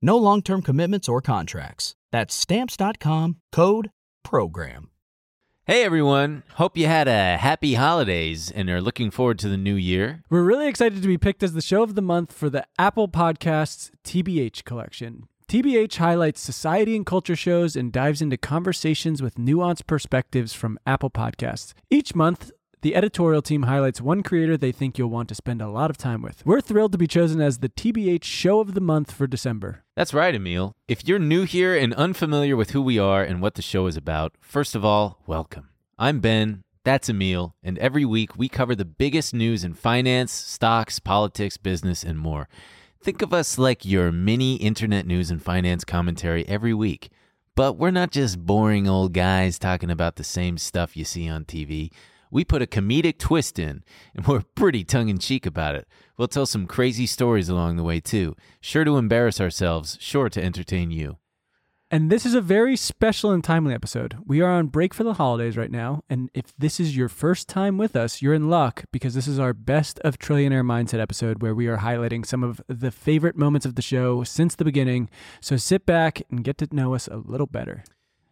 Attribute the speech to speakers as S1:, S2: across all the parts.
S1: No long term commitments or contracts. That's Stamps.com code PROGRAM.
S2: Hey everyone, hope you had a happy holidays and are looking forward to the new year.
S3: We're really excited to be picked as the show of the month for the Apple Podcasts TBH collection. TBH highlights society and culture shows and dives into conversations with nuanced perspectives from Apple Podcasts. Each month, the editorial team highlights one creator they think you'll want to spend a lot of time with. We're thrilled to be chosen as the TBH show of the month for December.
S2: That's right, Emil. If you're new here and unfamiliar with who we are and what the show is about, first of all, welcome. I'm Ben, that's Emil, and every week we cover the biggest news in finance, stocks, politics, business, and more. Think of us like your mini internet news and finance commentary every week. But we're not just boring old guys talking about the same stuff you see on TV we put a comedic twist in, and we're pretty tongue in cheek about it. We'll tell some crazy stories along the way, too. Sure to embarrass ourselves, sure to entertain you.
S3: And this is a very special and timely episode. We are on break for the holidays right now, and if this is your first time with us, you're in luck because this is our Best of Trillionaire Mindset episode where we are highlighting some of the favorite moments of the show since the beginning. So sit back and get to know us a little better.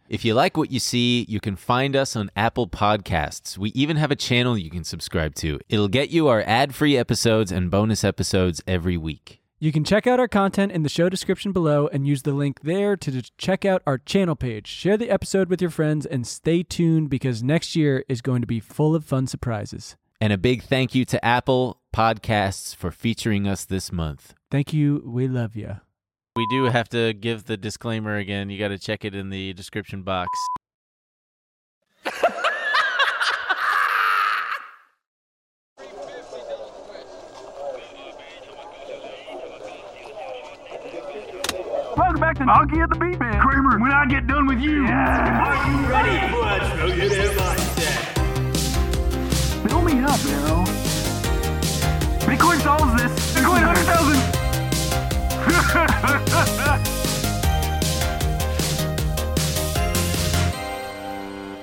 S2: If you like what you see, you can find us on Apple Podcasts. We even have a channel you can subscribe to. It'll get you our ad free episodes and bonus episodes every week.
S3: You can check out our content in the show description below and use the link there to check out our channel page. Share the episode with your friends and stay tuned because next year is going to be full of fun surprises.
S2: And a big thank you to Apple Podcasts for featuring us this month.
S3: Thank you. We love you.
S2: We do have to give the disclaimer again. You got to check it in the description box.
S4: Welcome back to Monkey at the Beat Man. Kramer, when I get done with you, are you ready? Fill me up, yo. Bitcoin solves this. Bitcoin 100,000.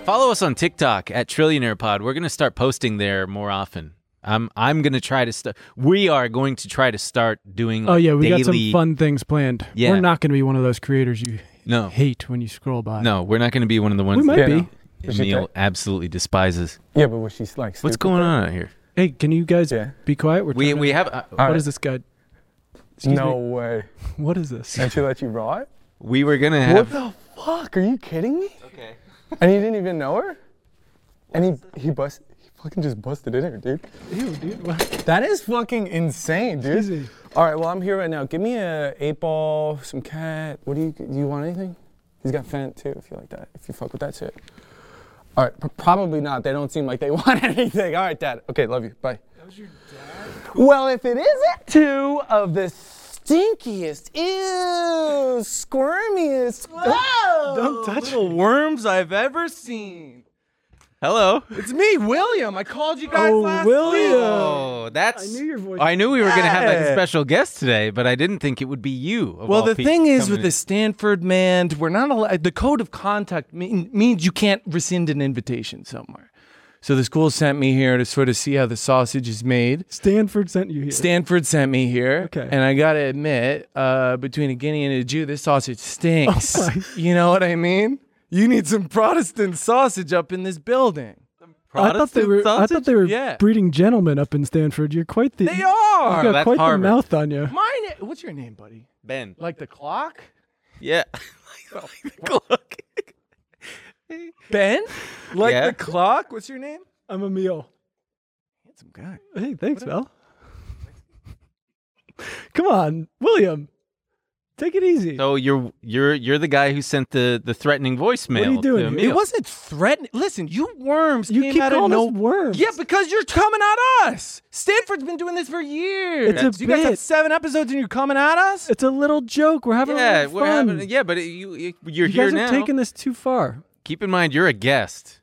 S2: Follow us on TikTok at Trillionaire Pod. We're going to start posting there more often. I'm I'm going to try to start. We are going to try to start doing.
S3: Oh
S2: like,
S3: yeah, we got some
S2: daily-
S3: fun things planned.
S2: Yeah.
S3: We're not going to be one of those creators you
S2: No.
S3: hate when you scroll by.
S2: No, we're not going to be one of the ones.
S3: We might
S2: that
S3: be.
S2: Emil absolutely despises.
S5: Yeah, but was she like?
S2: What's going on out here?
S3: Hey, can you guys
S5: Yeah.
S3: be quiet? We're
S2: We
S3: trying to-
S2: we have uh,
S3: What is
S5: right.
S3: this guy? Excuse
S5: No
S3: me.
S5: way.
S3: What is this?
S5: And she let you ride?
S2: we were gonna
S5: What
S2: have.
S5: the fuck? Are you kidding me?
S2: Okay.
S5: And you didn't even know her? And he he bust he fucking just busted in her, dude.
S3: Ew, dude. What?
S5: That is fucking insane, dude.
S3: Easy.
S5: All right, well I'm here right now. Give me a eight ball, some cat. What do you do? You want anything? He's got Fent too. If you like that, if you fuck with that shit. All right, p- probably not. They don't seem like they want anything. All right, Dad. Okay, love you. Bye. Well, if it isn't two of the stinkiest, ew, squirmiest.
S3: Don't touch
S6: little worms I've ever seen.
S2: Hello.
S6: It's me, William. I called you guys
S3: Oh,
S6: last
S3: William.
S6: week.
S2: Oh, that's.
S3: I knew your voice-
S2: I knew we were gonna have like a
S6: Yeah.
S2: special guest today, but I didn't think it would be you. of
S6: Well,
S2: all
S6: the
S2: people
S6: thing is
S2: coming
S6: with
S2: in.
S6: the Stanford man, we're not allowed. The code of conduct mean, means you can't rescind an invitation somewhere. So the school sent me here to sort of see how the sausage is made.
S3: Stanford sent you here.
S6: Stanford sent me here,
S3: Okay.
S6: and I gotta admit, uh, between a guinea and a Jew, this sausage stinks.
S3: Oh my-
S6: you know what I mean? You need some Protestant sausage up in this building.
S3: I thought they were. I thought they were
S6: Yeah.
S3: breeding gentlemen up in Stanford. You're quite the.
S6: They are.
S3: You've got
S2: that's
S3: quite
S2: Harvard.
S3: the mouth on you.
S6: My na- what's your name, buddy?
S2: Ben.
S6: Like the clock?
S2: Yeah. Like the clock.
S6: me? Ben? Like
S2: Yeah.
S6: the clock? What's your name?
S3: I'm a meal.
S6: Handsome guy.
S3: Hey, thanks, Mel. Come on, William. Take it easy.
S2: So you're you're you're the guy who sent the the threatening voicemail.
S3: What are you doing
S2: to
S3: here?
S2: Emil.
S6: It wasn't threatening. Listen, you worms
S3: you
S6: came
S3: keep
S6: out of
S3: calling
S6: no
S3: us worms.
S6: Yeah, because you're coming at us. Stanford's been doing this for years.
S3: It's a
S6: you guys
S3: bit.
S6: have seven episodes and you're coming at us?
S3: it's a little joke. We're having a
S2: yeah,
S3: little
S2: we're
S3: fun.
S2: having, yeah, but it, you it, you're
S3: you
S2: here
S3: guys
S2: now.
S3: are taking this too far.
S2: Keep in mind, you're a guest.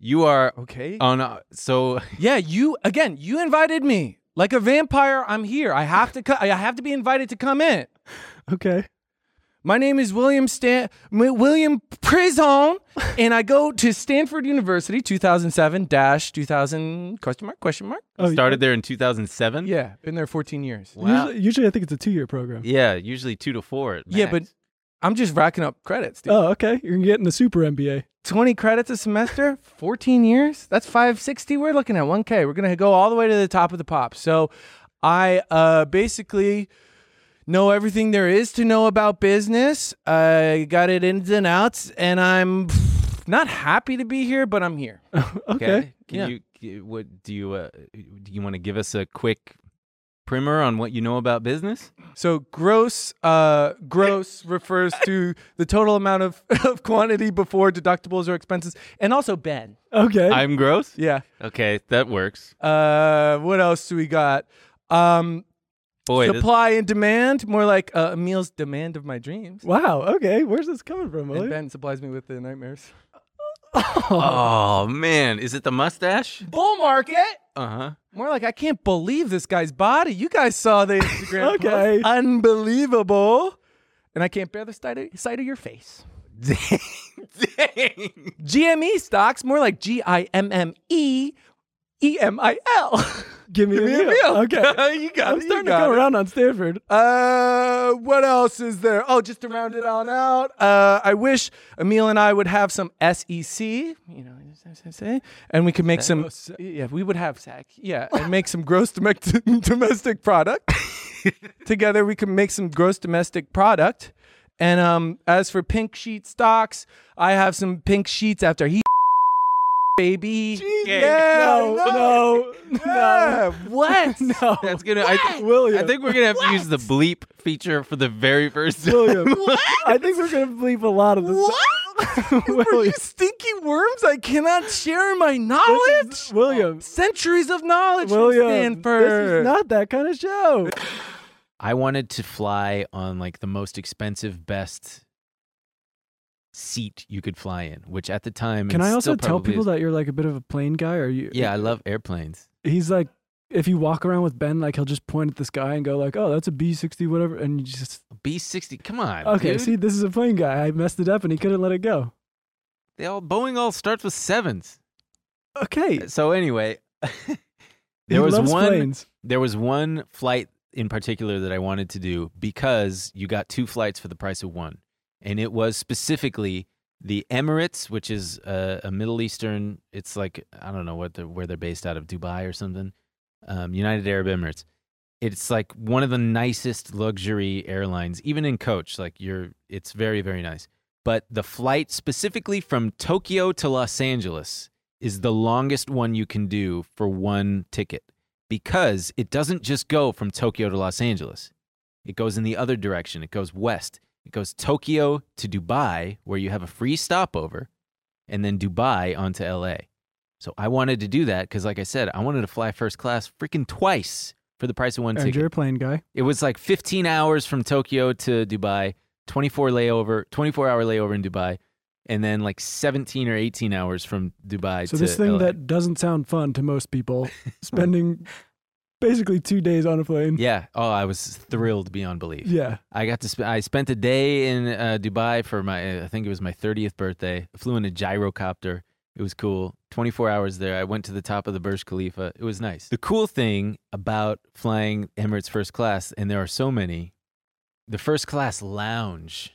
S2: You are
S6: Okay.
S2: on. A, so
S6: yeah, you again, you invited me. Like a vampire, I'm here. I have to co- I have to be invited to come in.
S3: Okay.
S6: My name is William Stan M- William Prison, and I go to Stanford University 2007 dash 2000 question mark question mark.
S3: Oh,
S2: started there in 2007.
S6: Yeah, been there 14 years.
S2: Wow.
S3: Usually, usually, I think it's a two-year program.
S2: yeah, usually two to four. at
S6: Yeah, but
S2: max.
S6: I'm just racking up credits, dude.
S3: Oh, okay. You're getting the super MBA.
S6: 20 credits a semester, 14 years. That's 560. We're looking at 1K. We're going to go all the way to the top of the pop. So I uh, basically know everything there is to know about business. I got it ins and outs, and I'm not happy to be here, but I'm here.
S2: okay.
S6: yeah.
S2: Can you what do you uh, do? You want to give us a quick primer on what you know about business?
S6: So gross, uh, gross refers to the total amount of, of quantity before deductibles or expenses, and also Ben.
S3: Okay.
S2: I'm gross.
S6: Yeah.
S2: Okay, that works.
S6: Uh, what else do we got? Um,
S2: Boy, this-
S6: Supply and demand, more like uh, Emil's demand of my dreams.
S3: wow. Okay. Where's this coming from,
S6: And
S3: William?
S6: Ben supplies me with the nightmares.
S2: oh man, is it the mustache?
S6: Bull market.
S2: Uh huh.
S6: More like I can't believe this guy's body. You guys saw the Instagram
S3: Okay.
S6: post. Unbelievable. And I can't bear the sight of, sight of your face.
S2: Dang, dang.
S6: GME stocks, more like G I M M E E M I L.
S3: Give me, a, meal. Okay.
S6: you got
S3: I'm
S6: it. you
S3: starting to
S6: got
S3: go
S6: it.
S3: around on Stanford.
S6: Uh, what else is there? Oh, just to round it on out, uh, I wish Emil and I would have some SEC, you know, E and we could make some. yeah, we would have SEC. Yeah, and make some gross domestic domestic product. Together, we could make some gross domestic product. And um, as for pink sheet stocks, I have some pink sheets after he. Baby, yeah,
S3: no,
S6: I know.
S3: no,
S6: Yeah, what?
S3: no.
S2: That's gonna. I, th-
S3: William.
S2: I think we're gonna have to use the bleep feature for the very first time.
S3: William. I think we're gonna bleep a lot of this.
S6: What? Were you
S3: William.
S6: stinky worms? I cannot share my knowledge.
S3: This is- William.
S6: Centuries of knowledge
S3: William.
S6: from Stanford.
S3: uh, This is not that kind of show.
S2: I wanted to fly on like the most expensive, best seat you could fly in, which at the time
S3: Can
S2: and
S3: I
S2: still
S3: also tell
S2: probably
S3: people
S2: is-
S3: that you're like a bit of a plane guy? Or you?
S2: Yeah, I love airplanes.
S3: He's like, if you walk around with Ben, like he'll just point at the sky and go like, "Oh, that's a B60, whatever," and you just
S2: B sixty. Come on.
S3: okay.
S2: dude.
S3: See, this is a plane guy. I messed it up, and he couldn't let it go.
S2: they all Boeing all starts with sevens. Uh,
S3: Okay.
S2: So anyway,
S3: he
S2: there was
S3: loves
S2: one.
S3: Planes.
S2: There was one flight in particular that I wanted to do because you got two flights for the price of one. And it was specifically the Emirates, which is a, a Middle Eastern, it's like, I don't know what they're, where they're based out of, Dubai or something, um, United Arab Emirates. It's like one of the nicest luxury airlines, even in coach. Like, you're, it's very, very nice. But the flight specifically from Tokyo to Los Angeles is the longest one you can do for one ticket because it doesn't just go from Tokyo to Los Angeles. It goes in the other direction. It goes west. It goes Tokyo to Dubai, where you have a free stopover, and then Dubai onto LA. So I wanted to do that because, like I said, I wanted to fly first class freaking twice for the price of one
S3: And
S2: ticket.
S3: you're a plane guy.
S2: It was like 15 hours from Tokyo to Dubai, 24 layover, 24 hour layover in Dubai, and then like 17 or 18 hours from Dubai
S3: So
S2: to
S3: this thing
S2: LA.
S3: that doesn't sound fun to most people, spending basically two days on a plane.
S2: yeah, oh, I was thrilled beyond belief.
S3: Yeah.
S2: I got to sp- I spent a day in uh, Dubai for my I think it was my 30th birthday. I flew in a gyrocopter. It was cool. 24 hours there. I went to the top of the Burj Khalifa. It was nice. The cool thing about flying Emirates first class and there are so many, the first class lounge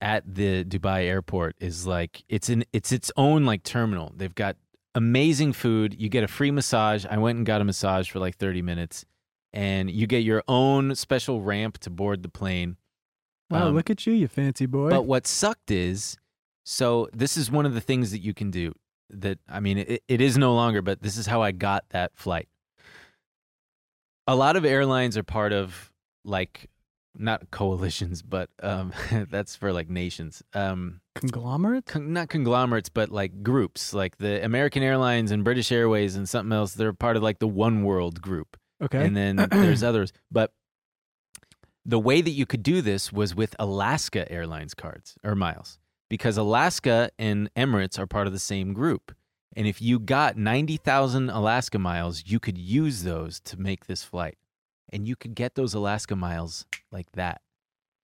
S2: at the Dubai airport is like it's an it's its own like terminal. They've got amazing food. You get a free massage. I went and got a massage for like 30 minutes and you get your own special ramp to board the plane.
S3: Wow,
S2: Um,
S3: look at you, you fancy boy.
S2: But what sucked is So this is one of the things that you can do. That I mean, it, it is no longer, but this is how I got that flight. A lot of airlines are part of like not coalitions, but um, that's for like nations. Um,
S3: Conglomerate?
S2: con- not conglomerates, but like groups, like the American Airlines and British Airways and something else. They're part of like the One World group,
S3: Okay.
S2: and then there's others. But the way that you could do this was with Alaska Airlines cards or miles, because Alaska and Emirates are part of the same group. And if you got ninety thousand Alaska miles, you could use those to make this flight, and you could get those Alaska miles like that.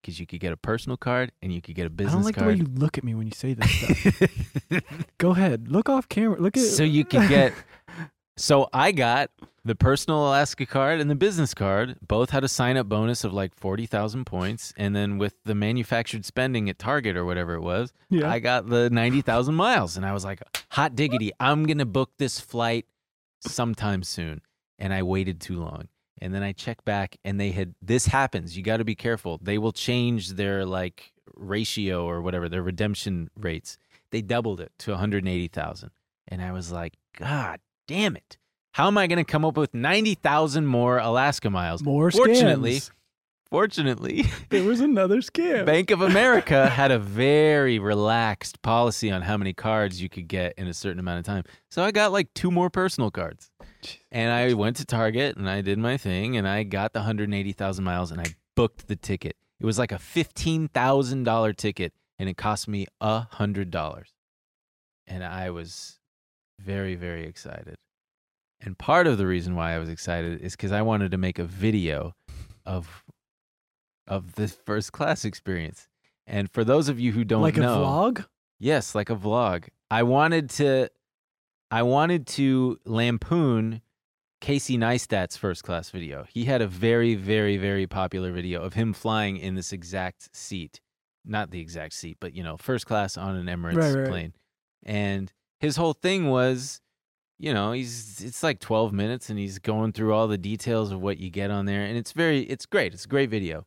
S2: Because you could get a personal card and you could get a
S3: I
S2: business
S3: don't like the way
S2: card.
S3: you look at me when you say this stuff. Go ahead. Look off camera. Look at
S2: so you could get so i got the personal alaska card and the business card both had a sign-up bonus of like 40000 points and then with the manufactured spending at target or whatever it was
S3: Yeah.
S2: i got the 90000 miles and i was like hot diggity i'm gonna book this flight sometime soon and i waited too long and then i checked back and they had this happens you got to be careful they will change their like ratio or whatever their redemption rates they doubled it to 180,000. And I was like, God damn it. How am I going to come up with 90,000 more Alaska miles?
S3: more
S2: Fortunately,
S3: scams.
S2: fortunately,
S3: There was another scam.
S2: Bank of America had a very relaxed policy on how many cards you could get in a certain amount of time. So I got like two more personal cards. And I went to Target and I did my thing and I got the 180,000 miles and I booked the ticket. It was like a $15,000 ticket and it cost me $100. And I was very, very excited. And part of the reason why I was excited is because I wanted to make a video of of the first class experience. And for those of you who don't
S3: like
S2: know,
S3: a vlog?
S2: Yes, like a vlog. I wanted to I wanted to lampoon Casey Neistat's first class video. He had a very, very, very popular video of him flying in this exact seat. Not the exact seat, but you know, first class on an Emirates
S3: Right, right, right.
S2: plane. And his whole thing was, you know, he's it's like 12 minutes and he's going through all the details of what you get on there. And it's very it's great. It's a great video.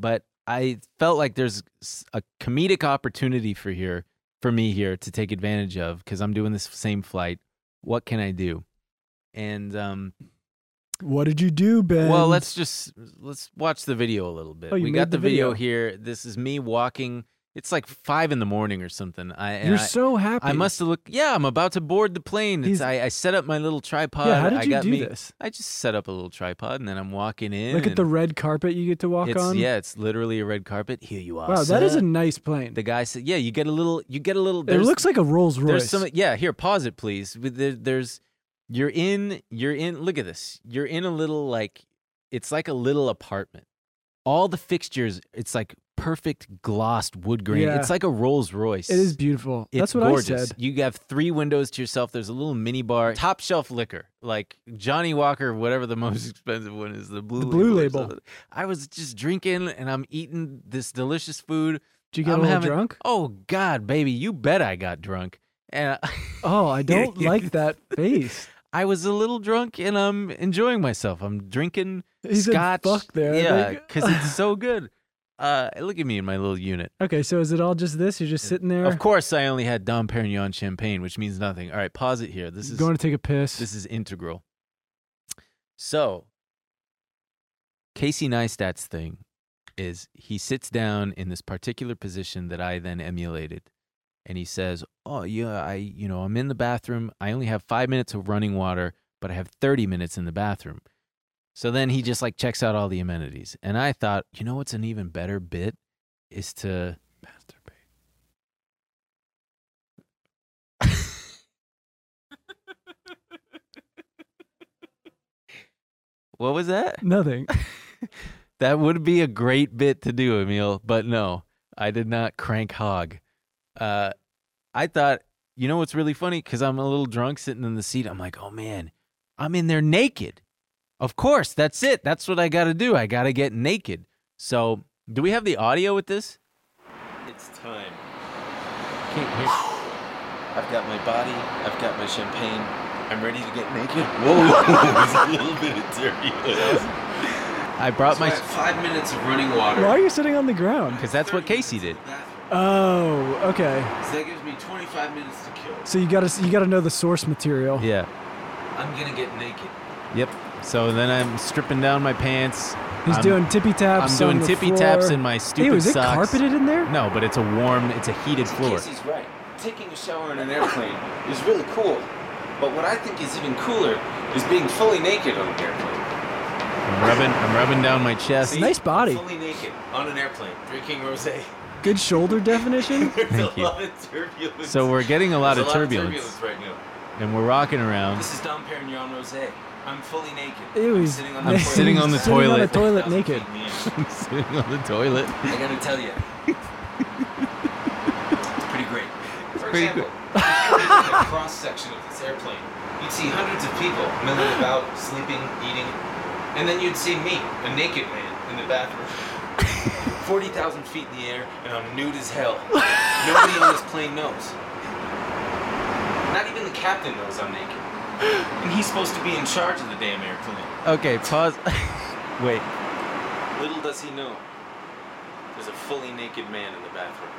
S2: But I felt like there's s- a comedic opportunity for here for me here to take advantage of because I'm doing this same flight. What can I do? And um,
S3: What did you do, Ben?
S2: well, let's just let's watch the video a little bit.
S3: Oh, you
S2: we
S3: made
S2: got
S3: the
S2: the, video.
S3: video.
S2: here. This is me walking. It's like five in the morning or something. I and
S3: You're
S2: I,
S3: so happy.
S2: I must have looked. Yeah, I'm about to board the plane. It's,
S3: He's-
S2: I, I set up my little tripod.
S3: Yeah, how did
S2: I
S3: you
S2: got
S3: do
S2: me-
S3: this?
S2: I just set up a little tripod and then I'm walking in.
S3: Look at the
S2: and
S3: red carpet you get to walk
S2: it's,
S3: on.
S2: Yeah, it's literally a red carpet. Here you are.
S3: Wow, that is
S2: sir.
S3: a nice plane.
S2: The guy said, "Yeah, you get a little. You get a little.
S3: it
S2: there's-
S3: looks like a Rolls Royce.
S2: there's some. Yeah, here, pause it, please. With the- There's, you're in, you're in. Look at this. You're in a little like, it's like a little apartment. All the fixtures, it's like perfect glossed wood grain.
S3: Yeah.
S2: It's like a Rolls Royce.
S3: it is beautiful. That's
S2: It's
S3: what
S2: gorgeous.
S3: I said.
S2: You have three windows to yourself. There's a little mini bar, top shelf liquor, like Johnny Walker, whatever the most expensive one is, the blue
S3: The Blue
S2: or
S3: Label.
S2: something. I was just drinking and I'm eating this delicious food.
S3: Did you get
S2: I'm
S3: a little
S2: having-
S3: drunk?
S2: Oh God, baby, you bet I got drunk. And I-
S3: Oh, I don't like that face.
S2: I was a little drunk and I'm enjoying myself. I'm drinking
S3: He said
S2: scotch.
S3: fuck there.
S2: Yeah,
S3: Like-
S2: because it's so good. Uh, look at me in my little unit.
S3: Okay, so is it all just this? You're just sitting there.
S2: Of course, I only had Dom Perignon champagne, which means nothing. All right, pause it here. This is
S3: going to take a piss.
S2: this is integral. So, Casey Neistat's thing is he sits down in this particular position that I then emulated, and he says, "Oh yeah, I you know I'm in the bathroom. I only have five minutes of running water, but I have 30 minutes in the bathroom." So then he just like checks out all the amenities, and I thought, you know what's an even better bit is to what was that?
S3: Nothing.
S2: That would be a great bit to do, Emil, but no, I did not crank hog. Uh, I thought, you know what's really funny? Because I'm a little drunk sitting in the seat. I'm like, oh man, I'm in there naked. Of course, that's it. That's what I got to do. I got to get naked. So, do we have the audio with this?
S7: It's time. I've got my body. I've got my champagne. I'm ready to get naked. Whoa, it's a little bit dirty.
S2: I brought my.
S7: five minutes of running water.
S3: Why are you sitting on the ground?
S2: Because that's what Casey did.
S7: Bathroom.
S3: Oh, okay.
S7: So that gives me 25 minutes to kill.
S3: So you gotta you gotta know the source material.
S2: Yeah.
S7: I'm gonna get naked.
S2: Yep. So then I'm stripping down my pants.
S3: He's
S2: I'm-
S3: doing tippy taps.
S2: I'm
S3: on
S2: doing
S3: the
S2: tippy taps
S3: floor.
S2: in my
S3: Hey,
S2: stupid
S3: was it
S2: socks.
S3: carpeted in there?
S2: No, but it's a warm, it's a heated floor.
S7: Casey's right. Taking a shower in an airplane is really cool. But what I think is even cooler is being fully naked on an airplane.
S2: I'm rubbing, I'm rubbing down my chest.
S7: See?
S3: nice body.
S7: Fully naked on an airplane, drinking rosé.
S3: Good shoulder definition.
S7: There's
S2: Thank
S7: a
S2: you.
S7: lot of turbulence.
S2: So we're getting a lot,
S7: There's
S2: of, turbulence,
S7: turbulence right now.
S2: and we're rocking around.
S7: This is Dom Perignon Rosé. I'm fully naked.
S3: Ew,
S7: I'm
S3: he's-
S7: sitting on
S3: I'm
S7: the
S2: sitting on the
S3: Sitting on a
S2: toilet.
S3: toilet naked.
S2: Sitting on the toilet.
S7: I gotta tell you, it's pretty great. For
S2: pretty
S7: example, if you were looking at a cross section of this airplane, you'd see hundreds of people milling about, sleeping, eating, and then you'd see me, a naked man, in the bathroom. 40,000 feet in the air, and I'm nude as hell. Nobody on this plane knows. Not even the captain knows I'm naked. And he's supposed to be in charge of the damn airplane.
S2: Okay, pause. Wait.
S7: Little does he know, there's a fully naked man in the bathroom.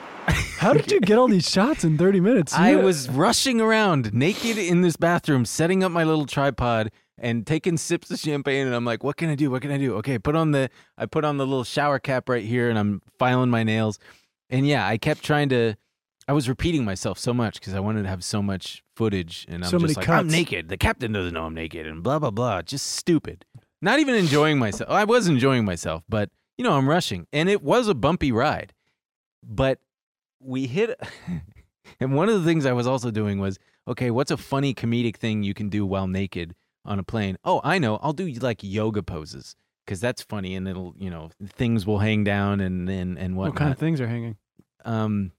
S3: How did you get all these shots in 30 minutes?
S2: I
S3: You-
S2: was rushing around naked in this bathroom, setting up my little tripod and taking sips of champagne. And I'm like, what can I do? What can I do? Okay, put on the I put on the little shower cap right here, and I'm filing my nails. And yeah, I kept trying to. I was repeating myself so much because I wanted to have so much footage, and I'm
S3: So many
S2: just like, I'm
S3: cuts.
S2: naked. The captain doesn't know I'm naked, and blah blah blah. Just stupid. Not even enjoying myself. I was enjoying myself, but you know, I'm rushing, and it was a bumpy ride. But we hit and one of the things I was also doing was, okay, what's a funny comedic thing you can do while naked on a plane? Oh, I know. I'll do like yoga poses because that's funny, and it'll you know things will hang down and and and
S3: what
S2: whatnot.
S3: kind of things are hanging?
S2: Um,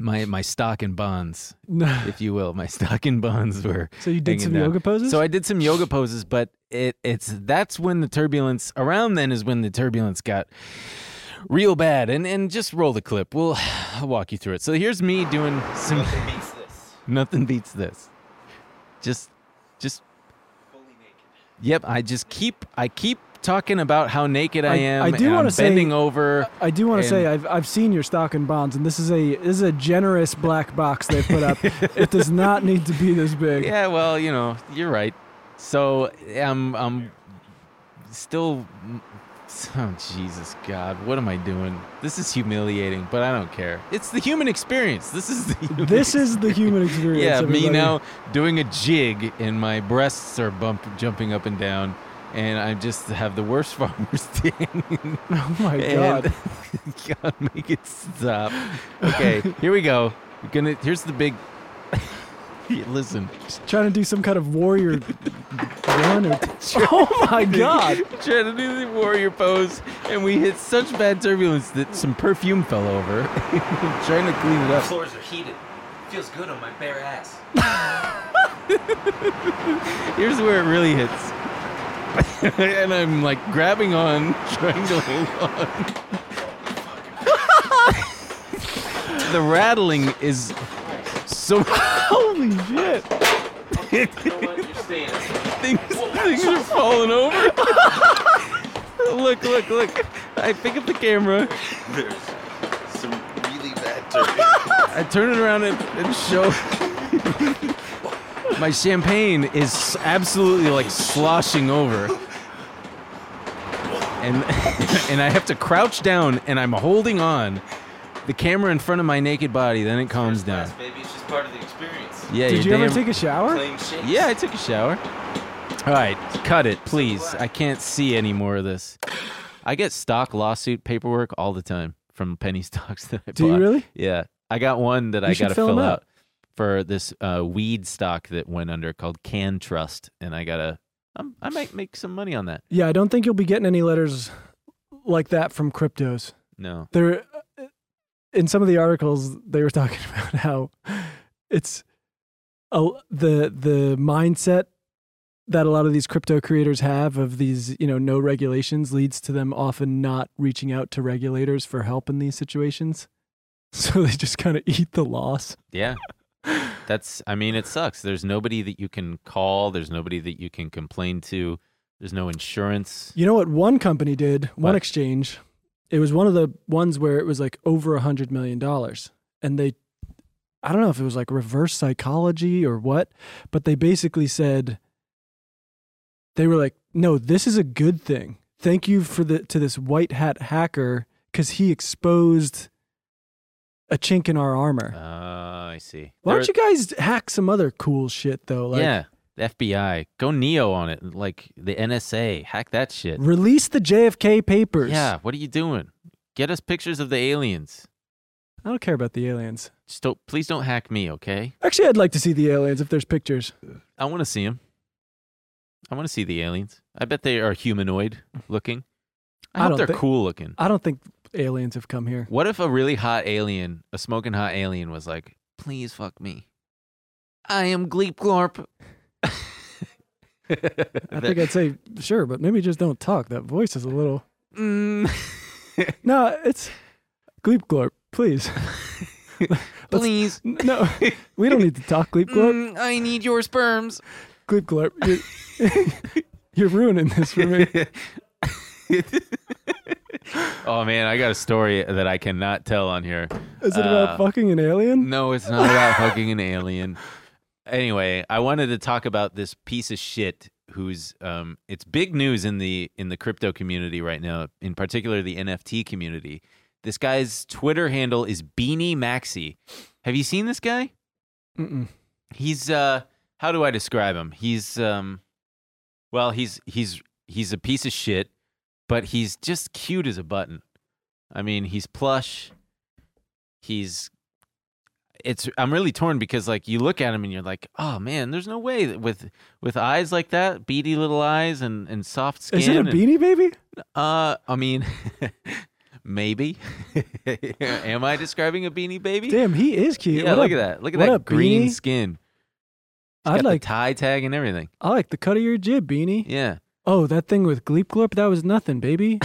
S2: my my stock and bonds, if you will, my stock and bonds were.
S3: so you did
S2: hanging
S3: some
S2: down.
S3: yoga poses?
S2: So I did some yoga poses, but it it's that's when the turbulence around then is when the turbulence got real bad. And and just roll the clip. We'll I'll walk you through it. So here's me doing some.
S7: Nothing beats this.
S2: Nothing beats this. Just just
S7: Fully naked.
S2: yep, I just keep I keep talking about how naked I,
S3: I-
S2: am.
S3: I do
S2: and I'm
S3: wanna say-
S2: bending over.
S3: I do want
S2: And-
S3: to say I've I've seen your stock and bonds, and this is a this is a generous black box they put up. it does not need to be this big.
S2: Yeah, well, you know, you're right. So I'm I'm still Oh Jesus God, what am I doing? This is humiliating, but I don't care. It's the human experience. This is the human
S3: This is the human experience.
S2: Yeah, me
S3: everybody.
S2: now doing a jig, and my breasts are bump jumping up and down, and I just have the worst farmer's tan.
S3: Oh my god.
S2: and God, make it stop. Okay, here we go. We're gonna. Here's the big. Listen.
S3: Trying to do some kind of warrior run or Oh my god.
S2: Trying to do the warrior pose, and we hit such bad turbulence that some perfume fell over. I'm trying to clean it
S7: The
S2: up.
S7: floors are heated. Feels good on my bare ass.
S2: Here's where it really hits. and I'm like grabbing on, trying to hold on. the rattling is so
S3: Holy shit.
S7: You know what? You're staying.
S2: things, things are falling over. look, look, look. I pick up the camera,
S7: There's some really bad turbulence.
S2: I turn it around and, and show. My champagne is absolutely like sloshing over. And and I have to crouch down and I'm holding on. The camera in front of my naked body, then it calms
S7: First class,
S2: down.
S7: Baby, it's just part of the experience.
S2: Yeah,
S3: Did you
S2: you're damn-
S3: ever take a shower?
S7: Plain shit.
S2: Yeah, I took a shower. All right, cut it, please. I can't see any more of this. I get stock lawsuit paperwork all the time from penny stocks that I
S3: Do you
S2: bought.
S3: really?
S2: Yeah, I got one that I
S3: should
S2: got to
S3: fill 'em
S2: fill
S3: out.
S2: out for this uh, weed stock that went under called Can Trust, and I gotta. I'm, I might make some money on that.
S3: Yeah, I don't think you'll be getting any letters like that from cryptos.
S2: No,
S3: There in some of the articles they were talking about how it's a, the the mindset that a lot of these crypto creators have of these, you know, no regulations leads to them often not reaching out to regulators for help in these situations. So they just kind of eat the loss.
S2: yeah, that's. I mean, it sucks. There's nobody that you can call. There's nobody that you can complain to. There's no insurance.
S3: You know what one company did, one
S2: What?
S3: exchange, It was one of the ones where it was like over a hundred million dollars, and they, I don't know if it was like reverse psychology or what, but they basically said, they were like, no, this is a good thing. Thank you for the to this white hat hacker because he exposed a chink in our armor.
S2: Oh, I see.
S3: Why
S2: There-
S3: don't you guys hack some other cool shit though? Like,
S2: yeah, the FBI. Go Neo on it. Like the NSA. Hack that shit.
S3: Release the JFK papers.
S2: Yeah, what are you doing? Get us pictures of the aliens.
S3: I don't care about the aliens.
S2: Just don't, please don't hack me, okay?
S3: Actually, I'd like to see the aliens if there's pictures.
S2: I want to see them. I want to see the aliens. I bet they are humanoid looking. I,
S3: I
S2: hope
S3: don't
S2: they're
S3: thi-
S2: cool looking.
S3: I don't think aliens have come here.
S2: What if a really hot alien, a smoking hot alien, was like, please fuck me? I am Gleep Glorp.
S3: I think I'd say sure, but maybe just don't talk. That voice is a little.
S2: Mm,
S3: No, it's Gleep Glorp, please.
S2: please.
S3: No, we don't need to talk Gleep Glorp.
S2: Mm, I need your sperms.
S3: Gleep Glorp, you're, you're ruining this for me.
S2: Oh man, I got a story that I cannot tell on here.
S3: Is it about
S2: Uh,
S3: fucking an alien?
S2: No, it's not about fucking an alien. Anyway, I wanted to talk about this piece of shit who's um it's big news in the in the crypto community right now, in particular the NFT community. This guy's Twitter handle is Beanie Maxi. Have you seen this guy?
S3: Mm-mm.
S2: He's uh how do I describe him? He's um well, he's he's he's a piece of shit, but he's just cute as a button. I mean, he's plush. He's it's I'm really torn because like you look at him and you're like, "Oh man, there's no way that with with eyes like that, beady little eyes and and soft skin."
S3: Is it a
S2: and-
S3: beanie baby?
S2: uh, I mean, maybe. Am I describing a beanie baby?
S3: Damn, he is cute.
S2: Yeah,
S3: What
S2: look
S3: up?
S2: at that. Look at
S3: what
S2: that
S3: up,
S2: green
S3: Beanie?
S2: skin. It's
S3: I'd
S2: got
S3: like,
S2: the tie tag and everything.
S3: I like the cut of your jib, Beanie.
S2: Yeah.
S3: Oh, that thing with Gleep Glorp, that was nothing, baby.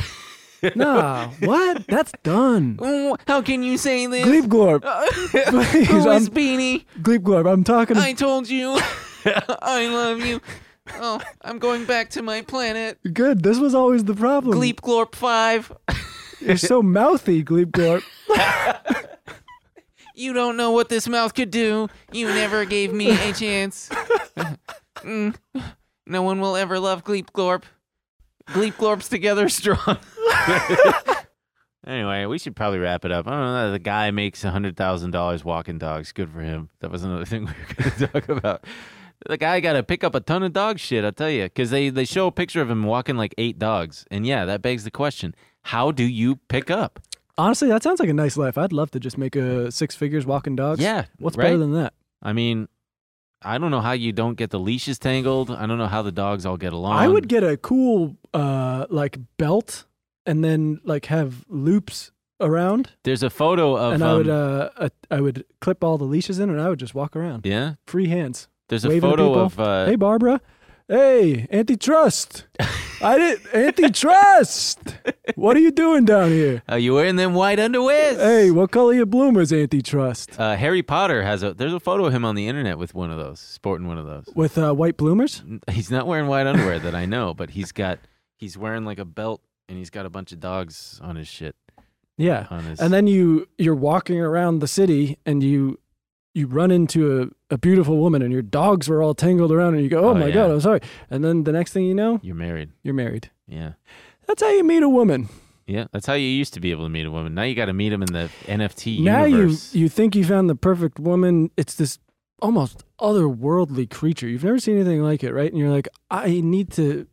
S3: nah, what? That's done.
S2: how can you say this?
S3: Gleep Glorp. Please,
S2: Who
S3: I'm-
S2: is Beanie?
S3: Gleep Glorp, I'm talking.
S2: I told you. I love you. Oh, I'm going back to my planet.
S3: Good, this was always the problem.
S2: Gleep Glorp 5.
S3: You're so mouthy, Gleep Glorp.
S2: You don't know what this mouth could do. You never gave me a chance. Mm. No one will ever love Gleep Glorp. Gleep Glorp's together strong. anyway, we should probably wrap it up. I don't know. The guy makes $100,000 walking dogs. Good for him. That was another thing we were going to talk about. The guy got to pick up a ton of dog shit, I'll tell you, because they, they show a picture of him walking like eight dogs. And yeah, that begs the question how do you pick up?
S3: Honestly, that sounds like a nice life. I'd love to just make a six figures walking dogs.
S2: Yeah,
S3: What's
S2: right?
S3: better than that?
S2: I mean, I don't know how you don't get the leashes tangled. I don't know how the dogs all get along.
S3: I would get a cool uh like belt and then like have loops around
S2: There's a photo of.
S3: and I would
S2: um,
S3: uh, uh I would clip all the leashes in and I would just walk around.
S2: yeah.
S3: Free hands.
S2: There's a
S3: waving to
S2: photo
S3: people.
S2: of. Uh,
S3: hey Barbara. Hey, antitrust. I did antitrust. what are you doing down here?
S2: Are you wearing them white underwears?
S3: Hey, what color your bloomers, antitrust?
S2: Uh, Harry Potter has a. There's a photo of him on the internet with one of those, sporting one of those.
S3: With uh, white bloomers?
S2: He's not wearing white underwear that I know, but he's got. He's wearing like a belt and he's got a bunch of dogs on his shit.
S3: Yeah.
S2: On his.
S3: and then you you're walking around the city and you you run into a, a beautiful woman and your dogs were all tangled around and you go oh,
S2: Oh,
S3: my
S2: yeah.
S3: god i'm sorry and then the next thing you know
S2: you're married.
S3: you're married
S2: Yeah.
S3: that's how you meet a woman
S2: Yeah. That's how you used to be able to meet a woman. Now you got to meet him in the NFT
S3: now you
S2: universe.
S3: you think you found the perfect woman it's this almost otherworldly creature you've never seen anything like it right and you're like i need to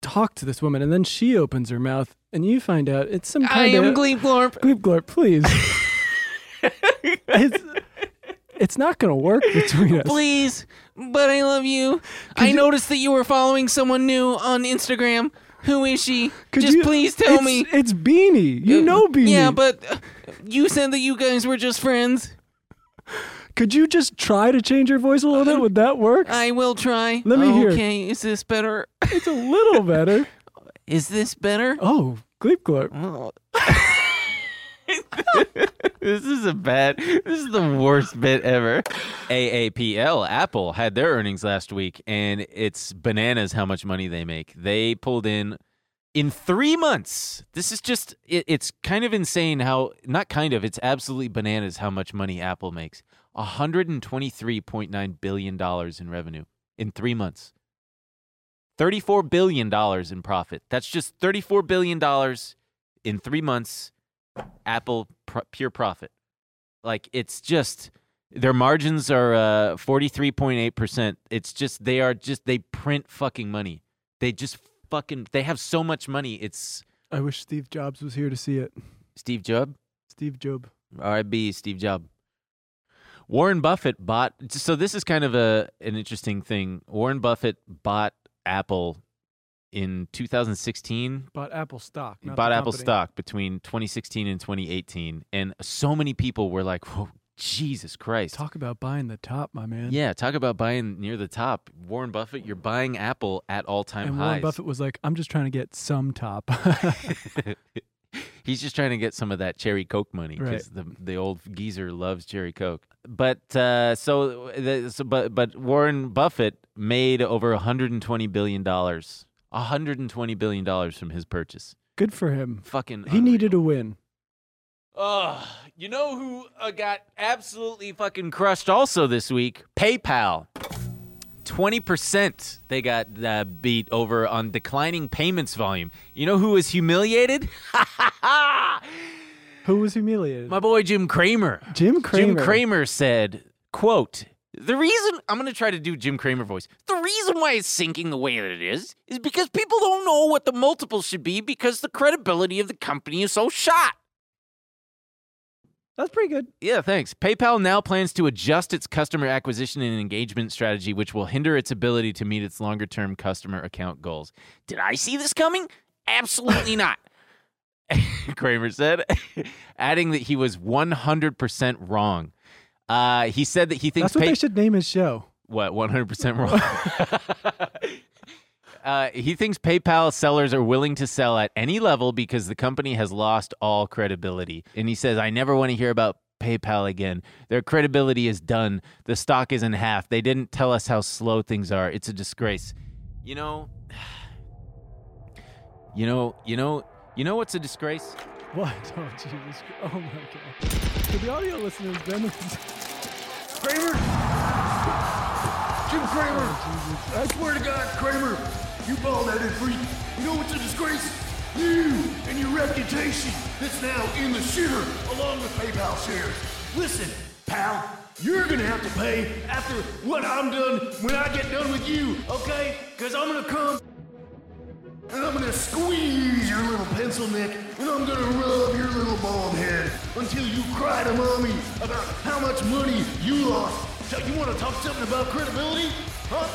S3: talk to this woman and then she opens her mouth and you find out it's some
S2: I
S3: kind
S2: am
S3: of
S2: Gleep Glorp.
S3: Gleep Glorp, please. it's, it's not going to work between us.
S2: Please, but I love you. I noticed that you were following someone new on Instagram. Who is she?
S3: Could
S2: Just
S3: you-
S2: please tell
S3: it's-
S2: me. Uh,
S3: It's Beanie. You know Beanie.
S2: Yeah, but uh, you said that you guys were just friends.
S3: could you just try to change your voice a little bit? Would that work?
S2: I will try.
S3: Let me hear.
S2: Okay, is this better?
S3: It's a little better.
S2: Is this better?
S3: Oh, Gleep Glorp.
S2: this is a bad. This is the worst bit ever. AAPL Apple had their earnings last week, and it's bananas how much money they make. They pulled in in three months. This is just, it, it's kind of insane how, not kind of, it's absolutely bananas how much money Apple makes. $123.9 billion in revenue in three months. $34 billion in profit. That's just $34 billion in three months, Apple pr- pure profit. Like, it's just, their margins are uh, 43.8%. It's just, they are just, they print fucking money. They just fucking, they have so much money. It's
S3: I wish Steve Jobs was here to see it.
S2: Steve Jobs.
S3: Steve Job.
S2: R.I.B. Steve Jobs. Warren Buffett bought. So this is kind of a an interesting thing. Warren Buffett bought Apple in 2016.
S3: Bought Apple stock.
S2: He bought Apple stock between 2016 and 2018, and so many people were like, "Whoa, Jesus Christ!"
S3: Talk about buying the top, my man.
S2: yeah, talk about buying near the top. Warren Buffett, you're buying Apple at all time
S3: And
S2: highs.
S3: Warren Buffett was like, I'm just trying to get some top.
S2: He's just trying to get some of that cherry coke money because the the old geezer loves cherry coke. But uh, so, the, so, but but Warren Buffett made over 120 billion dollars. 120 billion dollars from his purchase.
S3: Good for him.
S2: Fucking.
S3: He needed a win.
S2: Ugh. you know who uh, got absolutely fucking crushed also this week? PayPal. 20% they got uh, beat over on declining payments volume. You know who was humiliated?
S3: Who was humiliated?
S2: My boy Jim Kramer.
S3: Jim Cramer.
S2: Jim Cramer said, quote, the reason I'm going to try to do Jim Cramer voice. The reason why it's sinking the way that it is is because people don't know what the multiple should be because the credibility of the company is so shot.
S3: That's pretty good.
S2: Yeah, thanks. PayPal now plans to adjust its customer acquisition and engagement strategy, which will hinder its ability to meet its longer term customer account goals. Did I see this coming? Absolutely not. Kramer said, adding that he was 100% wrong. Uh, he said that he thinks
S3: That's what
S2: pay-
S3: they should name his show.
S2: what 100% wrong. Uh, he thinks PayPal sellers are willing to sell at any level because the company has lost all credibility. And he says, I never want to hear about PayPal again. Their credibility is done. The stock is in half. They didn't tell us how slow things are. It's a disgrace. You know, you know, you know, you know what's a disgrace?
S3: What? Oh, Jesus. Christ. Oh, my God. For the audio listeners, Ben was.
S4: Kramer! Jim Kramer! I swear to God, Kramer, you bald headed freak. You know what's a disgrace? You and your reputation that's now in the shitter along with PayPal shares. Listen, pal, you're gonna have to pay after what I'm done when I get done with you, okay? Because I'm gonna come and I'm gonna squeeze your little pencil neck, and I'm gonna rub your little bald head until you cry to mommy about how much money you lost. So you wanna talk something about credibility? Huh?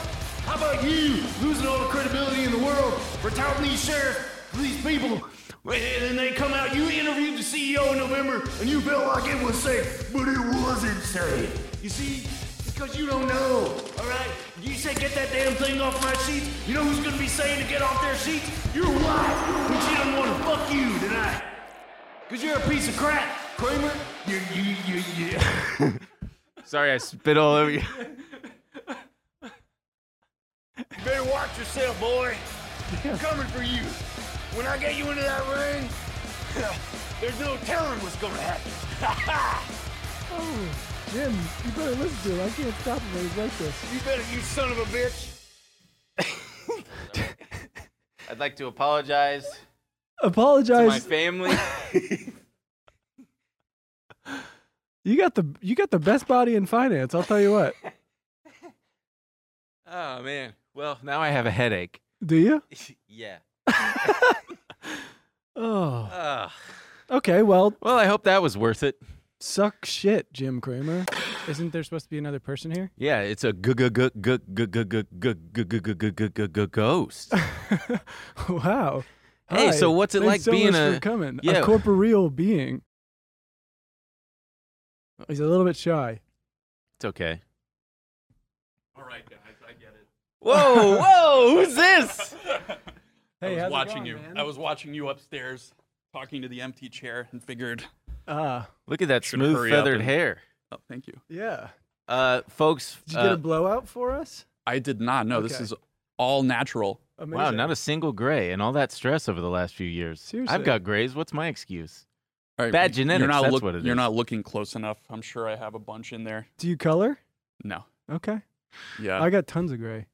S4: How about you losing all the credibility in the world for touting these sheriffs to these people? And then they come out, you interviewed the CEO in November, and you felt like it was safe, but it wasn't safe. You see, because you don't know, all right? You say get that damn thing off my sheets. You know who's gonna be saying to get off their sheets? Your wife, when she doesn't want to fuck you tonight. Cause you're a piece of crap, Kramer. You, you, you, you.
S2: Sorry, I spit all over you.
S4: Better watch yourself, boy. I'm coming for you. When I get you into that ring, there's no telling what's gonna happen.
S3: Oh, Jim, you better listen to it. I can't stop him when he's like this.
S4: You better, you son of a bitch.
S2: I'd like to apologize to my
S3: Apologize.
S2: family.
S3: you got the you got the best body in finance. I'll tell you what.
S2: oh, man. Well, now I have a headache.
S3: Do you?
S2: Yeah.
S3: Oh.
S2: Ugh.
S3: Okay. Well,
S2: Well, I hope that was worth it.
S3: suck shit, Jim Cramer. Isn't there supposed to be another person here?
S2: Yeah, it's a g- g- g- g- g- g- g- g- g- g- g- g- g- g- ghost.
S3: wow.
S2: Hey,
S3: Hi.
S2: so what's it
S3: Thanks
S2: like
S3: so
S2: being
S3: much
S2: a-
S3: for coming
S2: Yeah.
S3: a corporeal being? He's a little bit shy.
S2: It's okay. All right, guys, I get it. Whoa, whoa, who's this?
S3: Hey,
S8: I
S3: how's it
S8: was watching
S3: going,
S8: you.
S3: man?
S8: I was watching you upstairs talking to the empty chair and figured,
S3: Ah,
S2: Look at that
S8: Should
S2: smooth
S8: hurry up
S2: feathered
S8: and-
S2: hair.
S8: oh, thank you.
S3: yeah.
S2: Uh, folks,
S3: Did you get
S2: uh,
S3: a blowout for us?
S8: I did not know. This
S3: Okay.
S8: is all natural.
S3: Amazing.
S2: Wow, not a single gray, and all that stress over the last few years.
S3: Seriously.
S2: I've got grays. What's my excuse?
S8: All right,
S2: Bad
S8: you're
S2: genetics,
S8: not
S2: that's what it
S8: You're
S2: is.
S8: not looking close enough. I'm sure I have a bunch in there.
S3: Do you color?
S8: No.
S3: Okay.
S8: Yeah.
S3: I got tons of gray.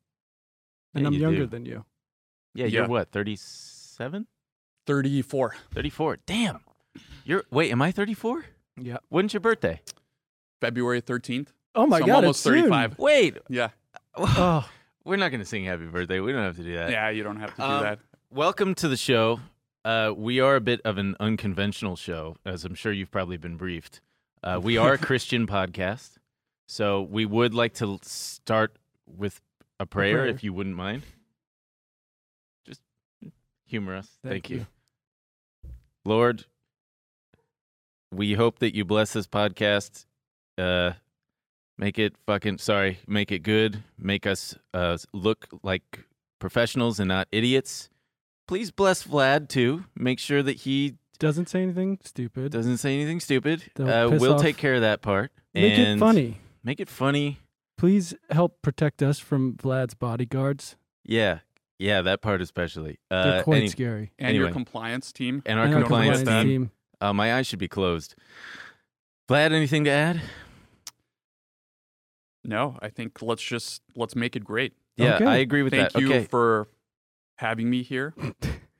S3: And
S2: Yeah,
S3: I'm
S2: you
S3: younger
S2: do.
S3: than you.
S2: Yeah, you're
S8: Yeah.
S2: what, 37?
S8: 34.
S2: 34. Damn. You're wait, am I 34?
S3: Yeah.
S2: When's your birthday?
S8: February 13th.
S3: Oh my
S8: so
S3: god.
S8: I'm almost
S3: it's
S8: 35.
S2: Wait.
S8: Yeah.
S3: Oh.
S2: We're not gonna sing happy birthday. We don't have to do that.
S8: Yeah, you don't have to do
S2: Um,
S8: that.
S2: Welcome to the show. Uh, we are a bit of an unconventional show, as I'm sure you've probably been briefed. Uh, we are a Christian podcast, so we would like to l- start with a prayer,
S3: prayer.
S2: if you wouldn't mind. Just humor us.
S3: Thank
S2: Thank,
S3: you.
S2: you. Lord, we hope that you bless this podcast. Uh, make it fucking, sorry, make it good. Make us uh, look like professionals and not idiots. Please bless Vlad too. Make sure that he
S3: Doesn't say anything stupid.
S2: doesn't say anything stupid.
S3: Don't
S2: uh,
S3: piss
S2: we'll
S3: off.
S2: take care of that part.
S3: Make
S2: and
S3: it funny.
S2: Make it funny.
S3: Please help protect us from Vlad's bodyguards.
S2: Yeah, yeah, that part especially.
S3: They're
S2: Uh,
S3: quite
S2: any-
S3: scary.
S8: And your
S2: anyway.
S8: compliance team.
S2: and our
S3: And
S2: compliance
S8: compliance
S2: team. Uh, my eyes should be closed. Vlad, anything to add?
S8: No, I think let's just let's make it great.
S2: Yeah,
S3: Okay.
S2: I agree with
S8: Thank
S2: that.
S8: you
S2: okay,
S8: for having me here.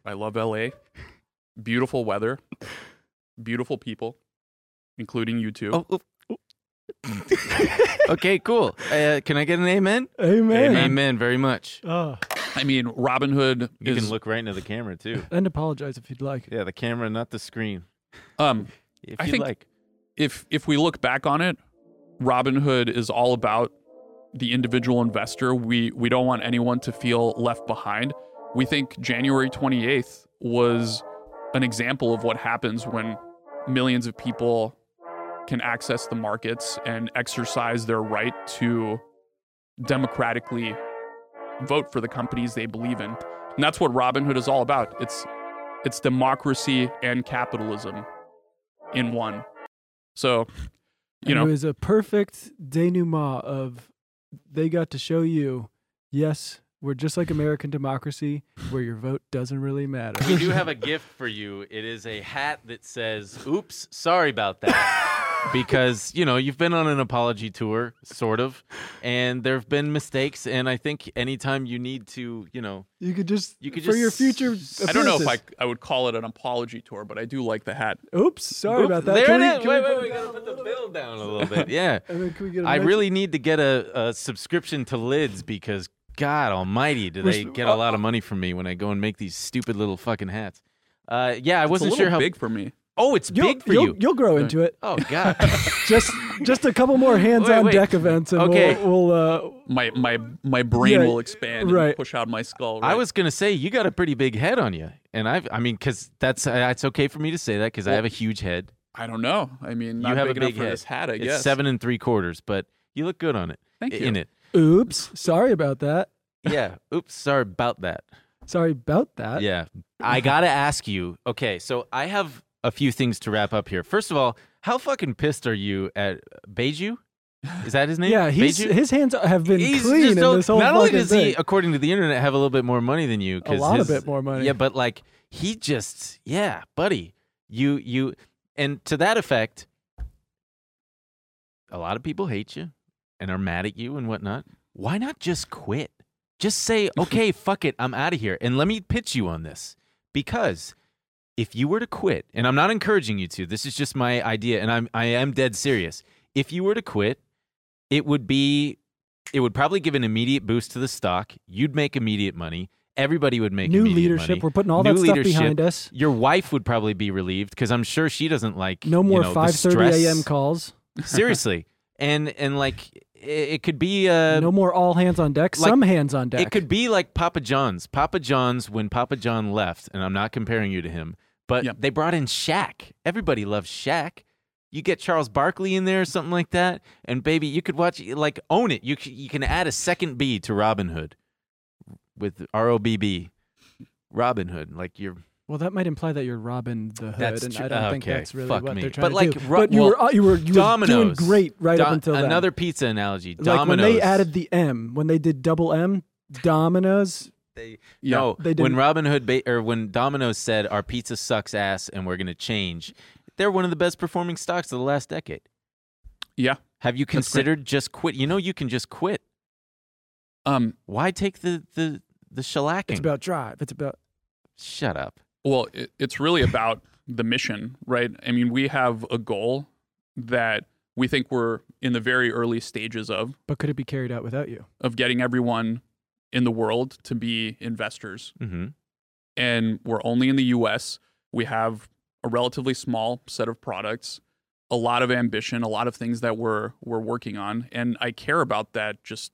S8: I love LA. Beautiful weather. Beautiful people, including you two.
S2: Oh, oh, oh. okay, cool. Uh, can I get an amen?
S3: Amen.
S2: Amen, very much.
S3: Oh,
S8: I mean, Robin Hood
S2: You
S8: is
S2: can look right into the camera too.
S3: and apologize if you'd like.
S2: Yeah, the camera, not the screen.
S8: um
S2: If
S8: I
S2: you
S8: think-
S2: like.
S8: if if we look back on it, Robin Hood is all about the individual investor. We we don't want anyone to feel left behind. We think January 28th was an example of what happens when millions of people can access the markets and exercise their right to democratically vote for the companies they believe in. And that's what Robin Hood is all about. It's it's democracy and capitalism in one. So,
S3: And
S8: you know,
S3: it was a perfect denouement of they got to show you, yes, we're just like American democracy, where your vote doesn't really matter.
S2: We do have a gift for you. It is a hat that says, oops, sorry about that. because, you know, you've been on an apology tour, sort of, and there have been mistakes. And I think anytime you need to, you know,
S3: You could just
S2: You could
S3: for your
S2: just-
S3: future.
S8: I don't know if I,
S3: appearances.
S8: I would call it an apology tour, but I do like the hat.
S3: Oops, sorry
S2: oops,
S3: about that.
S2: there
S3: Can we-
S2: it is.
S3: can
S2: Wait,
S3: we
S2: wait,
S3: put-
S2: we got to put the bill down a little bit. Yeah.
S3: And then can we get? a
S2: I
S3: mention?
S2: really need to get a, a subscription to Lids because, God almighty, do they
S3: Res-
S2: get a lot of money from me when I go and make these stupid little fucking hats. Uh, yeah, I wasn't
S8: it's a little
S2: sure how
S8: big for me.
S2: Oh, it's
S3: You'll,
S2: big for
S3: you'll,
S2: you.
S3: will grow into it.
S2: Oh, God.
S3: Just just a couple more hands
S2: Wait,
S3: on
S2: wait.
S3: deck events, and
S2: Okay.
S3: we'll, we'll uh,
S8: My my my brain
S3: Yeah,
S8: will expand
S3: right.
S8: and push out my skull.
S2: I
S8: right?
S2: was gonna say you got a pretty big head on you, and I've, I mean, because that's uh, it's okay for me to say that because I have a huge head.
S8: I don't know. I mean, not
S2: you have
S8: big
S2: a
S8: enough
S2: big
S8: for
S2: head.
S8: this hat, I
S2: it's
S8: guess.
S2: seven and three quarters, but you look good on it.
S8: Thank
S2: i-
S8: you.
S2: In it,
S3: oops, sorry about that.
S2: yeah. Oops, sorry about that.
S3: Sorry about that.
S2: Yeah, I gotta ask you. Okay, so I have a few things to wrap up here. First of all, how fucking pissed are you at Beiju? Is that his name?
S3: Yeah, he's,
S2: Beiju?
S3: his hands have been
S2: He's
S3: clean
S2: just
S3: in
S2: don't-
S3: this whole
S2: Not only
S3: fucking
S2: does
S3: thing.
S2: he, according to the internet, have a little bit more money than you. 'cause
S3: lot of
S2: his-
S3: bit more money.
S2: Yeah, but like he just, yeah, buddy, you, you, and to that effect, a lot of people hate you and are mad at you and whatnot. Why not just quit? Just say, okay, fuck it, I'm out of here. And let me pitch you on this because if you were to quit, and I'm not encouraging you to, this is just my idea, and I'm I am dead serious. If you were to quit, it would be it would probably give an immediate boost to the stock. You'd make immediate money. Everybody would make
S3: New
S2: immediate
S3: leadership.
S2: money.
S3: We're putting all
S2: New
S3: that stuff
S2: leadership.
S3: behind us.
S2: Your wife would probably be relieved because I'm sure she doesn't like
S3: No more
S2: you know, the
S3: 5:30
S2: stress.
S3: a.m. calls.
S2: Seriously, and and like it, it could be uh,
S3: no more all hands on deck.
S2: like,
S3: Some hands on deck.
S2: It could be like Papa John's. Papa John's when Papa John left, and I'm not comparing you to him, but
S8: Yep.
S2: they brought in Shaq. Everybody loves Shaq. You get Charles Barkley in there or something like that, and baby, you could watch like own it. You c- you can add a second B to Robin Hood with R O B B. Robin Hood, like you're
S3: Well, that might imply that you're Robin the Hood,
S2: That's
S3: and
S2: tr-
S3: I don't think
S2: okay,
S3: that's really
S2: fuck
S3: what
S2: me.
S3: they're trying
S2: But,
S3: to
S2: like,
S3: do.
S2: Ro-
S3: but you
S2: well,
S3: were uh, you were you were doing
S2: Domino's.
S3: great right up
S2: Do-
S3: until then.
S2: another pizza analogy.
S3: like when
S2: Domino's.
S3: they added the M, when they did double M, Domino's
S2: They
S8: Yeah.
S2: no.
S3: They
S2: when
S3: didn't.
S2: Robin Hood ba- or when Domino's said our pizza sucks ass and we're gonna change, they're one of the best performing stocks of the last decade.
S8: Yeah.
S2: Have you
S8: That's great.
S2: considered just quit? You know you can just quit.
S8: Um,
S2: Why take the the the shellacking?
S3: It's about drive. It's about
S2: Shut up.
S8: Well, it, it's really about the mission, right? I mean, we have a goal that we think we're in the very early stages of
S3: but could it be carried out without you?
S8: of getting everyone in the world to be investors,
S2: Mm-hmm.
S8: and we're only in the U.S. We have a relatively small set of products, a lot of ambition, a lot of things that we're we're working on, and I care about that just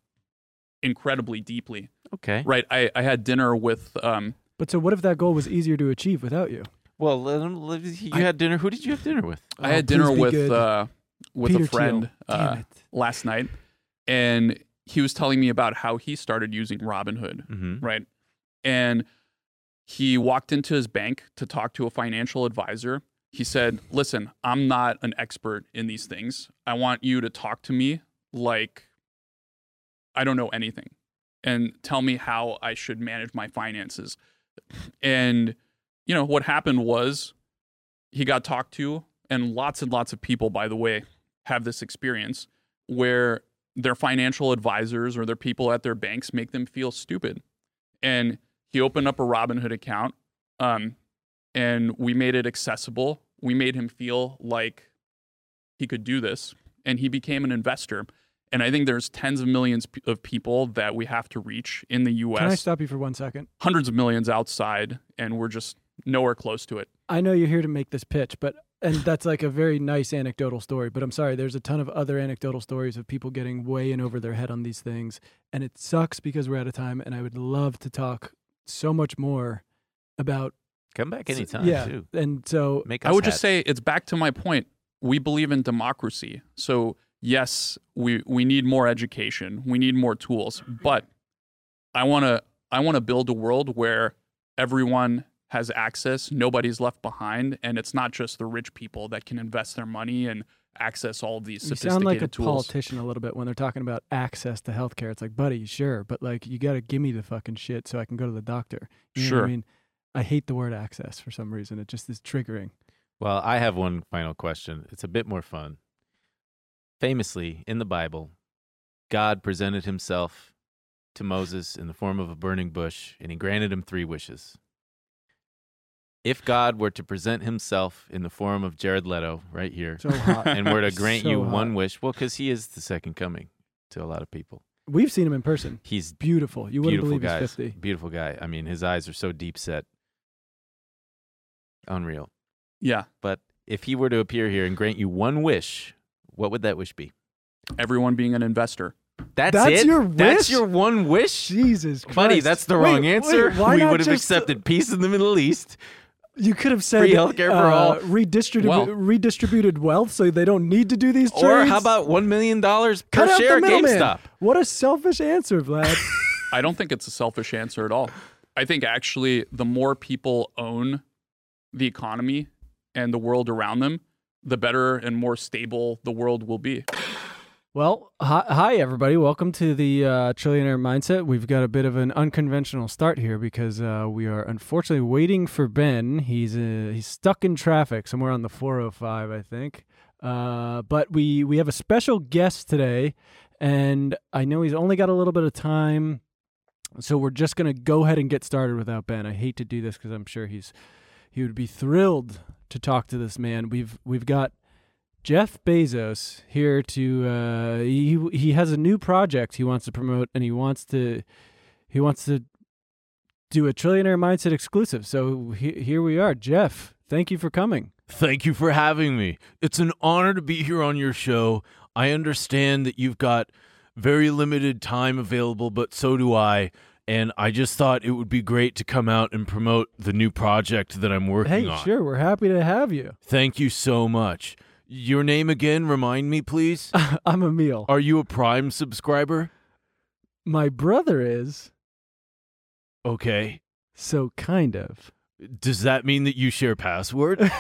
S8: incredibly deeply,
S2: Okay.
S8: right? I, I had dinner with um,
S3: But so what if that goal was easier to achieve without you?
S2: Well, let 'em- let- you had dinner. Who did you have dinner with?
S8: I
S3: Oh,
S8: had
S3: please
S8: dinner
S3: be
S8: with
S3: good.
S8: uh, with
S3: Peter
S8: a
S3: Thiel.
S8: friend uh,
S3: Damn it.
S8: last night, and he was telling me about how he started using Robinhood,
S2: Mm-hmm.
S8: right? And he walked into his bank to talk to a financial advisor. He said, "Listen, I'm not an expert in these things. I want you to talk to me like I don't know anything, and tell me how I should manage my finances." And you know what happened was he got talked to and lots and lots of people by the way have this experience where their financial advisors or their people at their banks make them feel stupid and he opened up a robinhood account um, and we made it accessible we made him feel like he could do this and he became an investor and i think there's tens of millions p- of people that we have to reach in the us
S3: Can I stop you for one second?
S8: hundreds of millions outside and we're just nowhere close to it
S3: I know you're here to make this pitch, but and that's like a very nice anecdotal story, but I'm sorry, there's a ton of other anecdotal stories of people getting way in over their head on these things, and it sucks because we're out of time and I would love to talk so much more about
S2: Come back anytime.
S3: yeah,
S2: Too.
S3: And so
S2: Make
S8: i
S2: us
S8: would just
S2: hats.
S8: say it's back to my point we believe in democracy so yes we we need more education we need more tools but i want to i want to build a world where everyone has access nobody's left behind and it's not just the rich people that can invest their money and access all of these
S3: you
S8: sophisticated
S3: sound like a
S8: tools
S3: politician a little bit when they're talking about access to healthcare. It's like, buddy, sure, but like you got to give me the fucking shit so I can go to the doctor. You know what
S8: Sure.
S3: I mean, I hate the word access for some reason. It just is triggering.
S2: Well, I have one final question. It's a bit more fun. Famously, in the Bible, God presented himself to Moses in the form of a burning bush, and he granted him three wishes. If God were to present himself in the form of Jared Leto right here
S3: So hot.
S2: and were to grant you
S3: So hot.
S2: one wish, well, because he is the second coming to a lot of people.
S3: We've seen him in person.
S2: He's
S3: Beautiful. You wouldn't
S2: beautiful
S3: believe
S2: guy.
S3: he's 50.
S2: Beautiful guy. I mean, his eyes are so deep set. Unreal.
S8: yeah
S2: But if he were to appear here and grant you one wish, what would that wish be?
S8: everyone being an investor
S2: That's,
S3: That's
S2: it.
S3: your wish?
S2: That's your one wish,
S3: Jesus Christ.
S2: buddy. That's the
S3: Wait,
S2: wrong
S3: wait,
S2: answer.
S3: why
S2: we
S3: not
S2: would have
S3: just-
S2: accepted peace in the Middle East.
S3: You could have said
S2: free healthcare for all.
S3: Redistributed,
S8: Well-
S3: redistributed wealth so they don't need to do these trades.
S2: Or how about one million dollars per
S3: Cut out
S2: share
S3: the
S2: at
S3: middleman.
S2: GameStop?
S3: What a selfish answer, Vlad.
S8: I don't think it's a selfish answer at all. I think actually the more people own the economy and the world around them, the better and more stable the world will be.
S3: Well, hi, hi everybody. Welcome to the uh, Trillionaire Mindset. We've got a bit of an unconventional start here because uh, we are unfortunately waiting for Ben. He's uh, he's stuck in traffic somewhere on the 405, I think. Uh, but we we have a special guest today, and I know he's only got a little bit of time, so we're just gonna go ahead and get started without Ben. I hate to do this because I'm sure he's he would be thrilled to talk to this man. We've we've got Jeff Bezos here to uh, he he has a new project he wants to promote and he wants to he wants to do a trillionaire mindset exclusive. So he, here we are, Jeff. Thank you for coming.
S9: Thank you for having me. It's an honor to be here on your show. I understand that you've got very limited time available, but so do I. And I just thought it would be great to come out and promote the new project that I'm working
S3: Hey,
S9: on.
S3: sure, we're happy to have you.
S9: Thank you so much. Your name again, remind me, please.
S3: I'm Emil.
S9: Are you a Prime subscriber?
S3: My brother is
S9: Okay.
S3: so kind of.
S9: Does that mean that you share password?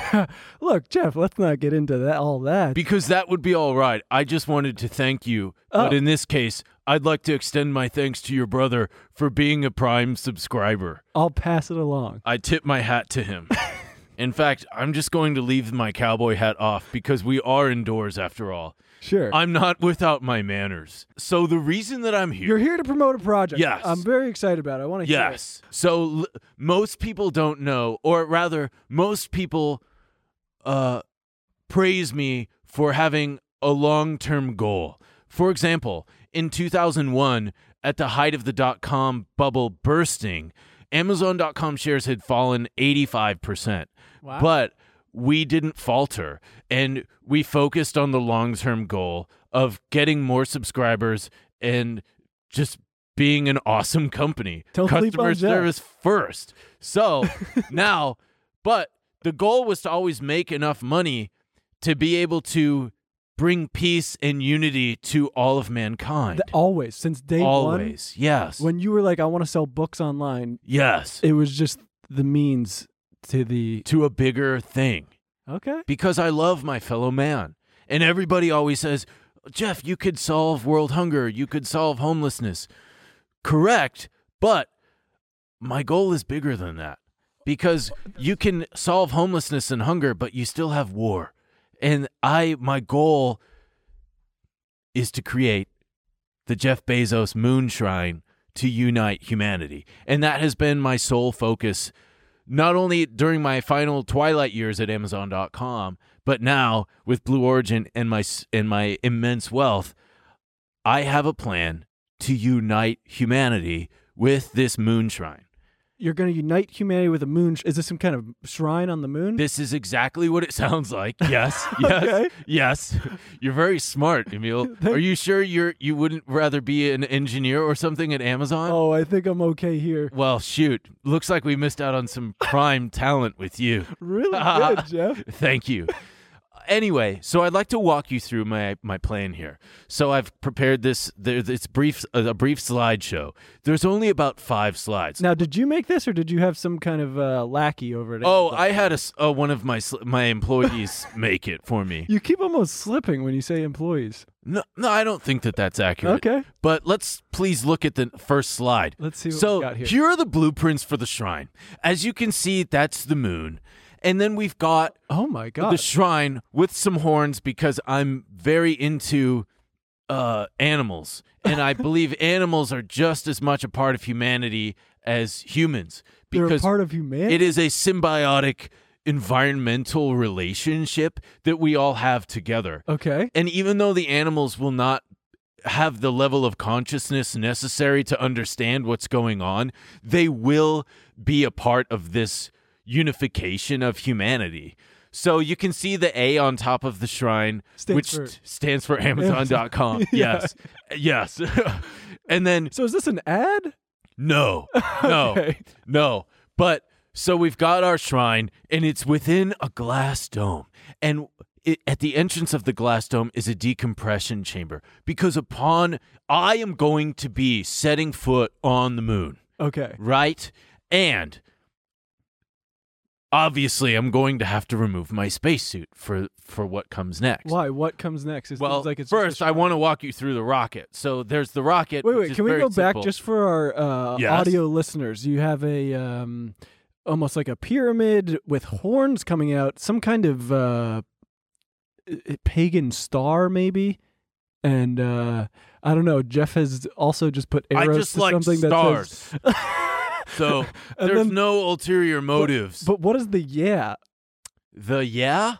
S3: Look, Jeff, let's not get into that all that.
S9: Because that would be all right. I just wanted to thank you. But
S3: Oh.
S9: in this case, I'd like to extend my thanks to your brother for being a Prime subscriber.
S3: I'll pass it along.
S9: I tip my hat to him. in fact, I'm just going to leave my cowboy hat off because we are indoors after all.
S3: Sure.
S9: I'm not without my manners. So the reason that I'm here.
S3: You're here to promote a project.
S9: Yes.
S3: I'm very excited about it. I want to hear it.
S9: Yes. So l- most people don't know, or rather, most people uh, praise me for having a long term goal. For example, in 2001, at the height of the dot com bubble bursting, Amazon.com shares had fallen 85%. But we didn't falter and we focused on the long term goal of getting more subscribers and just being an awesome company.
S3: Don't sleep
S9: Customer
S3: on Jeff.
S9: service first. So now, but the goal was to always make enough money to be able to bring peace and unity to all of mankind.
S3: Th- always, since day
S9: always. yes.
S3: one, when you were like, I want to sell books online,
S9: yes.
S3: it was just the means to the.
S9: to a bigger thing.
S3: Okay.
S9: because I love my fellow man. And everybody always says, Jeff, you could solve world hunger, you could solve homelessness. Correct, but my goal is bigger than that because you can solve homelessness and hunger, but you still have war. And I, my goal is to create the Jeff Bezos moon shrine to unite humanity. And that has been my sole focus, not only during my final twilight years at Amazon.com, but now with Blue Origin and my, s- and my immense wealth, I have a plan to unite humanity with this moon shrine.
S3: You're going to unite humanity with a moon. Sh- is this some kind of shrine on the moon?
S9: This is exactly what it sounds like. Yes. Yes.
S3: Okay.
S9: Yes. You're very smart, Emil. Are you sure you're you wouldn't rather be an engineer or something at Amazon?
S3: oh, I think I'm okay here.
S9: Well, shoot. Looks like we missed out on some prime talent with you.
S3: Really good, Jeff.
S9: Thank you. Anyway, so I'd like to walk you through my my plan here. So I've prepared this. There, it's brief, a brief slideshow. There's only about five slides.
S3: Now, did you make this, or did you have some kind of uh, lackey over it?
S9: oh, I had a s- uh, one of my sl- my employees make it for me.
S3: You keep almost slipping when you say employees.
S9: No, no, I don't think that that's accurate.
S3: Okay.
S9: But let's please look at the first slide.
S3: Let's see what
S9: so
S3: we got here.
S9: are the blueprints for the shrine. As you can see, that's the moon. And then we've got
S3: Oh my God.
S9: the shrine with some horns because I'm very into uh, animals. And I believe animals are just as much a part of humanity as humans.
S3: They're a
S9: Because
S3: part of humanity.
S9: it is a symbiotic environmental relationship that we all have together.
S3: Okay.
S9: And even though the animals will not have the level of consciousness necessary to understand what's going on, they will be a part of this unification of humanity. So you can see the A on top of the shrine,
S3: Stands
S9: which
S3: for-
S9: t- stands for Amazon.com.
S3: Yeah.
S9: Yes. Yes. and then
S3: So is this an ad?
S9: no, no,
S3: Okay.
S9: no. But so we've got our shrine, and it's within a glass dome. And it, at the entrance of the glass dome is a decompression chamber because upon I am going to be setting foot on the moon,
S3: Okay.
S9: right? And obviously, I'm going to have to remove my spacesuit for for what comes next.
S3: Why? What comes next? It
S9: Well,
S3: seems like it's just a
S9: first, I
S3: shrine.
S9: want to walk you through the rocket. So there's the rocket.
S3: Wait,
S9: which
S3: wait.
S9: is
S3: Can we
S9: very
S3: go back
S9: simple.
S3: just for our uh,
S9: Yes.
S3: audio listeners? You have a um, almost like a pyramid with horns coming out, some kind of uh, i- pagan star, maybe. And uh, I don't know. Jeff has also just put
S9: I
S3: arrows
S9: just
S3: to
S9: like
S3: something that says.
S9: stars. So
S3: And
S9: there's
S3: then-
S9: no ulterior motives.
S3: But what is the yeah?
S9: the yeah?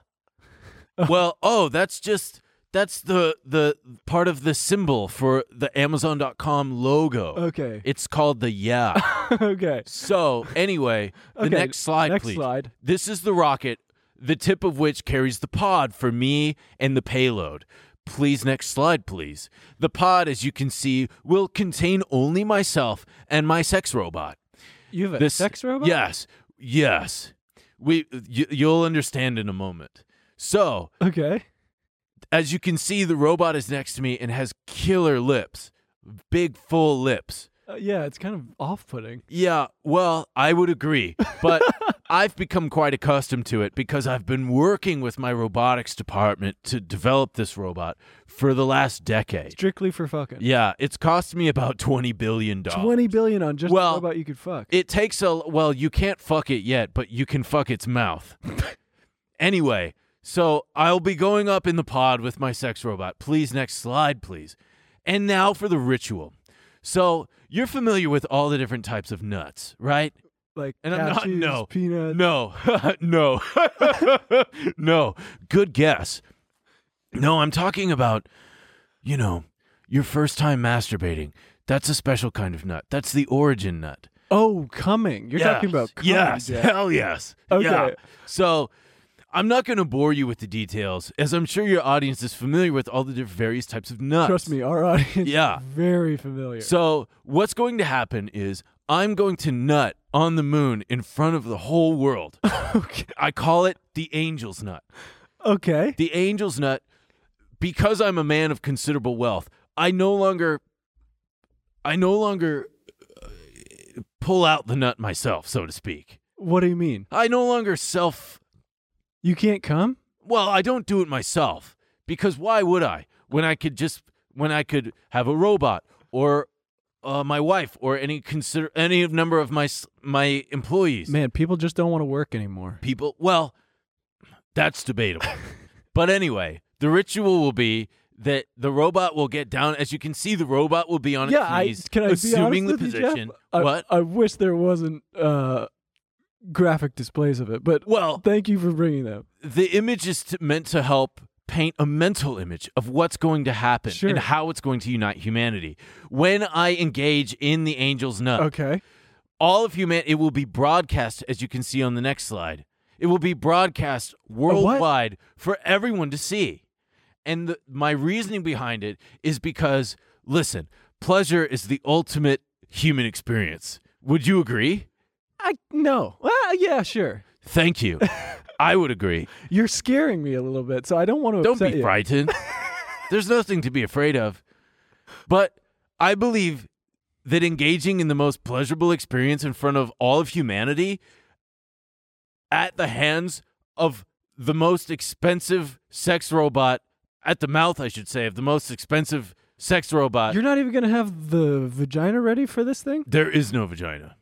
S9: well, oh, that's just that's the the part of the symbol for the Amazon.com logo.
S3: Okay.
S9: It's called the yeah.
S3: okay.
S9: so anyway, the
S3: Okay,
S9: next slide,
S3: next
S9: please.
S3: slide.
S9: This is the rocket, the tip of which carries the pod for me and the payload. Please, next slide, please. The pod, as you can see, will contain only myself and my sex robot.
S3: You have a
S9: This-
S3: sex robot?
S9: Yes, yes. We you, you'll understand in a moment. So,
S3: Okay.
S9: as you can see, the robot is next to me and has killer lips, big full lips.
S3: Uh, yeah, it's kind of off-putting.
S9: Yeah, well, I would agree, but I've become quite accustomed to it because I've been working with my robotics department to develop this robot for the last decade.
S3: Strictly for fucking.
S9: Yeah, it's cost me about $20 billion.
S3: Twenty billion on just
S9: Well-
S3: how about you could fuck.
S9: It takes a well, you can't fuck it yet, but you can fuck its mouth. anyway, so I'll be going up in the pod with my sex robot. Please, next slide, please. And now for the ritual. So you're familiar with all the different types of nuts, right?
S3: like
S9: and I'm not-
S3: cashews,
S9: no.
S3: peanuts.
S9: No, no, no. Good guess. No, I'm talking about, you know, your first time masturbating. That's a special kind of nut. That's the origin nut.
S3: Oh, coming. You're talking
S9: Yes.
S3: about coming.
S9: yes,
S3: Jack.
S9: hell yes.
S3: Okay.
S9: Yeah. So I'm not going to bore you with the details, as I'm sure your audience is familiar with all the different various types of nuts.
S3: Trust me, our audience
S9: Yeah.
S3: is very familiar.
S9: So what's going to happen is I'm going to nut on the moon in front of the whole world. okay. I call it the angel's nut.
S3: okay.
S9: The angel's nut, because I'm a man of considerable wealth, I no longer, I no longer uh, pull out the nut myself, so to speak.
S3: What do you mean?
S9: I no longer self
S3: You can't come?
S9: Well, I don't do it myself because why would I when I could just when I could have a robot or uh, my wife or any consider any of number of my s- my employees
S3: Man, people just don't want to work anymore.
S9: people well that's debatable but anyway the ritual will be that the robot will get down as you can see the robot will be on its
S3: yeah, I
S9: knees
S3: can I
S9: assuming
S3: be honest
S9: the
S3: with you,
S9: position
S3: Jeff? Uh, I,
S9: what
S3: I wish there wasn't uh graphic displays of it, but
S9: well
S3: thank you for bringing them.
S9: the image is to, meant to help paint a mental image of what's going to happen
S3: Sure.
S9: and how it's going to unite humanity. When I engage in the angel's nut,
S3: Okay.
S9: all of human it will be broadcast as you can see on the next slide. It will be broadcast worldwide for everyone to see. And the, my reasoning behind it is because listen, pleasure is the ultimate human experience. Would you agree?
S3: I no. Well, yeah, sure.
S9: Thank you. I would agree.
S3: You're scaring me a little bit, so I don't want to
S9: Don't
S3: upset
S9: be
S3: you.
S9: frightened. There's nothing to be afraid of. But I believe that engaging in the most pleasurable experience in front of all of humanity at the hands of the most expensive sex robot, at the mouth, I should say, of the most expensive sex robot.
S3: You're not even gonna have the vagina ready for this thing?
S9: there is no vagina.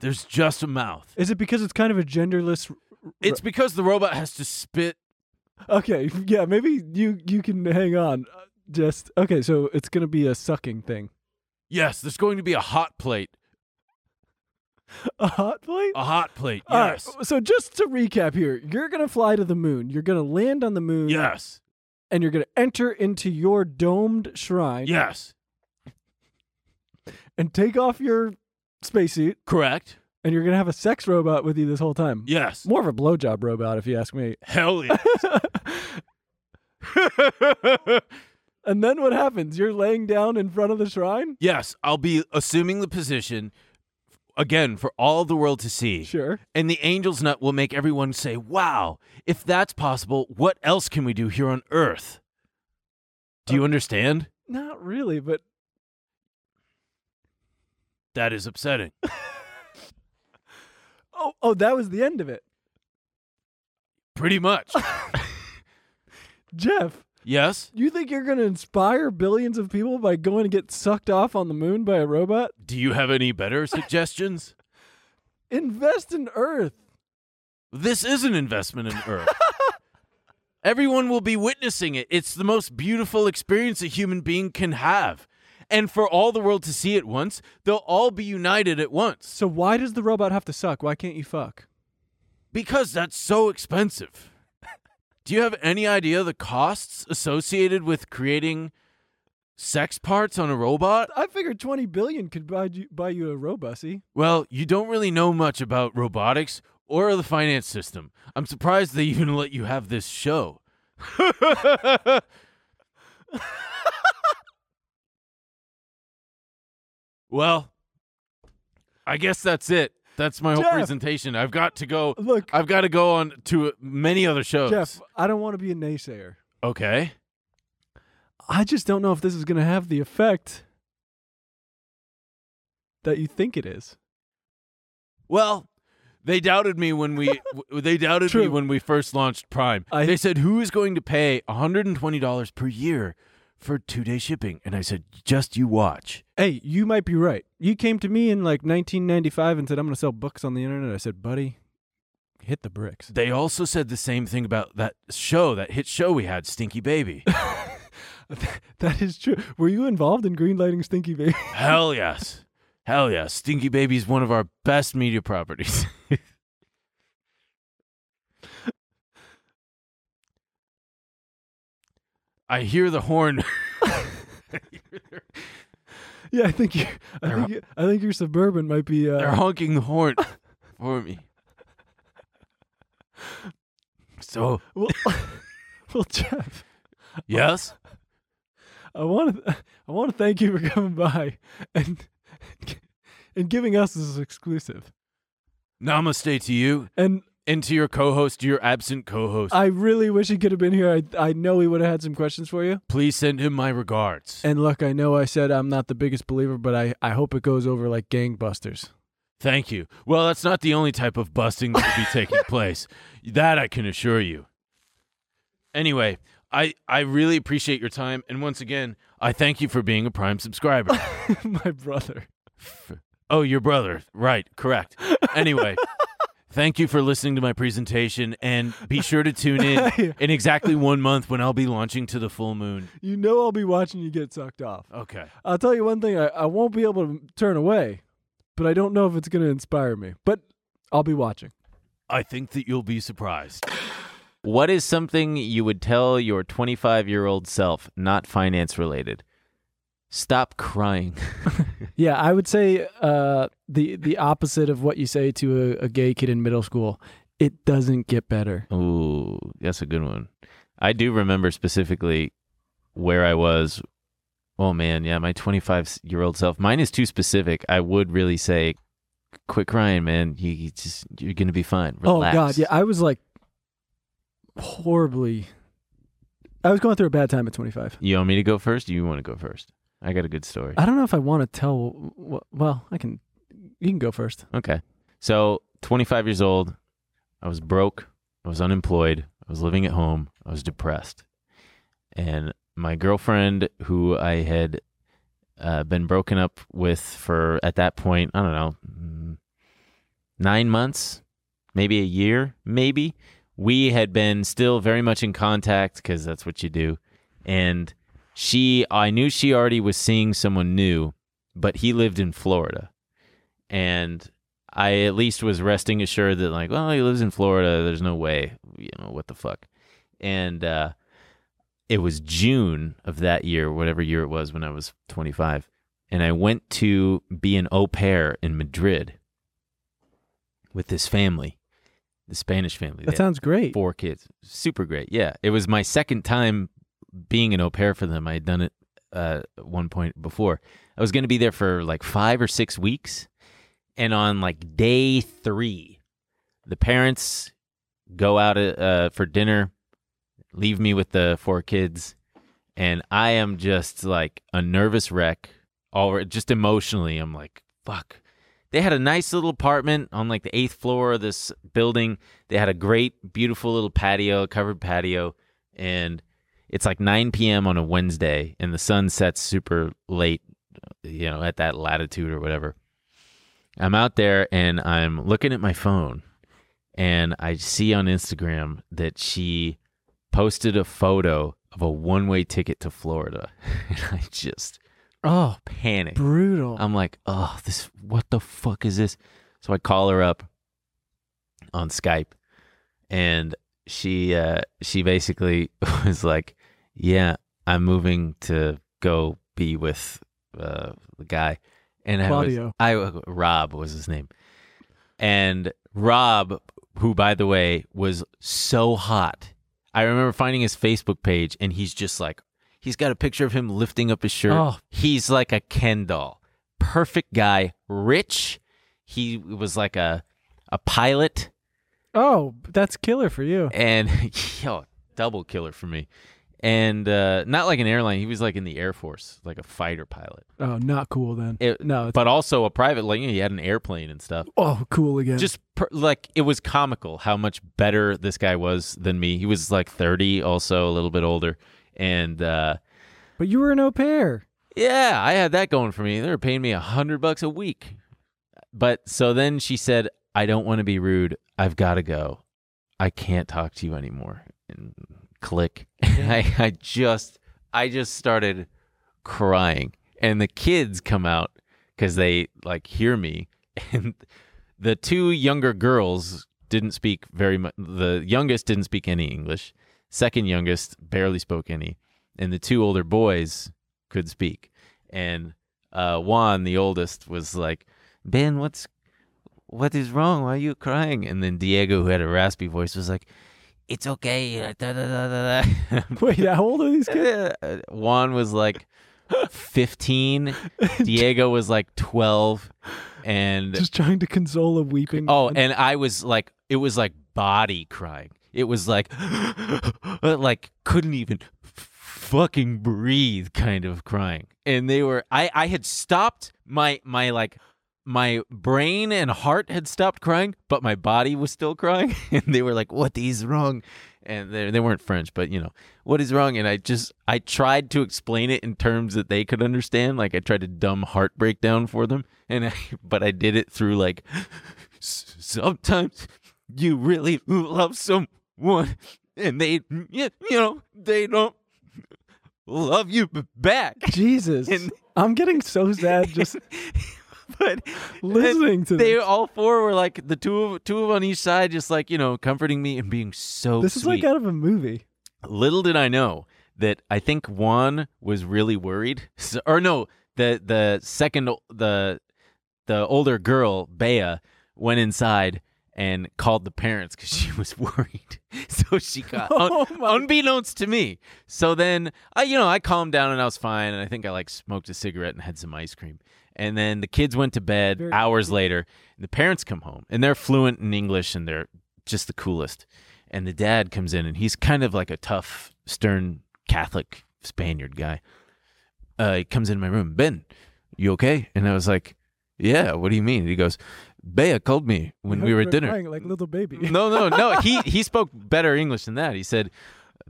S9: There's just a mouth.
S3: Is it because it's kind of a genderless?
S9: It's because the robot has to spit.
S3: Okay, yeah, maybe you you can hang on. Uh, Just okay, so it's gonna be a sucking thing.
S9: Yes, there's going to be a hot plate.
S3: A hot plate.
S9: A hot plate.
S3: All right,
S9: Yes.
S3: so just to recap here, you're gonna fly to the moon. You're gonna land on the moon.
S9: Yes.
S3: And you're gonna enter into your domed shrine.
S9: Yes.
S3: And take off your spacesuit,
S9: Correct.
S3: and you're gonna have a sex robot with you this whole time.
S9: Yes.
S3: More of a blowjob robot, if you ask me.
S9: Hell yeah.
S3: And then what happens? You're laying down in front of the shrine.
S9: yes, I'll be assuming the position again for all the world to see.
S3: Sure.
S9: And the angel's nut will make everyone say, "Wow, if that's possible, what else can we do here on earth?" Do you understand?
S3: Not really, but
S9: That is upsetting.
S3: oh, oh, that was the end of it.
S9: Pretty much.
S3: Jeff,
S9: yes.
S3: you think you're going to inspire billions of people by going to get sucked off on the moon by a robot?
S9: Do you have any better suggestions?
S3: Invest in Earth.
S9: This is an investment in Earth. Everyone will be witnessing it. It's the most beautiful experience a human being can have. And for all the world to see at once, they'll all be united at once
S3: So why does the robot have to suck? Why can't you fuck?
S9: because that's so expensive. Do you have any idea the costs associated with creating sex parts on a robot?
S3: I figured 20 billion could buy you, buy you a robussy.
S9: Well, you don't really know much about robotics or the finance system. I'm surprised they even let you have this show. well, I guess that's it. That's my
S3: Jeff!
S9: whole presentation. I've got to go.
S3: Look,
S9: I've got to go on to many other shows.
S3: Jeff, I don't want to be a naysayer.
S9: Okay.
S3: I just don't know if this is going to have the effect that you think it is.
S9: Well, They doubted me when we w- they doubted me
S3: True.
S9: when we first launched Prime.
S3: I-
S9: they said, "Who is going to pay $120 per year for 2-day shipping?" And I said, "Just you watch."
S3: Hey, you might be right. You came to me in like 1995 and said, I'm going to sell books on the internet. I said, buddy, hit the bricks.
S9: They also said the same thing about that show, that hit show we had, Stinky Baby.
S3: That is true. Were you involved in greenlighting Stinky Baby?
S9: Hell yes. Hell yes. Stinky Baby is one of our best media properties. I hear the horn.
S3: yeah, I think you, I
S9: They're-
S3: think you, I think your suburban might be.
S9: They're
S3: Uh,
S9: honking the horn for me. So,
S3: well, well, Jeff,
S9: yes?
S3: I want to I want to thank you for coming by and and giving us this exclusive.
S9: Namaste to you
S3: And
S9: and to your co host, your absent co host.
S3: I really wish he could have been here. I I know he would have had some questions for you.
S9: Please send him my regards.
S3: And look, I know I said I'm not the biggest believer, but I I hope it goes over like gangbusters.
S9: Thank you. Well, that's not the only type of busting that will be taking place. That I can assure you. Anyway, I, I really appreciate your time. And once again, I thank you for being a Prime subscriber.
S3: My brother.
S9: oh, your brother. Right. Correct. Anyway, thank you for listening to my presentation. And be sure to tune in in exactly one month when I'll be launching to the full moon.
S3: You know I'll be watching you get sucked off.
S9: Okay.
S3: I'll tell you one thing. I, I won't be able to turn away, but I don't know if it's going to inspire me. But I'll be watching.
S9: I think that you'll be surprised.
S2: What is something you would tell your 25 year old self, not finance related? Stop crying.
S3: Yeah, I would say uh, the the opposite of what you say to a, a gay kid in middle school. It doesn't get better.
S2: Ooh, that's a good one. I do remember specifically where I was. Oh man, yeah, my 25 year old self. Mine is too specific. I would really say, quit crying, man. You, you just you're gonna be fine. Relax.
S3: Oh God, yeah, I was like horribly. I was going through a bad time at 25.
S2: You want me to go first? You want to go first? I got a good story.
S3: I don't know if I want to tell. wh- Well, I can. You can go first.
S2: Okay. So, 25 years old, I was broke, I was unemployed, I was living at home, I was depressed. And my girlfriend, who I had uh, been broken up with for at that point, I don't know, mm, nine months, maybe a year, maybe, we had been still very much in contact because that's what you do. And she, I knew she already was seeing someone new, but he lived in Florida and I at least was resting assured that like, well, he lives in Florida. There's no way, you know, what the fuck. And uh, it was June of that year, whatever year it was when I was 25, and I went to be an au pair in Madrid with this family, the Spanish family.
S3: That
S2: They-
S3: sounds great.
S2: Four kids. Super great. Yeah. It was my second time being an au pair for them. I had done it uh, at one point before. I was going to be there for like five or six weeks. And on like day three, the parents go out uh, for dinner, leave me with the four kids. And I am just like a nervous wreck, all just emotionally. I'm like, fuck. They had a nice little apartment on like the eighth floor of this building. They had a great, beautiful little patio, covered patio, and it's like 9 p.m. on a Wednesday, and the sun sets super late, you know, at that latitude or whatever. I'm out there and I'm looking at my phone, and I see on Instagram that she posted a photo of a one-way ticket to Florida, and I just
S3: Oh,
S2: panicked.
S3: brutal.
S2: I'm like, oh, this, what the fuck is this? So I call her up on Skype, and she, uh, she basically was like, yeah, I'm moving to go be with uh, the guy, and I was,
S3: Claudio.
S2: I uh, Rob was his name, and Rob, who by the way was so hot, I remember finding his Facebook page, and he's just like, he's got a picture of him lifting up his shirt.
S3: Oh.
S2: He's like a Ken doll, perfect guy, rich. He was like a a pilot
S3: oh, that's killer for you.
S2: and yo, double killer for me. and uh, not like an airline. He was like in the Air Force, like a fighter pilot,
S3: Oh, not cool then.
S2: It-
S3: no, it's,
S2: but also a private. Like he had an airplane and stuff.
S3: oh, cool again.
S2: Just per, like it was comical how much better this guy was than me. He was like thirty, also a little bit older, and uh,
S3: but you were an au pair.
S2: yeah, I had that going for me. They were paying me a hundred bucks a week. But so then she said, I don't want to be rude. I've got to go. I can't talk to you anymore. And click. I, I just, I just started crying. And the kids come out because they like hear me. And the two younger girls didn't speak very much. The youngest didn't speak any English. Second youngest barely spoke any. And the two older boys could speak. And uh, Juan, the oldest, was like, Ben, what's what is wrong? Why are you crying? And then Diego, who had a raspy voice, was like, It's okay. uh, Da, da, da, da, da.
S3: Wait, how old are these kids?
S2: Uh, Juan was like 15. Diego was like 12. And
S3: Just trying to console a weeping.
S2: Oh,
S3: man.
S2: and I was like, it was like body crying. It was like, like couldn't even fucking breathe, kind of crying. And they were, I, I had stopped my, my like, my brain and heart had stopped crying, but my body was still crying. And they were like, what is wrong? And they, they weren't French, but you know, what is wrong? And I just, I tried to explain it in terms that they could understand. Like I tried to dumb heartbreak down for them. And I, but I did it through like, S- sometimes you really love someone and they you know they don't love you b- back
S3: Jesus,
S2: and-
S3: I'm getting so sad just
S2: but
S3: listening to
S2: they
S3: this.
S2: all four were like the two of two of on each side just like you know comforting me and being so
S3: This is
S2: sweet.
S3: like out of a movie.
S2: little did i know that i think juan was really worried So- or no the the second o- the the older girl bea went inside and called the parents because she was worried so she got un-
S3: Oh my-
S2: unbeknownst to me so then i you know i calmed down and i was fine and i think i like smoked a cigarette and had some ice cream and then the kids went to bed
S3: Very-
S2: hours later and the parents come home and they're fluent in english and they're just the coolest and the dad comes in and he's kind of like a tough, stern Catholic Spaniard guy. Uh, he comes into my room, Ben, you okay? And I was like, Yeah, what do you mean? He goes, Bea called me when we were at dinner.
S3: Crying like little baby.
S2: No, no, no. He he spoke better English than that. He said,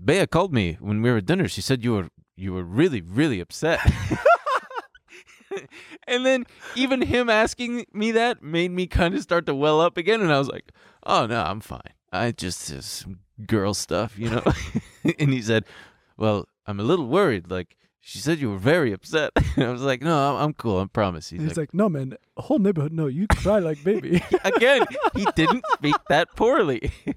S2: Bea called me when we were at dinner. She said you were you were really, really upset. and then even him asking me that made me kind of start to well up again and I was like, Oh no, I'm fine. I just it's some girl stuff, you know? and he said, Well, I'm a little worried, like she said you were very upset. And I was like, No, I'm, I'm cool. I promise. He's
S3: He's
S2: like,
S3: like, no, man, whole neighborhood. No, you cry like baby.
S2: again, he didn't speak that poorly.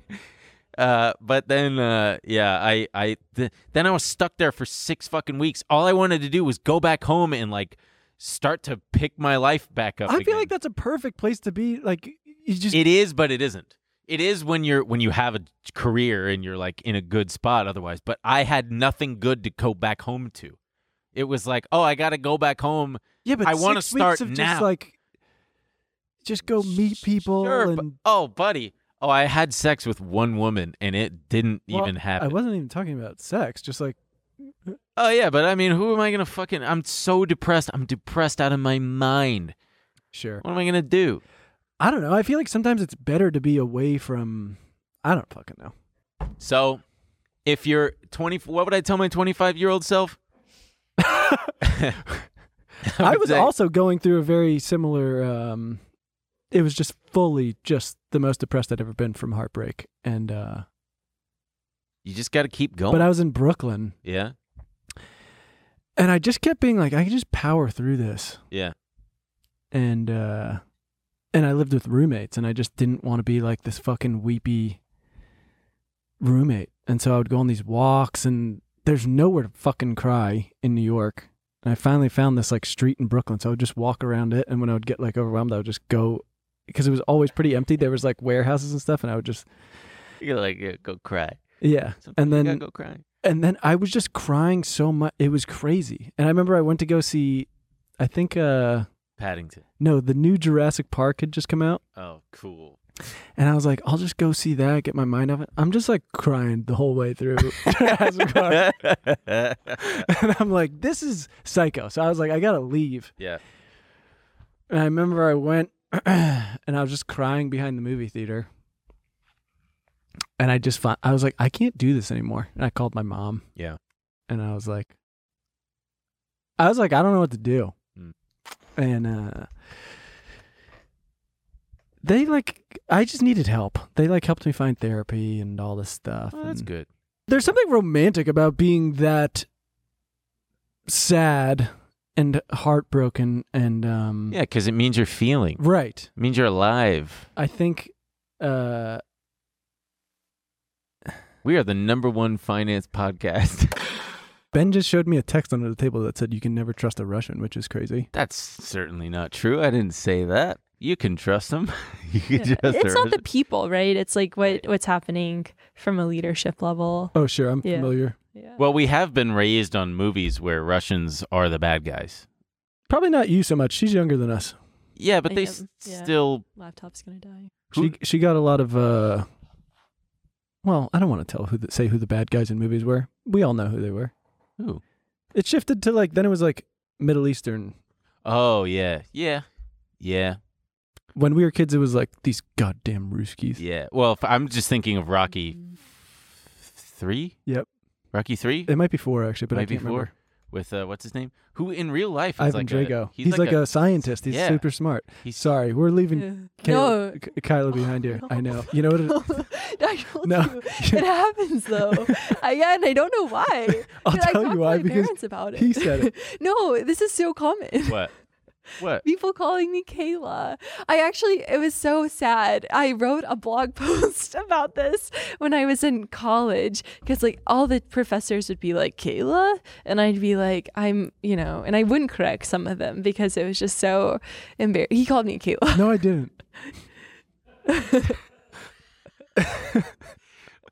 S2: Uh, but then, uh, yeah, I, I, th- then I was stuck there for six fucking weeks. All I wanted to do was go back home and like start to pick my life back up.
S3: I feel
S2: again.
S3: like that's a perfect place to be. Like, you just
S2: it is, but it isn't. It is when you're when you have a career and you're like in a good spot otherwise. But I had nothing good to go back home to. It was like, oh, I got to go back home.
S3: yeah, but
S2: I wanna
S3: six
S2: start
S3: weeks of
S2: now.
S3: just like just go meet people
S2: Sure,
S3: and
S2: but, oh, buddy, oh, I had sex with one woman and it didn't
S3: Well,
S2: even happen.
S3: I wasn't even talking about sex. Just like
S2: Oh yeah, but I mean, who am I gonna fucking? I'm so depressed. I'm depressed out of my mind.
S3: sure.
S2: What am I gonna do?
S3: I don't know. I feel like sometimes it's better to be away from. I don't fucking know.
S2: So, if you're 20, what would I tell my 25 year old self? I,
S3: I
S2: would
S3: was
S2: say,
S3: also going through a very similar. Um, it was just fully just the most depressed I'd ever been from heartbreak, and uh,
S2: You just got to keep going.
S3: but I was in Brooklyn,
S2: yeah,
S3: and I just kept being like, I can just power through this,
S2: yeah.
S3: and uh, and I lived with roommates, and I just didn't want to be like this fucking weepy roommate, and so I would go on these walks, and there's nowhere to fucking cry in New York. And I finally found this like street in Brooklyn, so I would just walk around it, and when I would get like overwhelmed, I would just go because it was always pretty empty. There was like warehouses and stuff, and I would just
S2: You gotta like yeah, go cry.
S3: yeah, and
S2: you
S3: then
S2: gotta go cry.
S3: and then I was just crying so much. It was crazy. And I remember I went to go see, I think, uh,
S2: Paddington.
S3: no, the new Jurassic Park had just come out.
S2: Oh, cool.
S3: And I was like, I'll just go see that, get my mind off it. I'm just like crying the whole way through Jurassic Park. and I'm like, this is psycho. So I was like, I gotta leave.
S2: yeah.
S3: And I remember I went and I was just crying behind the movie theater. And I just found, I was like, I can't do this anymore. And I called my mom.
S2: Yeah.
S3: And I was like, I was like, I don't know what to do.
S2: Mm.
S3: And uh they like I just needed help. They like helped me find therapy and all this stuff.
S2: Oh, that's
S3: and-
S2: good.
S3: there's something romantic about being that sad and heartbroken and um
S2: Yeah, because it means you're feeling.
S3: right
S2: It means you're alive.
S3: i think uh
S2: We are the number one finance podcast.
S3: ben just showed me a text under the table that said you can never trust a russian which is crazy
S2: That's certainly not true. I didn't say that. You can trust them. you can
S10: Yeah.
S2: trust
S10: it's
S2: the
S10: not the people, right? It's like what what's happening from a leadership level.
S3: oh sure i'm
S10: Yeah.
S3: familiar
S10: Yeah.
S2: Well, we have been raised on movies where Russians are the bad guys.
S3: probably not you so much she's younger than us
S2: Yeah, but
S10: I
S2: they
S10: am,
S2: s-
S10: yeah.
S2: still.
S10: Laptop's gonna die.
S3: she she got a lot of uh well i don't want to tell who the, say who the bad guys in movies were we all know who they were
S2: Who?
S3: it shifted to like then it was like middle eastern
S2: Oh yeah, yeah, yeah,
S3: when we were kids it was like these goddamn ruskies
S2: yeah. Well, if- I'm just thinking of Rocky three.
S3: Yep.
S2: Rocky three.
S3: It might be four actually, but I
S2: Might be
S3: can't
S2: four.
S3: remember.
S2: With uh, what's his name? Who in real life is
S3: Ivan
S2: like
S3: Drago.
S2: a
S3: he's, like, a, scientist. He's
S2: yeah.
S3: super smart.
S2: he's
S3: Sorry, we're leaving Kayla,
S10: no.
S3: K- Kyla behind here. I know. You know what? It,
S10: I told
S3: No.
S10: you. It happens though. I, yeah, and I don't know why.
S3: I'll
S10: But I
S3: tell
S10: talked
S3: you
S10: to
S3: why
S10: my
S3: because
S10: parents about it.
S3: he said it.
S10: no, this is so common.
S2: what? What?
S10: people calling me Kayla. I actually, it was so sad. I wrote a blog post about this when I was in college because, like, all the professors would be like, Kayla. And I'd be like, I'm, you know, and I wouldn't correct some of them because it was just so embarrassing. He called me Kayla.
S3: No, I didn't.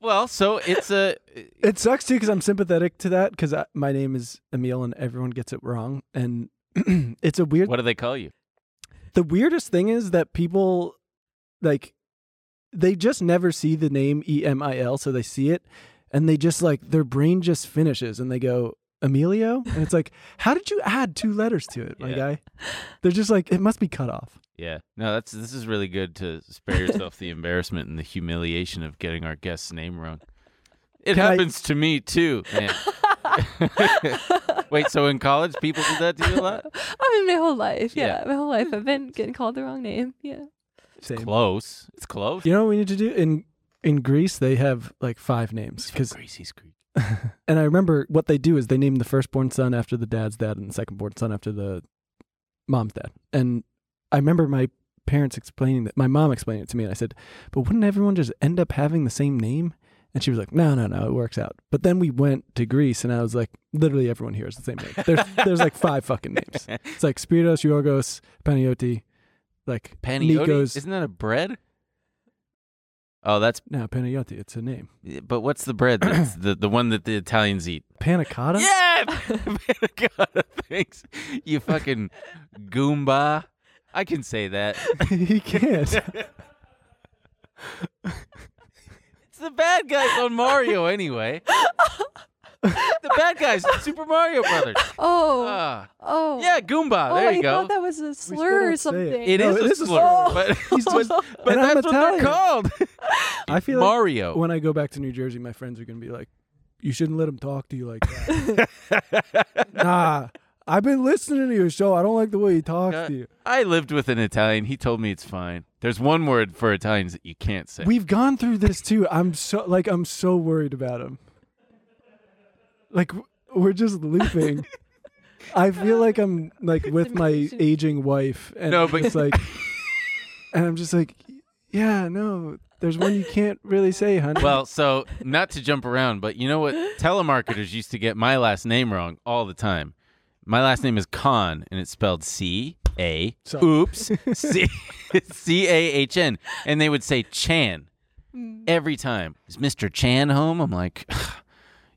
S2: Well, so it's a. eh,
S3: It sucks too because I'm sympathetic to that because my name is Emil and everyone gets it wrong and. it's a weird
S2: What do they call you?
S3: the weirdest thing is that people like they just never see the name E M I L, so they see it and they just like their brain just finishes and they go Emilio, and it's like, how did you add two letters to it, my
S2: Yeah.
S3: guy? They're just like, it must be cut off.
S2: Yeah. No, that's this is really good to spare yourself the embarrassment and the humiliation of getting our guest's name wrong. It
S3: Can I-
S2: happens to me too. man. Wait, so in college people did that to you a lot?
S10: I mean, my whole life. Yeah,
S2: Yeah.
S10: my whole life. I've been getting called the wrong name. Yeah.
S3: Same.
S2: Close. It's close.
S3: You know what we need to do in in Greece? They have like five names because,
S2: Crazy Greek.
S3: and I remember what they do is they name the firstborn son after the dad's dad and the secondborn son after the mom's dad. And I remember my parents explaining that my mom explained it to me, and I said, "But wouldn't everyone just end up having the same name?" And she was like, "No, no, no, it works out." But then we went to Greece, and I was like, "Literally everyone here is the same name. There's there's like five fucking names. It's like Spiritos, Yorgos, Panioti, like
S2: Paniotis.
S3: Nikos.
S2: Isn't that a bread? Oh, that's
S3: no, Panioti. It's a name.
S2: but what's the bread? That's the the one that the Italians eat.
S3: Panna cotta?
S2: Yeah, panna cotta. Thanks, you fucking goomba. I can say that.
S3: he can't.
S2: It's the bad guys on Mario anyway. the bad guys in Super Mario Brothers.
S10: Oh.
S2: Ah.
S10: oh.
S2: yeah, Goomba.
S10: Oh,
S2: there you
S10: I
S2: go.
S10: thought that was a slur or
S3: don't say it.
S10: something.
S2: It
S3: No,
S2: is
S3: it
S2: a
S3: is a
S2: slur,
S10: slur.
S2: but,
S3: He's just-
S2: but- but
S3: and I'm
S2: that's what they're
S3: Italian.
S2: called.
S3: I feel like
S2: Mario.
S3: when I go back to New Jersey, my friends are going to be like, you shouldn't let him talk to you like that. nah, I've been listening to your show. I don't like the way he talks
S2: Uh,
S3: to you.
S2: I lived with an Italian. He told me it's fine. There's one word for Italians that you can't say.
S3: We've gone through this too. I'm so like I'm so worried about him. Like w- we're just looping. I feel like I'm like with my aging wife and
S2: No,
S3: I'm
S2: but-
S3: just like and I'm just like yeah, no. There's one you can't really say, honey.
S2: well, so not to jump around, but you know what? Telemarketers used to get my last name wrong all the time. My last name is Khan, and it's spelled C A.
S3: Sorry.
S2: Oops, C C A H N, and they would say Chan every time. Is Mr. Chan home? I'm like,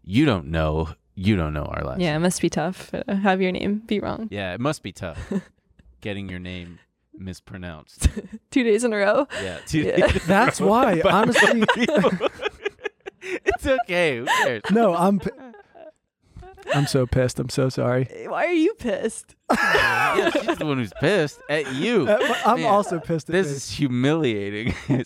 S2: you don't know, you don't know our last.
S10: Yeah,
S2: name."
S10: it must be tough. uh, Have your name be wrong.
S2: yeah, it must be tough getting your name mispronounced.
S10: two days in a row.
S2: Yeah.
S10: Yeah.
S3: That's why, honestly.
S2: it's okay. Who cares?
S3: No, I'm. p- I'm so pissed. I'm so sorry.
S10: Why are you pissed?
S2: Yeah, she's the one who's pissed at you.
S3: I'm
S2: Man,
S3: also pissed at
S2: This is humiliating.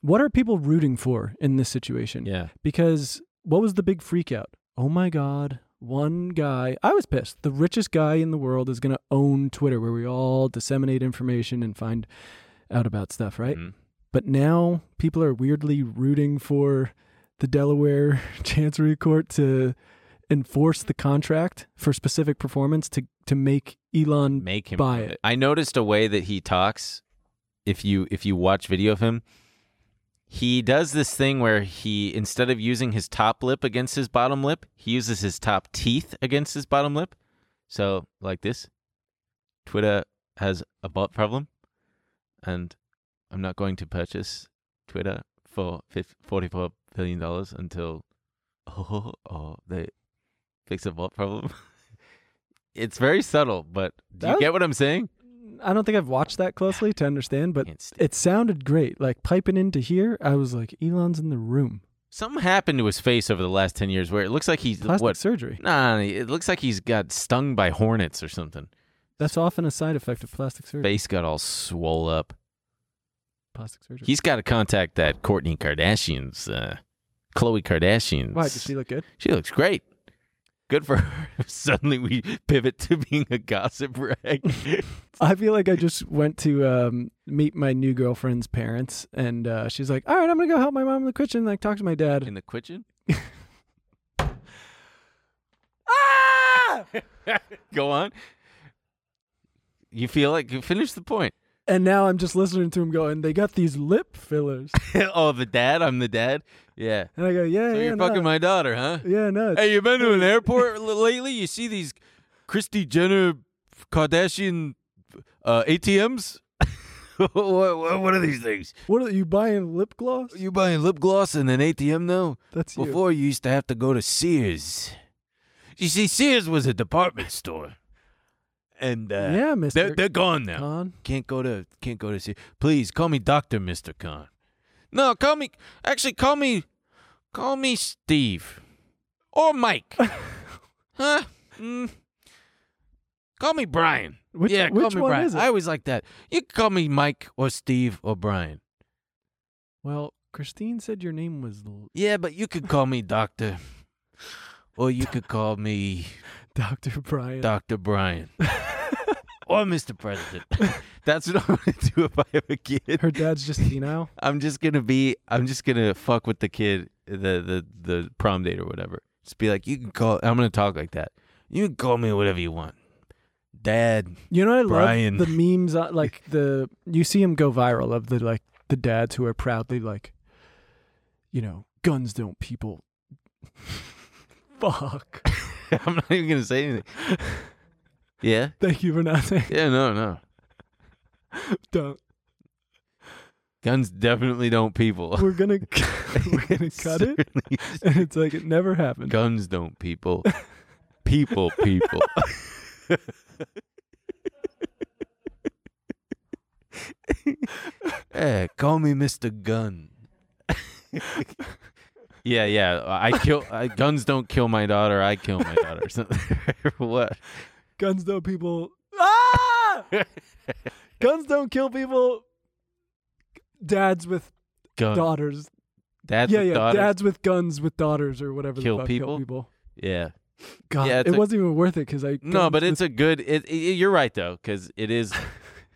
S3: What are people rooting for in this situation?
S2: yeah.
S3: Because what was the big freak out? Oh my God, one guy. I was pissed. The richest guy in the world is going to own Twitter, where we all disseminate information and find out about stuff, right?
S2: Mhm.
S3: But now people are weirdly rooting for the Delaware Chancery Court to enforce the contract for specific performance to, to make Elon
S2: Make him
S3: buy
S2: do
S3: it.
S2: I noticed a way that he talks. If you if you watch video of him, he does this thing where he instead of using his top lip against his bottom lip, he uses his top teeth against his bottom lip. So like this, Twitter has a bot problem, and I'm not going to purchase Twitter for fif- 44 billion dollars until oh, oh they fix a bot problem. it's very subtle, but do
S3: That
S2: you
S3: was-
S2: get what I'm saying?
S3: I don't think I've watched that closely to understand, but
S2: Can't stand-
S3: it sounded great. Like piping into here, I was like, Elon's in the room.
S2: Something happened to his face over the last 10 years where it looks like he's
S3: Plastic
S2: what?
S3: surgery.
S2: Nah, it looks like he's got stung by hornets or something.
S3: That's often a side effect of plastic surgery.
S2: Face got all swole up.
S3: Plastic surgery.
S2: He's got to contact that Courtney Kardashian's, uh, Khloe Kardashian's.
S3: Why does she look good?
S2: She looks great. Good for her. Suddenly we pivot to being a gossip rag.
S3: I feel like I just went to um, meet my new girlfriend's parents, and uh, she's like, "All right, I'm gonna go help my mom in the kitchen, like talk to my dad."
S2: In the kitchen? Go on. You feel like you finished the point.
S3: and now I'm just listening to him going, "They got these lip fillers,"
S2: oh, the dad? I'm the dad? Yeah.
S3: and I go, "Yeah,
S2: So
S3: yeah,
S2: you're
S3: no.
S2: fucking my daughter, huh?
S3: yeah, no." it's-
S2: Hey, you been to an airport l- lately? You see these Christy Jenner, Kardashian uh, ATMs? what, what, what are these things?
S3: What are you buying? Lip gloss?
S2: You buying lip gloss in an ATM now?
S3: That's you.
S2: Before you used to have to go to Sears. You see, Sears was a department store, and uh,
S3: Yeah,
S9: They're,
S3: Mister
S9: they're gone now.
S3: Khan.
S2: can't go to can't go to Sears. Please call me Doctor Mister Khan. No, call me. Actually, call me, call me Steve, or Mike. huh? Mm. Call me Brian.
S3: Which-
S2: yeah, call
S3: which
S2: me
S3: one
S2: Brian.
S3: is it?
S2: I always like that. You can call me Mike or Steve or Brian.
S3: Well, Christine said your name was L-
S2: Yeah, but you could call me Doctor, or you could call me.
S3: Dr. Brian.
S2: Dr. Brian. or Mr. President. That's what I'm going to do if I have a kid.
S3: Her dad's just senile.
S2: I'm just going to be, I'm just going to fuck with the kid, the, the, the prom date or whatever. Just be like, you can call, I'm going to talk like that. You can call me whatever you want. Dad.
S3: You know what I
S2: Brian.
S3: love? The memes, uh, like the you see them go viral of the like the dads who are proudly like, you know, guns don't people. Fuck.
S2: I'm not even going to say anything. Yeah?
S3: Thank you for not saying
S2: Yeah, no, no.
S3: don't.
S2: Guns definitely don't people.
S3: We're gonna we're gonna cut it,
S2: Certainly.
S3: and it's like it never happened.
S2: Guns don't people. People people.
S9: Eh,
S2: hey, call me Mr. Gun. yeah, yeah. I kill I, guns don't kill my daughter. I kill my daughter. or something. what?
S3: Guns don't people. Ah! guns don't kill people. Dads with
S2: Gun.
S3: daughters.
S2: Dad's
S3: yeah,
S2: with
S3: yeah.
S2: daughters?
S3: Dads with guns with daughters or whatever.
S2: Kill
S3: the fuck,
S2: people?
S3: Kill people.
S2: Yeah.
S3: God,
S2: Yeah, it's
S3: it
S2: a-
S3: wasn't even worth it because I.
S2: No, but
S3: guns
S2: it's a good. It, it, you're right though, because it is.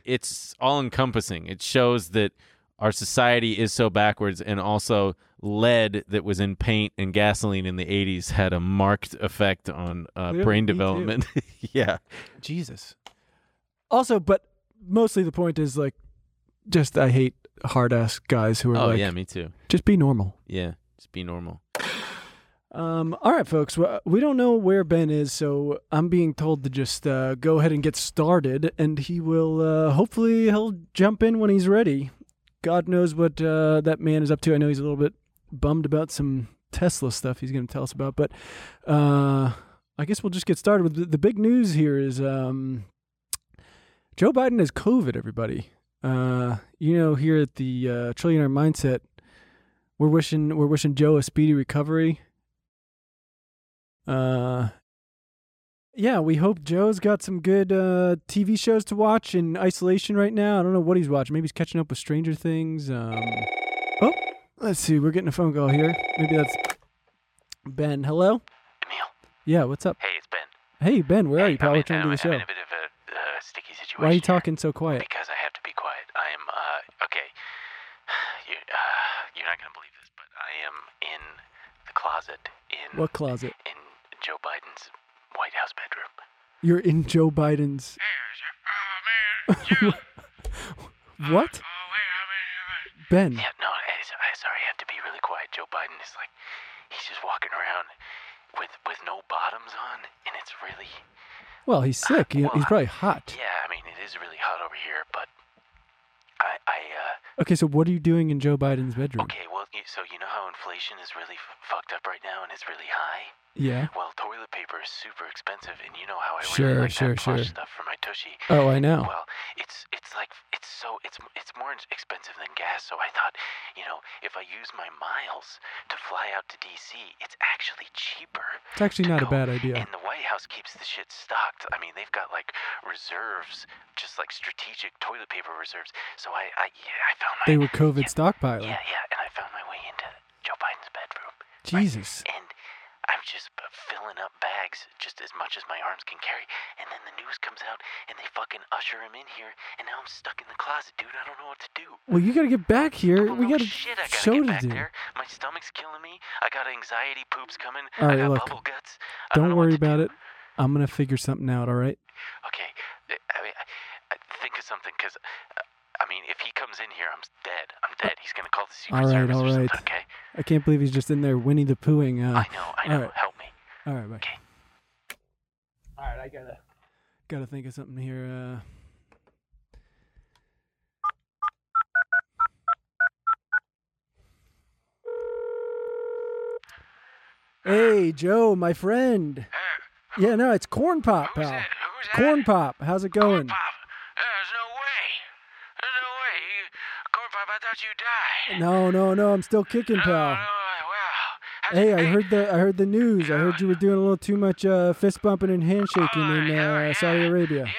S2: it's all encompassing. It shows that our society is so backwards, and also lead that was in paint and gasoline in the '80s had a marked effect on uh,
S3: Clearly, Oh,
S2: brain
S3: me too.
S2: development. yeah,
S3: Jesus. Also, but mostly the point is like, just I hate hard ass guys who are
S2: Oh
S3: like,
S2: yeah, me too.
S3: just be normal.
S2: Yeah, just be normal.
S3: Um, all right, folks. Well, We don't know where Ben is, so I'm being told to just uh, go ahead and get started, and he will. Uh, hopefully, he'll jump in when he's ready. God knows what uh, that man is up to. I know he's a little bit bummed about some Tesla stuff he's going to tell us about, but uh, I guess we'll just get started with the, the big news here. Is um, Joe Biden has COVID, everybody. Uh, you know, here at the uh, Trillionaire Mindset, we're wishing we're wishing Joe a speedy recovery. Uh, yeah, we hope Joe's got some good uh, TV shows to watch in isolation right now. I don't know what he's watching. Maybe he's catching up with Stranger Things. Um, oh, let's see. We're getting a phone call here. Maybe that's Ben. Hello.
S11: Emil.
S3: Yeah, what's up?
S11: Hey, it's Ben.
S3: Hey Ben, where are
S11: Hey,
S3: you? Probably
S11: I'm
S3: trying
S11: in-
S3: to do
S11: I'm
S3: the
S11: in-
S3: show.
S11: I'm in a bit of a uh, sticky situation.
S3: Why are you
S11: here
S3: talking so quiet?
S11: Because I have to be quiet. I am, uh, okay. You, uh, you're not going to believe this, but I am in the closet in,
S3: What closet?
S11: in Joe Biden's White House bedroom.
S3: You're in Joe Biden's.
S11: oh,
S3: what? Ben,
S11: Yeah, no, I, I, sorry, I have to be really quiet. Joe Biden is like, he's just walking around with, with no bottoms on, and it's really,
S3: well, he's sick. He-
S11: Uh, Well,
S3: he's
S11: I-
S3: probably hot.
S11: yeah, I mean, it is really hot over here, but I, I, uh,
S3: Okay, so what are you doing in Joe Biden's bedroom?
S11: Okay, well, you, so you know how inflation is really f- fucked up right now and it's really high?
S3: Yeah.
S11: Well, toilet paper is super expensive, and you know how I
S3: Sure,
S11: really like
S3: sure,
S11: that plush
S3: sure.
S11: stuff for my tushy.
S3: Oh, I know.
S11: Well, it's it's like it's so it's it's more ins- expensive than gas. So I thought, you know, if I use my miles to fly out to D.C., it's actually cheaper.
S3: It's actually not
S11: to
S3: a
S11: go.
S3: bad idea.
S11: And the White House keeps the shit stocked. I mean, they've got like reserves, just like strategic toilet paper reserves. So I I yeah, I found my
S3: They were COVID stockpiling.
S11: yeah, yeah, and I found my way into Joe Biden's bedroom.
S3: Jesus.
S11: And I'm just uh, filling up bags just as much as my arms can carry. And then the news comes out and they fucking usher him in here. And now I'm stuck in the closet, dude. I don't know what to do.
S3: Well, you gotta get back here.
S11: Oh,
S3: we
S11: no
S3: got a
S11: shit, I gotta
S3: show
S11: get
S3: to
S11: back
S3: do.
S11: there. My stomach's killing me. I got anxiety poops coming.
S3: All right,
S11: I got
S3: look,
S11: bubble guts. I
S3: Don't
S11: know
S3: worry
S11: what to
S3: about it.
S11: do.
S3: I'm gonna figure something out. All right.
S11: Okay, I I mean, I, I think of something because. Uh, I mean, if he comes in here, I'm dead. I'm dead. He's gonna call the Secret
S3: All right.
S11: Service
S3: All
S11: or
S3: right.
S11: something. Okay.
S3: I can't believe he's just in there Winnie the Poohing. Uh,
S11: I know. I know.
S3: all right.
S11: Help me.
S3: All right. Bye.
S11: Okay.
S5: All right, I gotta.
S3: Gotta think of something here. Uh... Hey, Joe, my friend. Yeah, no, it's Corn Pop, pal.
S11: Who's
S3: Corn Pop, how's it going?
S11: Pop, there's no way. There's no way. You- Corn Pop, I thought you died.
S3: No, no, no, I'm still kicking,
S11: Oh, No,
S3: pal.
S11: no, wow. How'd
S3: Hey,
S11: you-
S3: I heard the I heard the news. I heard you were doing a little too much uh, fist bumping and handshaking
S11: Oh,
S3: in
S11: yeah,
S3: uh, Saudi
S11: yeah,
S3: Arabia.
S11: Yeah.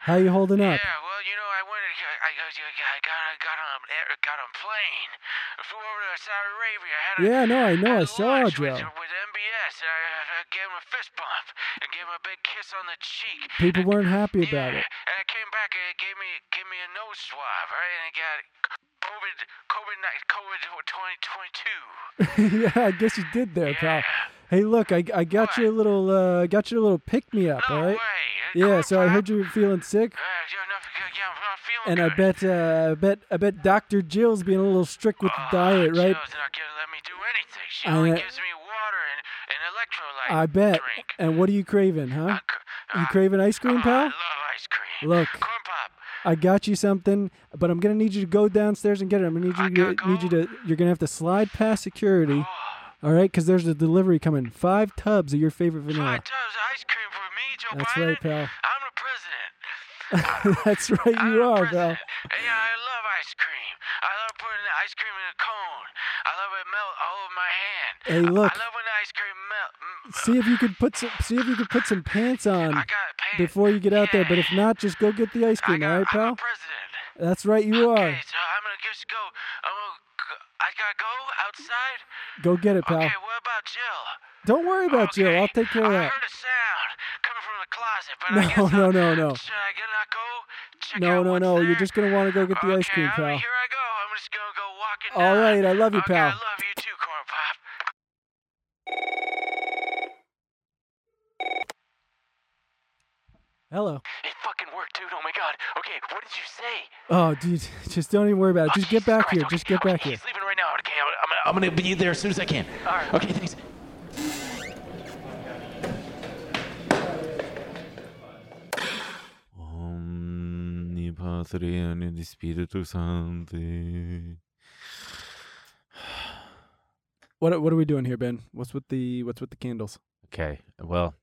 S3: How you holding up?
S11: Yeah, well, you know, I went. and got- I got, I got, I got on, air- got on plane, flew over to Saudi Arabia. Had a,
S3: Yeah, no, I know. I
S11: had a
S3: saw
S11: lunch
S3: Joe.
S11: with, with MBS. I, I gave him a fist bump and gave him a big kiss on the cheek.
S3: People
S11: And-
S3: weren't happy about
S11: yeah,
S3: it.
S11: And I came back and it gave me gave me a nose swab, right? And I got COVID COVID ni- COVID twenty twenty two.
S3: yeah, I guess you did there, pal. Hey, look, I, I got you a little uh, got you a little pick me up, all
S11: No
S3: right?
S11: way.
S3: Yeah, so I heard you were feeling sick,
S11: Uh, yeah, I'm not, yeah, I'm not feeling
S3: and I
S11: good.
S3: bet uh, I bet I bet Doctor Jill's being a little strict with the diet,
S11: She
S3: right?
S11: knows Oh, not gonna let me do anything. She
S3: I-
S11: only gives me water and, and electrolyte
S3: I bet.
S11: drink.
S3: And what are you craving, huh?
S11: C-
S3: You
S11: uh,
S3: craving ice
S11: oh,
S3: cream,
S11: I
S3: pal?
S11: love ice cream.
S3: Look.
S11: Corn pop.
S3: I got you something, but I'm gonna need you to go downstairs and get it. I'm gonna need you to, need you to. You're gonna have to slide past security,
S11: Oh.
S3: all right? Because there's a delivery coming. Five tubs of your favorite vanilla.
S11: Five tubs of ice cream for me, Joe
S3: That's
S11: Biden.
S3: right, pal.
S11: I'm the president.
S3: That's right, you
S11: I'm the
S3: are, pal.
S11: president. Yeah, I love ice cream. I love putting the ice cream in a cone. I love it melt all over my hand.
S3: Hey,
S11: I-
S3: look.
S11: I love when the ice cream melt. Mm,
S3: See if you could put some. See if you could put some pants on
S11: I got pants.
S3: before you get out there. But
S11: Yeah.
S3: if not, just go get the ice
S11: I
S3: cream,
S11: got,
S3: all right,
S11: I'm
S3: pal?
S11: the president.
S3: That's right, you
S11: Okay,
S3: are.
S11: so I'm gonna just go. I'm gonna. go- I gotta go outside.
S3: Go get it, pal.
S11: Okay, what about Jill?
S3: Don't worry about Jill.
S11: Okay,
S3: I'll take care of
S11: I
S3: that.
S11: heard a sound coming from the closet, but I
S3: No,
S11: guess
S3: no,
S11: I'll-
S3: no, no.
S11: Should I go- not go? Check
S3: No,
S11: out
S3: no,
S11: what's
S3: no. You're
S11: there?
S3: just gonna want to go get the ice
S11: Okay,
S3: cream,
S11: all
S3: pal.
S11: right, Here I go. Oh, I'm just gonna go walking.
S3: All
S11: down.
S3: right, I love you,
S11: okay,
S3: pal.
S11: I love you too, Corn Pop.
S3: Hello.
S11: It fucking worked, dude. Oh my god. Okay, what did you say?
S3: Oh, dude, just don't even worry about it.
S11: Oh,
S3: Just get
S11: Jesus
S3: back
S11: Christ,
S3: here.
S11: okay,
S3: Just get
S11: okay,
S3: back here.
S11: He's leaving right now. Okay, I'm, I'm, gonna- I'm gonna be there as soon as I can. All right. Okay, thanks.
S9: Omni Patria et Spiritus Sancti.
S3: What What are we doing here, Ben? What's with the What's with the candles?
S2: Okay. Well,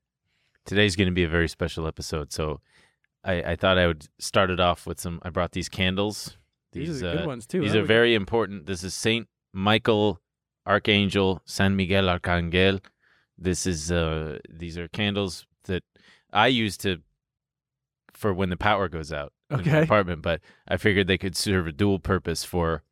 S2: today's going to be a very special episode. So I, I thought I would start it off with some. I brought these candles. These,
S3: These are good
S2: uh,
S3: ones, too,
S2: These
S3: huh?
S2: are
S3: We-
S2: very important. This is Saint Michael Archangel, San Miguel Arcangel. This is uh, these are candles that I use to for when the power goes out in my
S3: Okay.
S2: apartment. But I figured they could serve a dual purpose for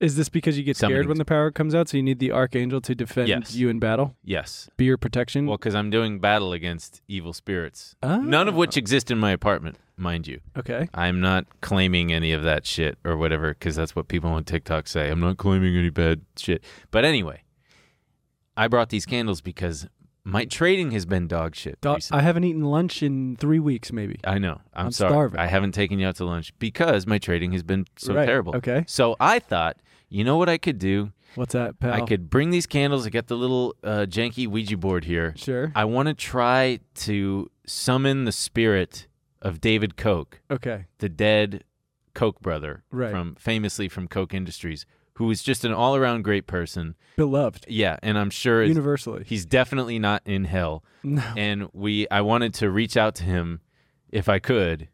S3: Is this because you get scared
S2: Something's-
S3: when the power comes out, so you need the archangel to defend
S2: Yes.
S3: you in battle?
S2: yes,
S3: Be your protection?
S2: well, because I'm doing battle against evil spirits,
S3: Ah.
S2: none of which exist in my apartment, mind you.
S3: okay.
S2: I'm not claiming any of that shit or whatever, because that's what people on TikTok say. I'm not claiming any bad shit. But anyway, I brought these candles because my trading has been dog shit.
S3: Do-
S2: recently.
S3: I haven't eaten lunch in three weeks, maybe.
S2: I know. I'm,
S3: I'm
S2: sorry.
S3: starving.
S2: I haven't taken you out to lunch because my trading has been so
S3: Right,
S2: terrible.
S3: okay.
S2: So I thought, you know what I could do?
S3: What's that, pal?
S2: I could bring these candles. I got the little uh, janky Ouija board here.
S3: Sure.
S2: I want to try to summon the spirit of David Koch
S3: okay.
S2: the dead Koch brother
S3: Right.
S2: from famously from Koch Industries, who was just an all around great person.
S3: Beloved.
S2: Yeah, and I'm sure is-
S3: Universally.
S2: he's definitely not in hell.
S3: No.
S2: And we I wanted to reach out to him if I could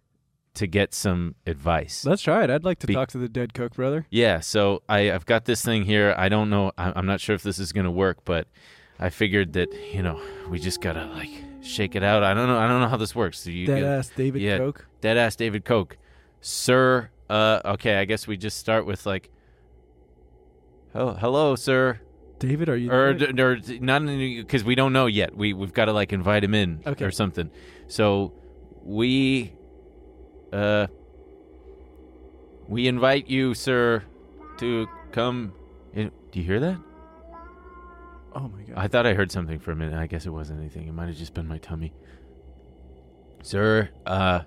S2: to get some advice.
S3: Let's try it. I'd like to
S2: Be-
S3: talk to the dead Coke brother.
S2: yeah, so I, I've got this thing here. I don't know. I, I'm not sure if this is gonna work, but I figured that you know we just gotta like shake it out. I don't know. I don't know how this works. Do you
S3: Dead
S2: get-
S3: ass David
S2: yeah,
S3: Coke.
S2: Dead ass David Koch. Sir, uh, okay, I guess we just start with like, oh, hello, sir.
S3: David, are you
S2: Or,
S3: there?
S2: d- or d- not because we don't know yet. We, we've got to like invite him in
S3: Okay.
S2: or something. So we, uh, we invite you, sir, to come. In. Do you hear that?
S3: Oh my god.
S2: I thought I heard something for a minute. I guess it wasn't anything. It might have just been my tummy. Sir, uh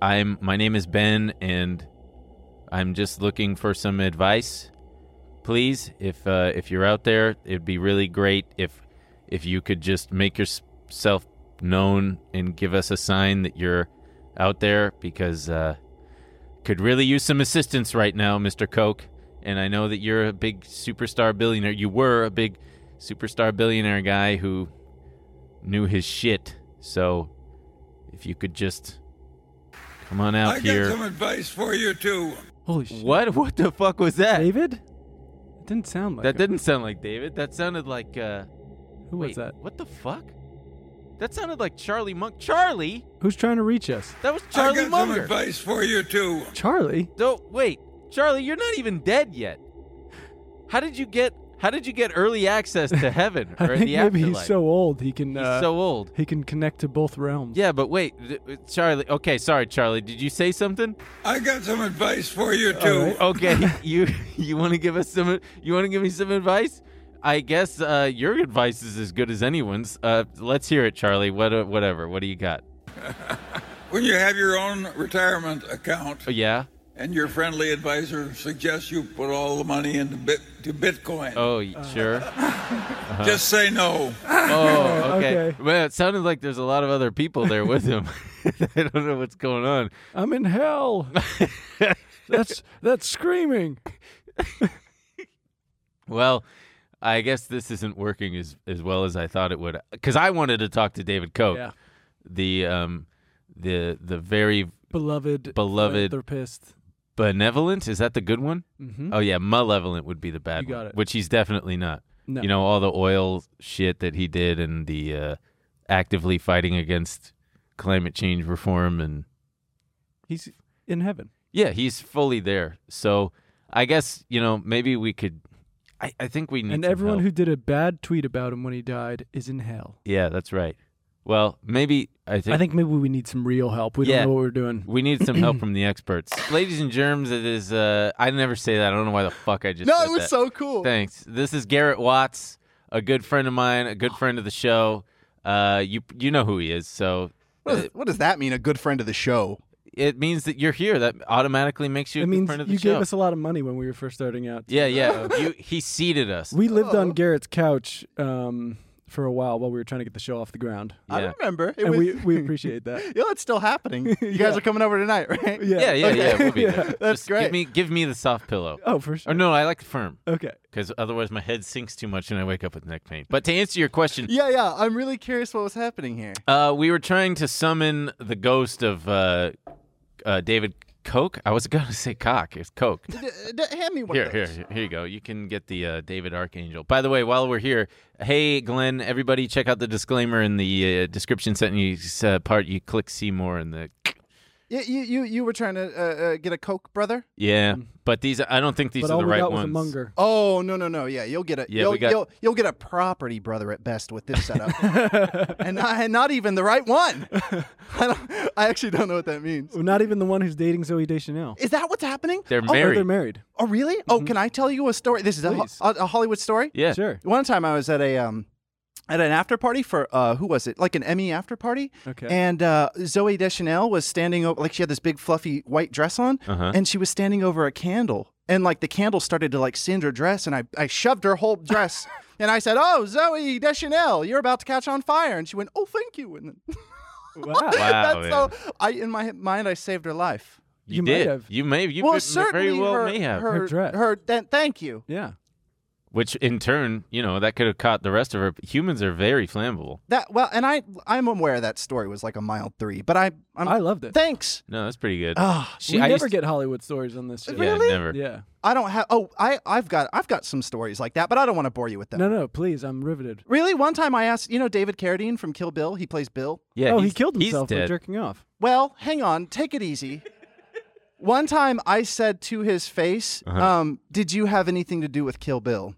S2: I'm my name is Ben and I'm just looking for some advice. Please, if uh if you're out there, it'd be really great if if you could just make yourself known and give us a sign that you're out there because uh could really use some assistance right now, Mr. Koch. And I know that you're a big superstar billionaire. You were a big superstar billionaire guy who knew his shit. So if you could just come on out here.
S4: advice for you too.
S3: Holy shit.
S2: What? What the fuck was that?
S3: David? It didn't sound like
S2: That
S3: him.
S2: didn't sound like David. That sounded like uh
S3: Who
S2: wait,
S3: was that?
S2: What the fuck? That sounded like Charlie Monk. Charlie?
S3: Who's trying to reach us?
S2: That was Charlie Munger.
S4: advice for you too.
S3: Charlie?
S2: Don't wait, Charlie. You're not even dead yet. How did you get? How did you get early access to heaven
S3: I
S2: or
S3: think maybe
S2: the afterlife?
S3: he's so old he can
S2: He's
S3: uh,
S2: so old.
S3: he can connect to both realms.
S2: Yeah, but wait, th- uh, Charlie. Okay, sorry, Charlie. Did you say something?
S4: I got some advice for you
S3: All right.
S2: Okay, you you want to give us some? You want to give me some advice? I guess uh, your advice is as good as anyone's. Uh, let's hear it, Charlie. What uh, whatever. What do you got?
S4: When you have your own retirement account
S2: Oh yeah.
S4: and your friendly advisor suggests you put all the money into bit, to Bitcoin,
S2: Oh y- sure.
S4: Uh-huh.
S2: Uh-huh.
S4: just say no.
S2: Oh okay.
S3: okay.
S2: Well, it sounded like there's a lot of other people there with him. I don't know what's going on.
S3: I'm in hell. that's that's screaming.
S2: Well, I guess this isn't working as as well as I thought it would. Because I wanted to talk to David Koch,
S3: Yeah.
S2: the um, the the very
S3: Beloved
S2: Beloved-
S3: philanthropist.
S2: benevolent. Is that the good one?
S3: Mm-hmm.
S2: Oh yeah, malevolent would be the bad
S3: You got
S2: one,
S3: it.
S2: which he's definitely not.
S3: No.
S2: You know all the oil shit that he did and the uh, actively fighting against climate change reform and
S3: He's in heaven.
S2: yeah, he's fully there. So I guess you know maybe we could. I, I think we need
S3: and
S2: some
S3: everyone
S2: help.
S3: who did a bad tweet about him when he died is in hell.
S2: yeah that's right. Well, maybe I think
S3: I think maybe we need some real help. We
S2: Yeah.
S3: don't know what we're doing.
S2: We need some help from the experts. Ladies and germs, it is uh I never say that. I don't know why the fuck I just
S6: No,
S2: said
S6: it was
S2: that.
S6: so cool.
S2: Thanks. This is Garrett Watts, a good friend of mine, a good friend of the show. Uh you you know who he is, so
S12: What does, what does that mean? A good friend of the show.
S2: it means that you're here. That automatically makes you a
S3: It
S2: good
S3: means
S2: friend of the
S3: you
S2: show.
S3: gave us a lot of money when we were first starting out.
S2: yeah, yeah. you he seated us.
S12: Oh.
S3: We lived on Garrett's couch um, for a while while we were trying to get the show off the ground.
S12: I remember. It
S3: and
S12: was-
S3: we, we appreciate that.
S12: yeah, it's still happening. You guys are coming over tonight, right?
S2: Yeah, yeah,
S12: Okay.
S2: yeah. We'll be there.
S12: That's
S2: Just
S12: great.
S2: Give me, give me the soft pillow.
S3: Oh, for sure.
S2: Or no, I like the firm
S3: Okay.
S2: because otherwise my head sinks too much and I wake up with neck pain. But to answer your question,
S12: yeah, yeah. I'm really curious what was happening here.
S2: uh, we were trying to summon the ghost of uh, uh, David Koch. I was gonna say cock. It's Koch.
S12: D- d- hand me one.
S2: Here,
S12: of
S2: here,
S12: those.
S2: here here you go. You can get the uh, David Archangel. By the way, while we're here, hey Glenn, everybody, check out the disclaimer in the uh, description sentence uh, part. You click see more in the
S12: Yeah, you, you, you were trying to uh, uh, get a Coke, brother?
S2: yeah. But these, I don't think these
S3: but
S2: are
S3: all
S2: the
S3: we
S2: right
S3: got was a
S2: ones.
S3: Munger.
S12: Oh no no no! Yeah, you'll get a
S2: Yeah,
S12: you'll,
S2: we got-
S12: you'll you'll get a property brother at best with this setup, and not, and not even the right one. I, don't, I actually don't know what that means.
S3: Well, not even the one who's dating Zoe Deschanel.
S12: Is that what's happening?
S2: They're
S12: oh,
S3: Oh,
S2: married. Mm-hmm.
S3: they're married.
S12: oh, really? Oh, can I tell you a story? This is a, ho-
S3: Please.
S12: a, a Hollywood story.
S2: yeah,
S3: Sure.
S12: One time I was at a um at an after party for uh who was it? Like an Emmy after party.
S3: Okay.
S12: And uh Zoe Deschanel was standing over like she had this big fluffy white dress on
S2: Uh-huh.
S12: and she was standing over a candle and like the candle started to like singe her dress and I I shoved her whole dress and I said, "Oh, Zoe Deschanel, you're about to catch on fire." And she went, "Oh, thank you." And then
S3: Wow.
S2: Wow,
S12: that's so I in my mind I saved her life.
S2: you,
S3: You might
S2: did.
S3: have.
S2: You may. You
S12: well,
S2: ve-
S12: certainly
S2: very well
S12: her,
S2: may have.
S12: her
S3: Her dress.
S12: th- thank you.
S3: Yeah.
S2: Which in turn, you know, that could have caught the rest of her. Humans are very flammable.
S12: That well, and I I'm aware that story was like a mile 3, but I I'm
S3: I loved it.
S12: Thanks.
S2: No, that's pretty good.
S12: Ah,
S2: She-
S3: we
S2: I
S3: never
S2: used-
S3: get Hollywood stories on this show.
S2: Yeah, never.
S3: Yeah.
S12: I don't have. Oh, I I've got I've got some stories like that, but I don't want to bore you with them.
S3: No, no, please. I'm riveted.
S12: Really, one time I asked, you know, David Carradine from Kill Bill. He plays Bill.
S2: Yeah,
S3: oh, he
S2: he's-
S3: killed
S2: he's
S3: himself
S2: dead.
S3: for jerking off.
S12: Well, hang on, take it easy. one time I said to his face,
S2: Uh-huh.
S12: um, "Did you have anything to do with Kill Bill?"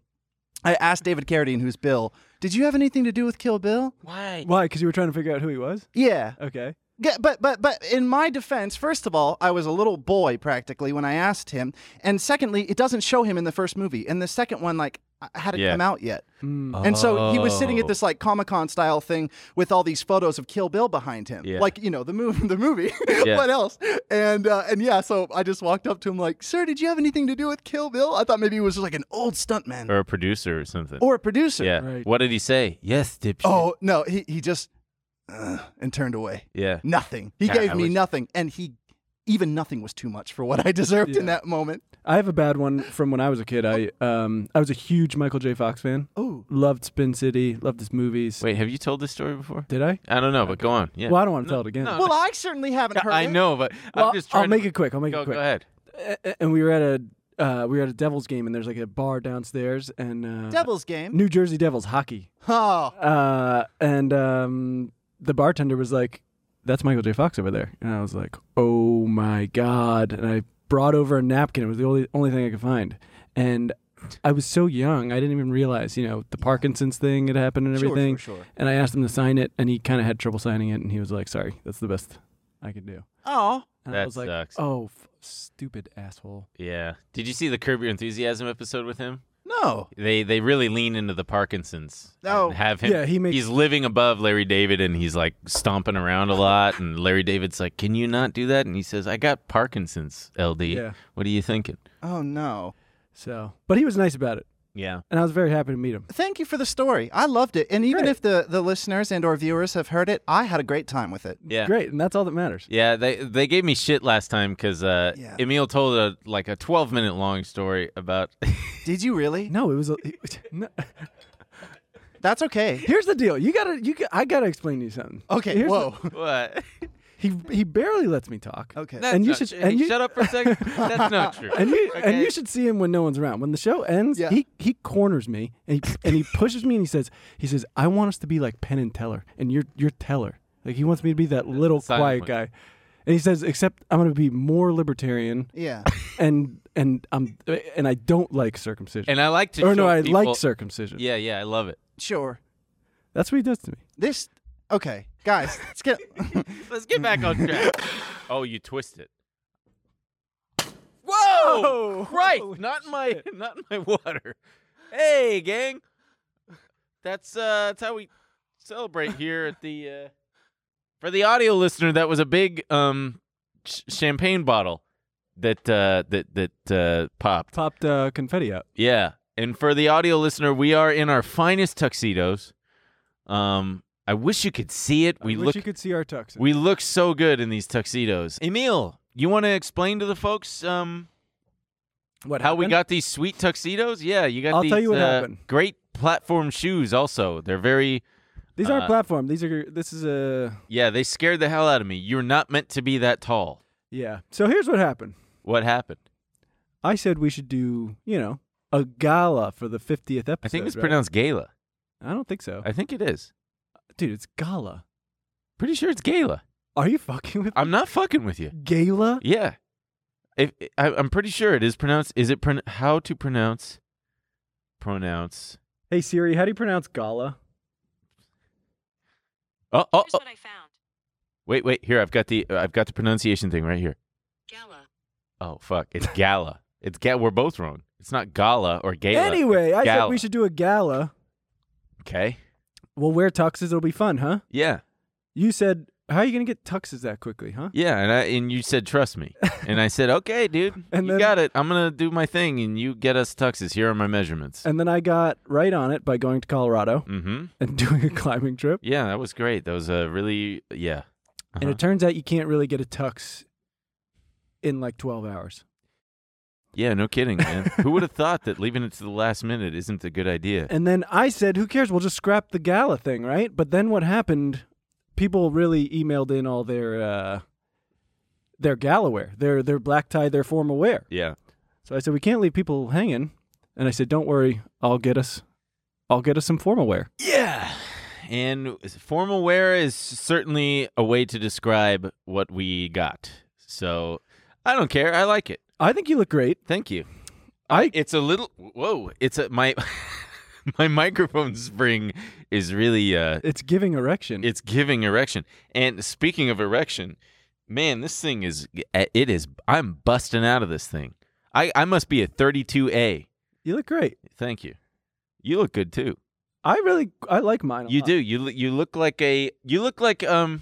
S12: I asked David Carradine, who's Bill, "Did you have anything to do with Kill Bill?"
S3: Why? Because you were trying to figure out who he was?
S12: Yeah.
S3: Okay.
S12: Yeah, but but but in my defense, first of all, I was a little boy practically when I asked him, and secondly, it doesn't show him in the first movie, and the second one like I- hadn't
S2: Yeah.
S12: come out yet,
S3: Hmm.
S12: and so he was sitting
S3: Oh.
S12: at this like Comic Con style thing with all these photos of Kill Bill behind him,
S2: Yeah.
S12: like you know the movie, the movie,
S2: Yeah.
S12: what else? And uh, and yeah, so I just walked up to him like, "Sir, did you have anything to do with Kill Bill?" I thought maybe he was like an old stuntman
S2: or a producer or something.
S12: or a producer.
S2: yeah.
S3: Right.
S2: What did he say? Yes, dipshit.
S12: Oh no, he he just uh, and turned away.
S2: yeah.
S12: Nothing. He
S2: God,
S12: gave
S2: I
S12: me
S2: wish-
S12: nothing, and he even nothing was too much for what I deserved in
S3: Yeah.
S12: that moment.
S3: I have a bad one from when I was a kid. I um I was a huge Michael J. Fox fan.
S12: Oh,
S3: Loved Spin City. Loved his movies.
S2: Wait, have you told this story before?
S3: Did I?
S2: I don't know, but go on. Yeah.
S3: Well, I don't want to tell it again.
S2: no.
S12: well, I certainly haven't heard.
S2: I
S12: it.
S2: know, but
S3: Well,
S2: I'm just
S3: I'll
S2: trying
S3: make
S2: to
S3: it quick. I'll make
S2: go,
S3: it quick.
S2: go ahead.
S3: A- a- And we were at a uh, we were at a Devils game, and there's like a bar downstairs, and uh,
S12: Devil's game.
S3: New Jersey Devils hockey.
S12: Oh,
S3: Uh, and um, the bartender was like, "That's Michael J. Fox over there," and I was like, "Oh my god!" And I brought over a napkin. It was the only only thing I could find, and I was so young, I didn't even realize, you know, the Parkinson's thing had happened and
S12: Sure, sure,
S3: everything.
S12: sure.
S3: And I asked him to sign it, and he kind of had trouble signing it, and he was like, "Sorry, that's the best I can do."
S12: oh,
S3: And I
S2: That
S3: was like,
S2: sucks.
S3: "Oh, f- stupid asshole."
S2: Yeah. Did you see the Curb Your Enthusiasm episode with him?
S12: no.
S2: They they really lean into the Parkinson's.
S12: Oh.
S2: and have him.
S3: Yeah, he makes-
S2: He's living above Larry David, and he's like stomping around a lot. And Larry David's like, "Can you not do that?" And he says, "I got Parkinson's, LD.
S3: Yeah.
S2: What are you thinking?"
S12: Oh no.
S3: So, but he was nice about it,
S2: Yeah.
S3: and I was very happy to meet him.
S12: Thank you for the story. I loved it, and even
S3: Great.
S12: if the the listeners and or viewers have heard it, I had a great time with it.
S2: Yeah.
S3: Great, and that's all that matters.
S2: Yeah, they they gave me shit last time because uh,
S12: Yeah.
S2: Emil told a like a twelve minute long story about
S12: Did you really?
S3: No, it was. A, no.
S12: That's okay.
S3: Here's the deal. You gotta. You. Got, I gotta explain to you something.
S12: Okay.
S3: Here's
S12: whoa.
S2: what.
S3: the- he he barely lets me talk.
S12: Okay.
S2: That's
S3: And you
S2: not
S3: should-
S2: true.
S3: and
S2: Hey,
S3: you-
S2: shut up for a second. That's not true.
S3: And you and
S2: Okay?
S3: you should see him when no one's around. When the show ends,
S12: Yeah.
S3: he he corners me and he, and he pushes me and he says he says I want us to be like Penn and Teller and you're you're Teller. Like he wants me to be that little
S2: Silent
S3: quiet
S2: one.
S3: guy. And he says except I'm going to be more libertarian
S12: yeah.
S3: and and I'm and I don't like circumcision.
S2: And I like to.
S3: or no,
S2: show
S3: I
S2: people,
S3: like circumcision.
S2: Yeah, yeah, I love it.
S12: Sure.
S3: That's what he does to me.
S12: This. Okay, guys. Let's get.
S2: Let's get back on track. oh, you twist it. Whoa! Christ! Not in my not in my water. Hey, gang. That's uh that's how we celebrate here at the uh For the audio listener, that was a big um ch- champagne bottle that uh that that uh popped.
S3: Popped uh, confetti out.
S2: Yeah. And for the audio listener, we are in our finest tuxedos. Um, I wish you could see it. We
S3: wish
S2: look
S3: you could see our tux.
S2: We look so good in these tuxedos. Emil, you want to explain to the folks um
S3: what
S2: how we got these sweet tuxedos? Yeah, you got
S3: I'll
S2: these
S3: tell you what
S2: uh,
S3: happened.
S2: great platform shoes also. They're very
S3: These
S2: uh,
S3: aren't platform. These are this is a
S2: Yeah, they scared the hell out of me. You're not meant to be that tall.
S3: yeah. So here's what happened.
S2: What happened?
S3: I said we should do you know a gala for the 50th episode.
S2: I think it's
S3: right?
S2: pronounced gala.
S3: I don't think so,
S2: I think it is.
S3: dude. It's gala.
S2: Pretty sure it's gala.
S3: Are you fucking with
S2: I'm not fucking with you.
S3: gala?
S2: Yeah. If I, I'm pretty sure it is pronounced is it pron- how to pronounce pronounce
S3: Hey Siri, how do you pronounce gala?
S2: Oh, oh, oh. Wait, wait. Here, I've got the uh, I've got the pronunciation thing right here. Gala. Oh fuck! It's gala. it's ga- We're both wrong. It's not gala or gala.
S3: Anyway,
S2: it's
S3: I
S2: gala.
S3: said we should do a gala.
S2: Okay.
S3: We'll wear tuxes. It'll be fun, huh?
S2: Yeah.
S3: You said how are you gonna get tuxes that quickly, huh?
S2: Yeah, and I and you said trust me, and I said okay, dude.
S3: And
S2: you
S3: then-
S2: got it. I'm gonna do my thing, and you get us tuxes. Here are my measurements.
S3: And then I got right on it by going to Colorado
S2: mm-hmm.
S3: and doing a climbing trip.
S2: Yeah, that was great. That was a really yeah.
S3: And
S2: Uh-huh.
S3: it turns out you can't really get a tux in like 12 hours.
S2: Yeah, no kidding, man. Who would have thought that leaving it to the last minute isn't a good idea?
S3: And then I said, who cares? We'll just scrap the gala thing, right? But then what happened, people really emailed in all their uh their gala wear, their their black tie, their formal wear.
S2: Yeah.
S3: So I said, we can't leave people hanging. And I said, don't worry, I'll get us I'll get us some formal wear.
S2: Yeah. And formal wear is certainly a way to describe what we got. So I don't care. I like it.
S3: I think you look great.
S2: Thank you.
S3: I
S2: It's a little whoa. It's a my my microphone spring is really uh
S3: it's giving erection.
S2: it's giving erection. And speaking of erection, man, this thing is eh, it is I'm busting out of this thing. I I must be a 32A.
S3: you look great.
S2: Thank you. You look good too.
S3: I really I like mine. a
S2: You
S3: lot.
S2: do. You lo- you look like a you look like um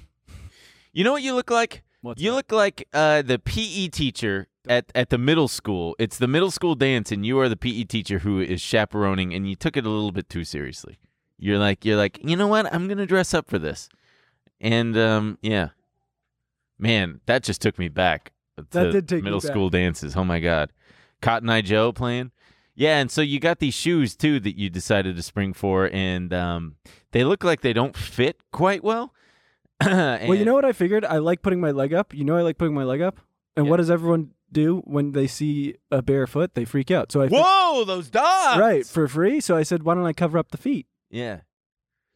S2: you know what you look like?
S3: What's
S2: you look like uh the PE teacher at at the middle school. It's the middle school dance and you are the PE teacher who is chaperoning and you took it a little bit too seriously. You're like you're like, "You know what? I'm going to dress up for this." And um yeah. Man, that just took me back. to
S3: did take me
S2: middle
S3: back.
S2: school dances. Oh my god. Cotton Eye Joe playing. Yeah, and so you got these shoes too that you decided to spring for, and um, they look like they don't fit quite well.
S3: Well, you know what I figured? I like putting my leg up. You know I like putting my leg up. And what does everyone do when they see a bare foot? They freak out. So I fi-
S2: Whoa, those dogs!
S3: right for free. So I said, why don't I cover up the feet?
S2: Yeah.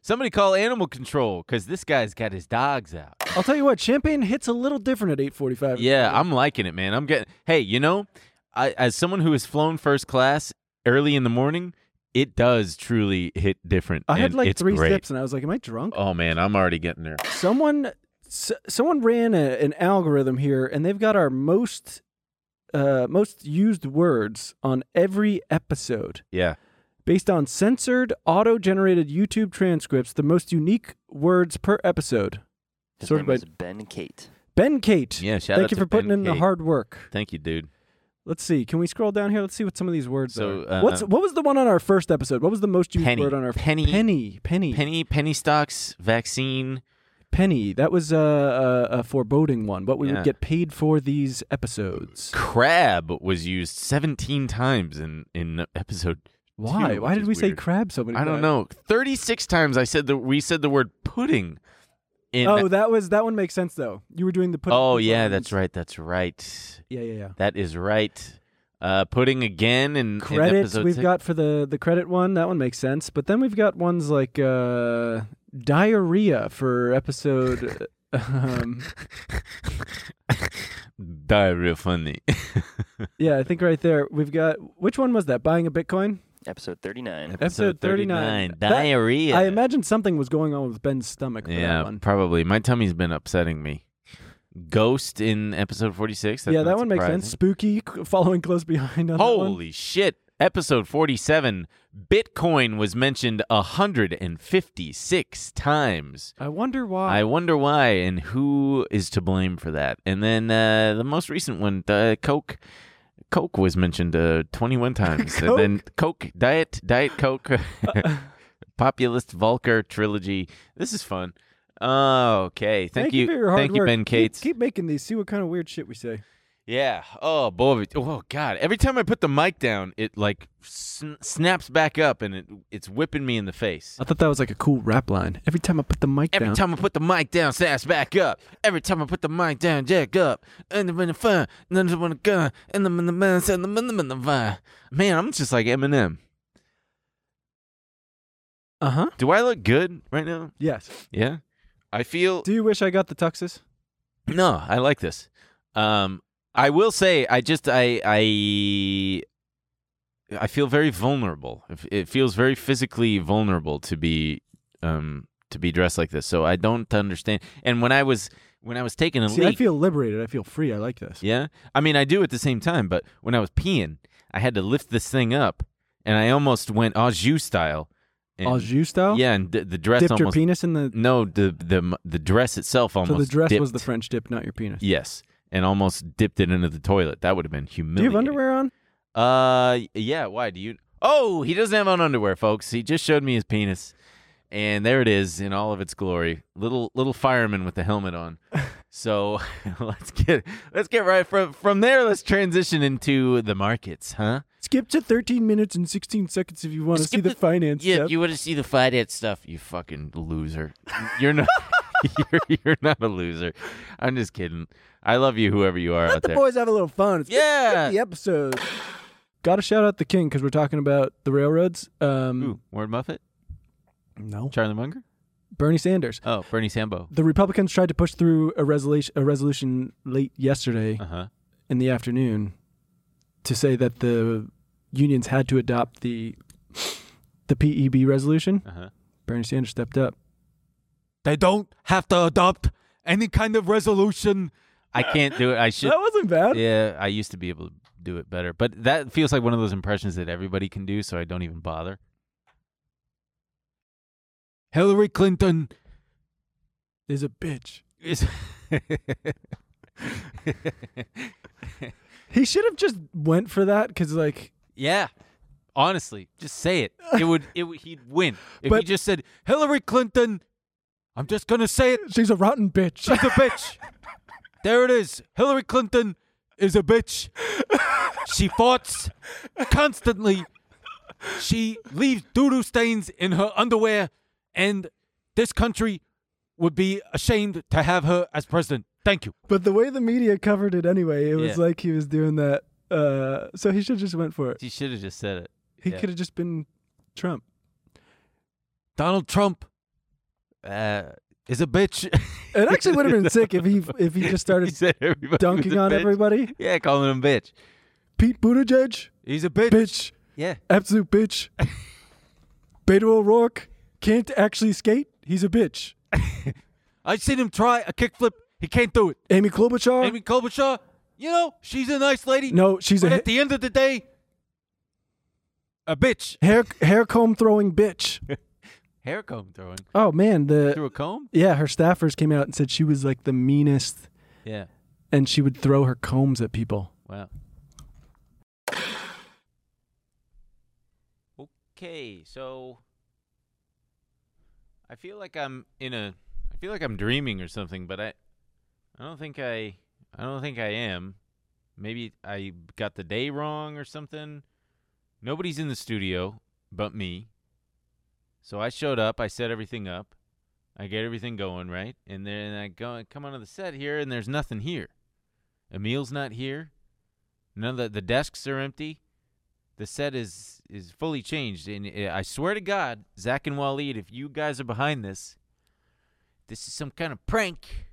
S2: Somebody call animal control because this guy's got his dogs out.
S3: I'll tell you what, champagne hits a little different at 8:45.
S2: Yeah, I'm liking it, man. I'm getting. Hey, you know, I, as someone who has flown first class early in the morning, it does truly hit different.
S3: I had
S2: and
S3: like
S2: it's
S3: three
S2: great.
S3: sips, and I was like, am I drunk?
S2: Oh man, I'm already getting there.
S3: Someone, s- someone ran a, an algorithm here, and they've got our most, uh, most used words on every episode.
S2: Yeah.
S3: Based on censored, auto generated YouTube transcripts, the most unique words per episode.
S13: His
S3: Sorted
S13: name
S3: by
S13: is Ben Kate.
S3: Ben Kate.
S2: Yeah, shout
S3: Thank
S2: out
S3: you
S2: to
S3: for putting
S2: Ben
S3: in the
S2: Kate.
S3: hard work.
S2: Thank you, dude.
S3: Let's see. Can we scroll down here? Let's see what some of these words
S2: So,
S3: are.
S2: uh,
S3: What's what was the one on our first episode? What was the most used
S2: Penny.
S3: word on our
S2: Penny.
S3: Penny. Penny.
S2: Penny penny stocks vaccine.
S3: Penny. That was a, a, a foreboding one. What we
S2: Yeah.
S3: would get paid for these episodes.
S2: crab was used 17 times in in episode
S3: Why?
S2: two,
S3: Why
S2: which
S3: did
S2: is
S3: we say
S2: weird.
S3: crab so many
S2: i don't
S3: times?
S2: know 36 times i said the we said the word pudding in
S3: Oh, that was that one makes sense though. You were doing the put.
S2: oh yeah that's right that's right
S3: Yeah, yeah, yeah.
S2: that is right uh pudding again in, in
S3: Credits
S2: episode
S3: we've
S2: six.
S3: got for the the credit one. That one makes sense. But then we've got ones like uh, diarrhea for episode. um,
S2: Die real funny
S3: yeah, I think right there we've got which one was that? Buying a Bitcoin.
S13: Episode 39.
S3: Episode 39. That-
S2: diarrhea
S3: I imagine something was going on with Ben's stomach for that
S2: yeah
S3: one.
S2: probably my tummy's been upsetting me ghost in episode 46 that's
S3: yeah, that
S2: not
S3: one makes sense.
S2: surprising.
S3: Spooky c- following close behind on that one.
S2: Holy shit. Episode 47 Bitcoin was mentioned 156 times.
S3: I wonder why.
S2: I wonder why and who is to blame for that. And then uh, the most recent one, uh, Coke. Coke was mentioned uh, 21 times. And then Coke, Diet, Diet Coke, populist Volker trilogy. This is fun. Oh, okay. Thank,
S14: you. for your hard
S2: Thank you,
S14: work.
S2: Ben
S14: Keep-
S2: Cates.
S14: Keep, making these. See what kind of weird shit we say.
S2: Yeah. Oh boy. Oh god. Every time I put the mic down, it like sn- snaps back up and it it's whipping me in the face.
S3: I thought that was like a cool rap line. Every time I put the mic
S2: Every
S3: down.
S2: time I put the mic down, snaps back up. Every time I put the mic down, jack up. And I'm in the fire. And I'm in the gun. And I'm in the man. And I'm in the fire. Man, I'm just like Eminem.
S3: Uh huh.
S2: Do I look good right now?
S3: Yes.
S2: Yeah. I feel.
S3: Do you wish I got the tuxes?
S2: No, I like this. Um, I will say, I just, I, I, I feel very vulnerable. It- It feels very physically vulnerable to be, um, to be dressed like this. So I don't understand. And when I was, when I was taking a
S14: See,
S2: leak,
S14: I feel liberated. I feel free. I like this.
S2: yeah. I mean, I do at the same time, but when I was peeing, I had to lift this thing up, and I almost went au jus style. and-
S3: Au jus style?
S2: Yeah, and the, the dress
S3: Dipped your
S2: almost
S3: penis in the-
S2: no the the the dress itself almost
S3: So the dress
S2: dipped.
S3: was the French dip, not your penis.
S2: Yes, and almost dipped it into the toilet. That would have been
S3: Do you have
S2: humiliating.
S3: underwear on?
S2: uh, yeah. Why do you? Oh, he doesn't have on underwear, folks. He just showed me his penis, and there it is in all of its glory. Little little fireman with the helmet on. So let's get let's get right from from there. Let's transition into the markets, huh?
S14: Skip to 13 minutes and 16 seconds if you want to see the, finance
S2: Yeah,
S14: stuff.
S2: you want to see the finance stuff? You fucking loser. You're not. you're, you're not a loser. I'm just kidding. I love you, whoever you are out
S14: Let the
S2: there.
S14: boys have a little fun. It's
S2: yeah.
S14: The episode.
S3: Got to shout out the king because we're talking about the railroads. Um,
S2: Warren Buffett?
S3: No.
S2: Charlie Munger?
S3: Bernie Sanders.
S2: Oh, Bernie Sambo.
S3: The Republicans tried to push through a resolution, a resolution late yesterday
S15: Uh-huh.
S3: in the afternoon to say that the unions had to adopt the the PEB resolution. Bernie Sanders stepped up.
S15: Uh-huh. They don't have to adopt any kind of resolution.
S2: I can't do it. I should.
S15: That wasn't bad.
S2: Yeah, I used to be able to do it better, but that feels like one of those impressions that everybody can do, so I don't even bother.
S15: Hillary Clinton
S3: is a bitch.
S2: Is-
S3: He should have just went for that because, like,
S2: yeah, honestly, just say it. It would. It would he'd win if he
S15: But-
S2: just said
S15: Hillary Clinton. I'm just gonna say it.
S3: She's a rotten bitch.
S15: She's a bitch. there it is. Hillary Clinton is a bitch. she farts constantly. She leaves doo-doo stains in her underwear, and this country would be ashamed to have her as president. Thank you.
S14: But the way the media covered it anyway, it was
S2: Yeah.
S14: like he was doing that. Uh, so he should have just went for it.
S2: he should have just said it.
S14: He
S2: Yeah.
S14: could have just been Trump.
S15: Donald Trump
S2: uh, is a bitch.
S14: It actually would have been sick if he if he just started
S2: said everybody was
S14: dunking
S2: a
S14: on
S2: bitch.
S14: everybody.
S2: Yeah, calling him bitch.
S14: Pete Buttigieg,
S15: He's a bitch.
S14: bitch,
S2: Yeah.
S14: absolute bitch. Beto O'Rourke can't actually skate. He's a bitch.
S15: I've seen him try a kickflip. He can't do it.
S14: Amy Klobuchar.
S15: Amy Klobuchar, you know, she's a nice lady.
S14: No, she's
S15: but
S14: a-
S15: at the end of the day, a bitch.
S14: Hair hair comb throwing bitch.
S2: Hair comb throwing.
S14: Oh man, the
S2: Through a comb?
S14: Yeah, her staffers came out and said she was like the meanest,
S2: Yeah.
S14: and she would throw her combs at people.
S2: Wow. Okay, so I feel like I'm in a I feel like I'm dreaming or something, but I I don't think I I don't think I am. Maybe I got the day wrong or something. Nobody's in the studio but me. So I showed up, I set everything up. I get everything going, right? And then I go come onto the set here and there's nothing here. Emil's not here. None of the, the desks are empty. The set is is fully changed, and uh, I swear to God, Zach and Waleed, if you guys are behind this, this is some kind of prank.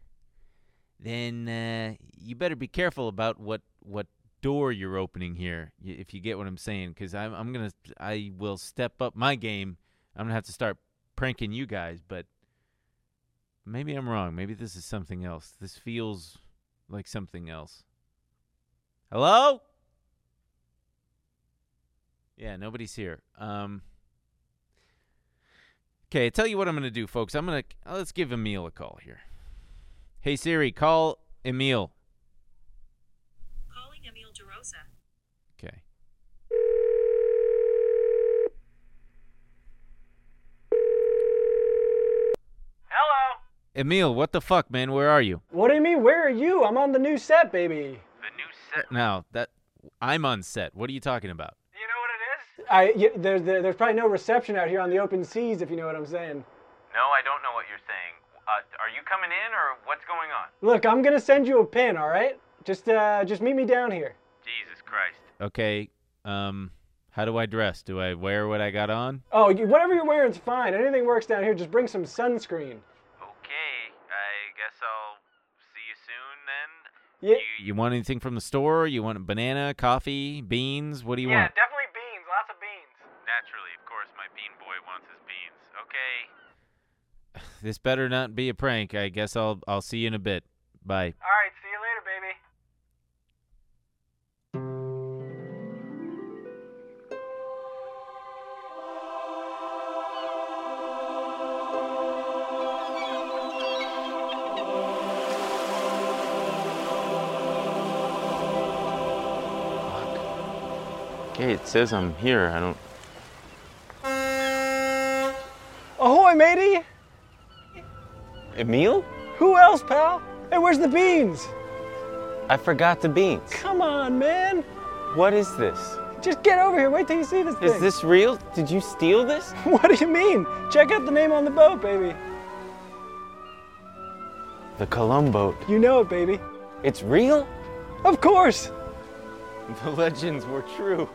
S2: Then uh, you better be careful about what what door you're opening here, y- if you get what I'm saying, because I'm I'm gonna I will step up my game. I'm gonna have to start pranking you guys, but maybe I'm wrong. Maybe this is something else. This feels like something else. Hello? Yeah, nobody's here. Um Okay, I tell you what I'm going to do, folks. I'm going to let's give Emil a call here. Hey Siri, call Emil.
S16: Calling Emil DeRosa.
S2: Okay. Emil, what the fuck, man? Where are you?
S16: What do you mean? Where are you? I'm on the new set, baby.
S2: Set now. That I'm on set. What are you talking about?
S16: I y- there's there, there's probably no reception out here on the open seas, if you know what I'm saying.
S11: No, I don't know what you're saying. Uh, are you coming in or what's going on?
S16: Look, I'm gonna send you a pin, all right? Just uh, just meet me down here.
S11: Jesus Christ.
S2: Okay. Um, how do I dress? Do I wear what I got on?
S16: Oh, you, whatever you're wearing's fine. Anything works down here. Just bring some sunscreen.
S11: Okay, I guess I'll see you soon then.
S16: Yeah.
S2: You want anything from the store? You want a banana, coffee, beans? What do you
S11: Yeah,
S2: want?
S16: definitely beans. Lots of beans.
S11: Naturally, of course, my bean boy wants his beans. Okay.
S2: This better not be a prank. I guess I'll I'll see you in a bit. Bye.
S16: All right, see you later, baby.
S11: Okay, it says I'm here. I don't.
S16: Ahoy, matey.
S11: Emil?
S16: Who else, pal? Hey, where's the beans?
S11: I forgot the beans.
S16: Come on, man.
S11: What is this?
S16: Just get over here. Wait till you see this
S11: Is
S16: thing.
S11: this real? Did you steal this?
S16: What do you mean? Check out the name on the boat, baby.
S11: The Columboat.
S16: You know it, baby.
S11: It's real?
S16: Of course.
S11: The legends were true.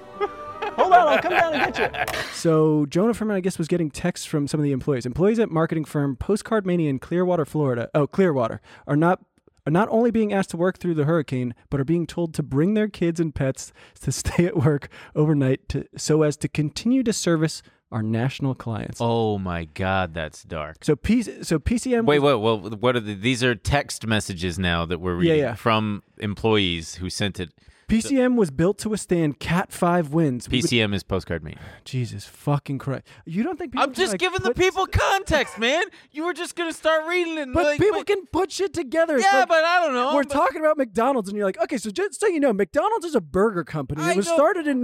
S16: Hold on, I'll come down and get you.
S3: So Jonah Furman, I guess, was getting texts from some of the employees. Employees at marketing firm Postcard Mania in Clearwater, Florida. Oh, Clearwater are not are not only being asked to work through the hurricane, but are being told to bring their kids and pets to stay at work overnight to, so as to continue to service our national clients.
S2: Oh my God, that's dark.
S3: So P, so PCM.
S2: Wait, wait. Well, what are the, these are text messages now that we're
S3: Yeah,
S2: reading
S3: yeah.
S2: from employees who sent it.
S3: PCM was built to withstand Cat Five winds. We would-
S2: PCM is postcard me.
S3: Jesus fucking Christ! You don't think people
S15: I'm
S3: can,
S15: just
S3: like,
S15: giving the
S3: put-
S15: people context, man. You were just gonna start reading it. and,
S3: But
S15: like,
S3: people can put shit together. It's
S15: Yeah,
S3: like-
S15: but I don't know.
S3: We're
S15: But-
S3: talking about McDonald's, and you're like, okay, so just so you know, McDonald's is a burger company.
S15: I
S3: it was
S15: know-
S3: started in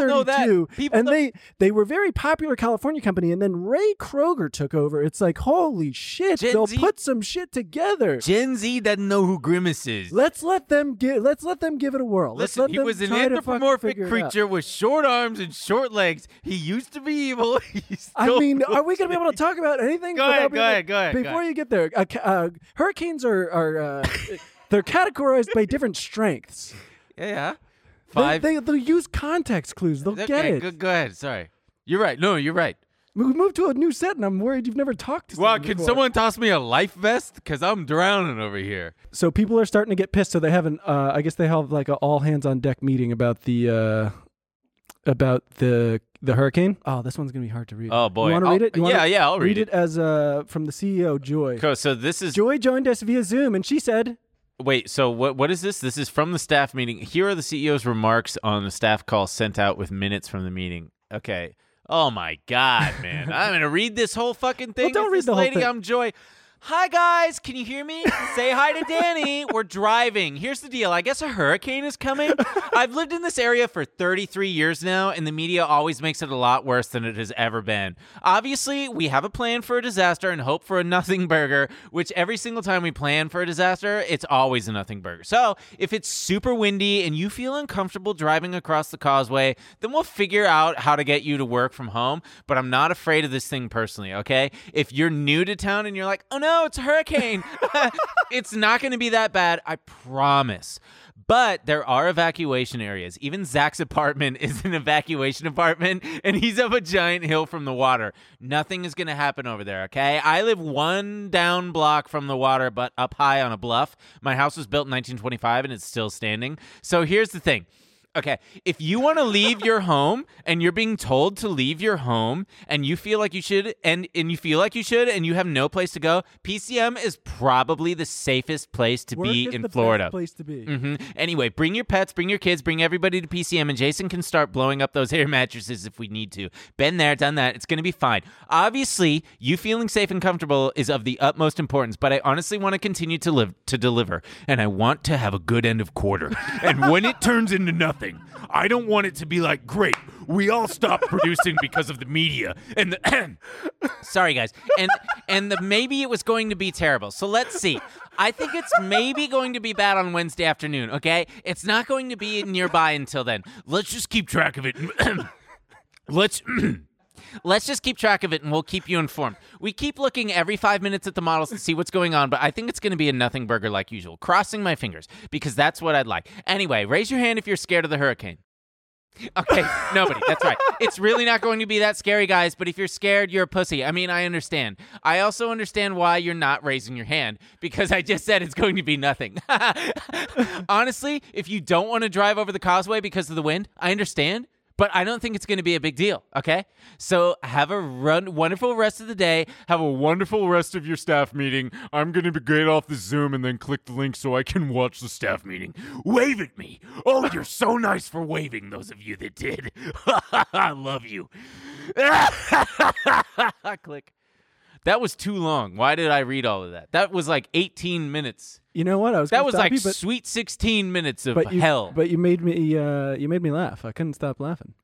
S3: 1932,
S15: People
S3: and
S15: know-
S3: they they were a very popular California company, and then Ray Kroger took over. It's like, holy shit,
S2: Gen
S3: they'll
S2: Z-
S3: put some shit together.
S2: Gen Z doesn't know who Grimace is.
S3: Let's let them get. Let's let them give it a whirl. let's
S2: Listen,
S3: let
S2: he
S3: them
S2: was an
S3: try to fucking figure
S2: anthropomorphic
S3: it out.
S2: creature with short arms and short legs. He used to be evil. He's
S3: I
S2: still
S3: mean,
S2: good.
S3: are we going to be able to talk about anything?
S2: Go
S3: without
S2: ahead, go
S3: being
S2: ahead,
S3: like-
S2: go ahead, go
S3: Before
S2: ahead.
S3: you get there, uh, ca- uh, hurricanes are are uh, they're categorized by different strengths.
S2: yeah.
S3: They,
S2: Five.
S3: they they'll use context clues. They'll get
S2: okay,
S3: it.
S2: Go, go ahead. Sorry, you're right. No, you're right.
S3: We moved to a new set, and I'm worried you've never talked to.
S2: Wow,
S3: someone
S2: can
S3: before.
S2: someone toss me a life vest? Cause I'm drowning over here.
S3: So people are starting to get pissed. So they haven't. Uh, I guess they have like a all hands on deck meeting about the uh, about the the hurricane. Oh, this one's gonna be hard to read.
S2: Oh, boy.
S3: you want to
S2: I'll-
S3: read it? You wanna
S2: yeah, yeah, I'll read
S3: it.
S2: it.
S3: as uh, from the CEO Joy.
S2: Co- So this is
S3: Joy joined us via Zoom, and she said,
S2: Wait, so what what is this? This is from the staff meeting. Here are the CEO's remarks on the staff call sent out with minutes from the meeting. Okay. Oh my god, man. I'm gonna read this whole fucking thing.
S15: don't
S2: Is
S15: read
S2: this
S15: the whole
S2: lady,
S15: thing.
S2: I'm Joy. Hi guys, can you hear me? Say hi to Danny. We're driving. Here's the deal. I guess a hurricane is coming. I've lived in this area for 33 years now, and the media always makes it a lot worse than it has ever been. Obviously, we have a plan for a disaster and hope for a nothing burger, which every single time we plan for a disaster, it's always a nothing burger. So, if it's super windy and you feel uncomfortable driving across the causeway, then we'll figure out how to get you to work from home. But I'm not afraid of this thing personally, okay? If you're new to town and you're like, oh no, it's a hurricane, it's not going to be that bad. I promise. But there are evacuation areas. Even Zach's apartment is an evacuation apartment, and he's up a giant hill from the water. Nothing is going to happen over there, okay? I live one down block from the water, but up high on a bluff. My house was built in 1925 and it's still standing. So here's the thing. Okay, if you want to leave your home and you're being told to leave your home and you feel like you should and and you feel like you should and you have no place to go, PCM is probably the safest place to
S3: Work
S2: be
S3: is
S2: in
S3: the best
S2: Florida.
S3: place to be.
S2: hmm Anyway, bring your pets, bring your kids, bring everybody to PCM, and Jason can start blowing up those air mattresses if we need to. Been there, done that. It's going to be fine. Obviously, you feeling safe and comfortable is of the utmost importance, but I honestly want to continue to live to deliver, and I want to have a good end of quarter. and when it turns into nothing
S9: something. I don't want it to be like, great, we all stopped producing because of the media. And the
S2: Sorry, guys. And and the maybe it was going to be terrible. So let's see. I think it's maybe going to be bad on Wednesday afternoon, okay? It's not going to be nearby until then. Let's just keep track of it. Let's Let's just keep track of it and we'll keep you informed. We keep looking every five minutes at the models to see what's going on, but I think it's going to be a nothing burger like usual. Crossing my fingers because that's what I'd like. Anyway, raise your hand if you're scared of the hurricane. Okay, nobody. That's right. It's really not going to be that scary, guys, but if you're scared, you're a pussy. I mean, I understand. I also understand why you're not raising your hand because I just said it's going to be nothing. Honestly, if you don't want to drive over the causeway because of the wind, I understand, but I don't think it's going to be a big deal, okay? So have a run- wonderful rest of the day. Have a
S9: wonderful rest of your staff meeting. I'm going to get off the Zoom and then click the link so I can watch the staff meeting. Wave at me. Oh, you're so nice for waving, those of you that did. I love you.
S2: Click. That was too long. Why did I read all of that? That was like 18 minutes.
S3: You know what? I was.
S2: That
S3: gonna
S2: was
S3: stop
S2: like
S3: you, but,
S2: sweet 16 minutes of
S3: but you,
S2: hell.
S3: But you made me. Uh, you made me laugh. I couldn't stop laughing.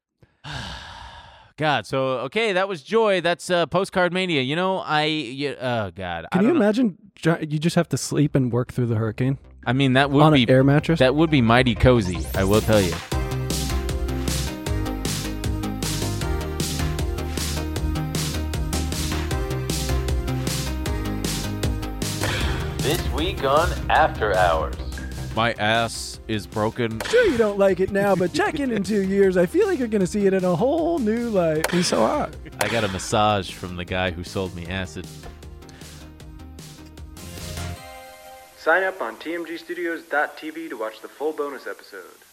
S2: God. So okay, that was joy. That's uh, postcard mania. You know, I. You, oh God. I
S3: Can you
S2: don't know.
S3: imagine? dr- You just have to sleep and work through the hurricane.
S2: I mean, that would
S3: on
S2: be
S3: an air mattress.
S2: That would be mighty cozy. I will tell you. This week on After Hours.
S9: My ass is broken.
S3: Sure, you don't like it now, but check in in two years. I feel like you're gonna see it in a whole new light. He's so hot.
S2: I got a massage from the guy who sold me acid.
S17: Sign up on tmgstudios.tv to watch the full bonus episode.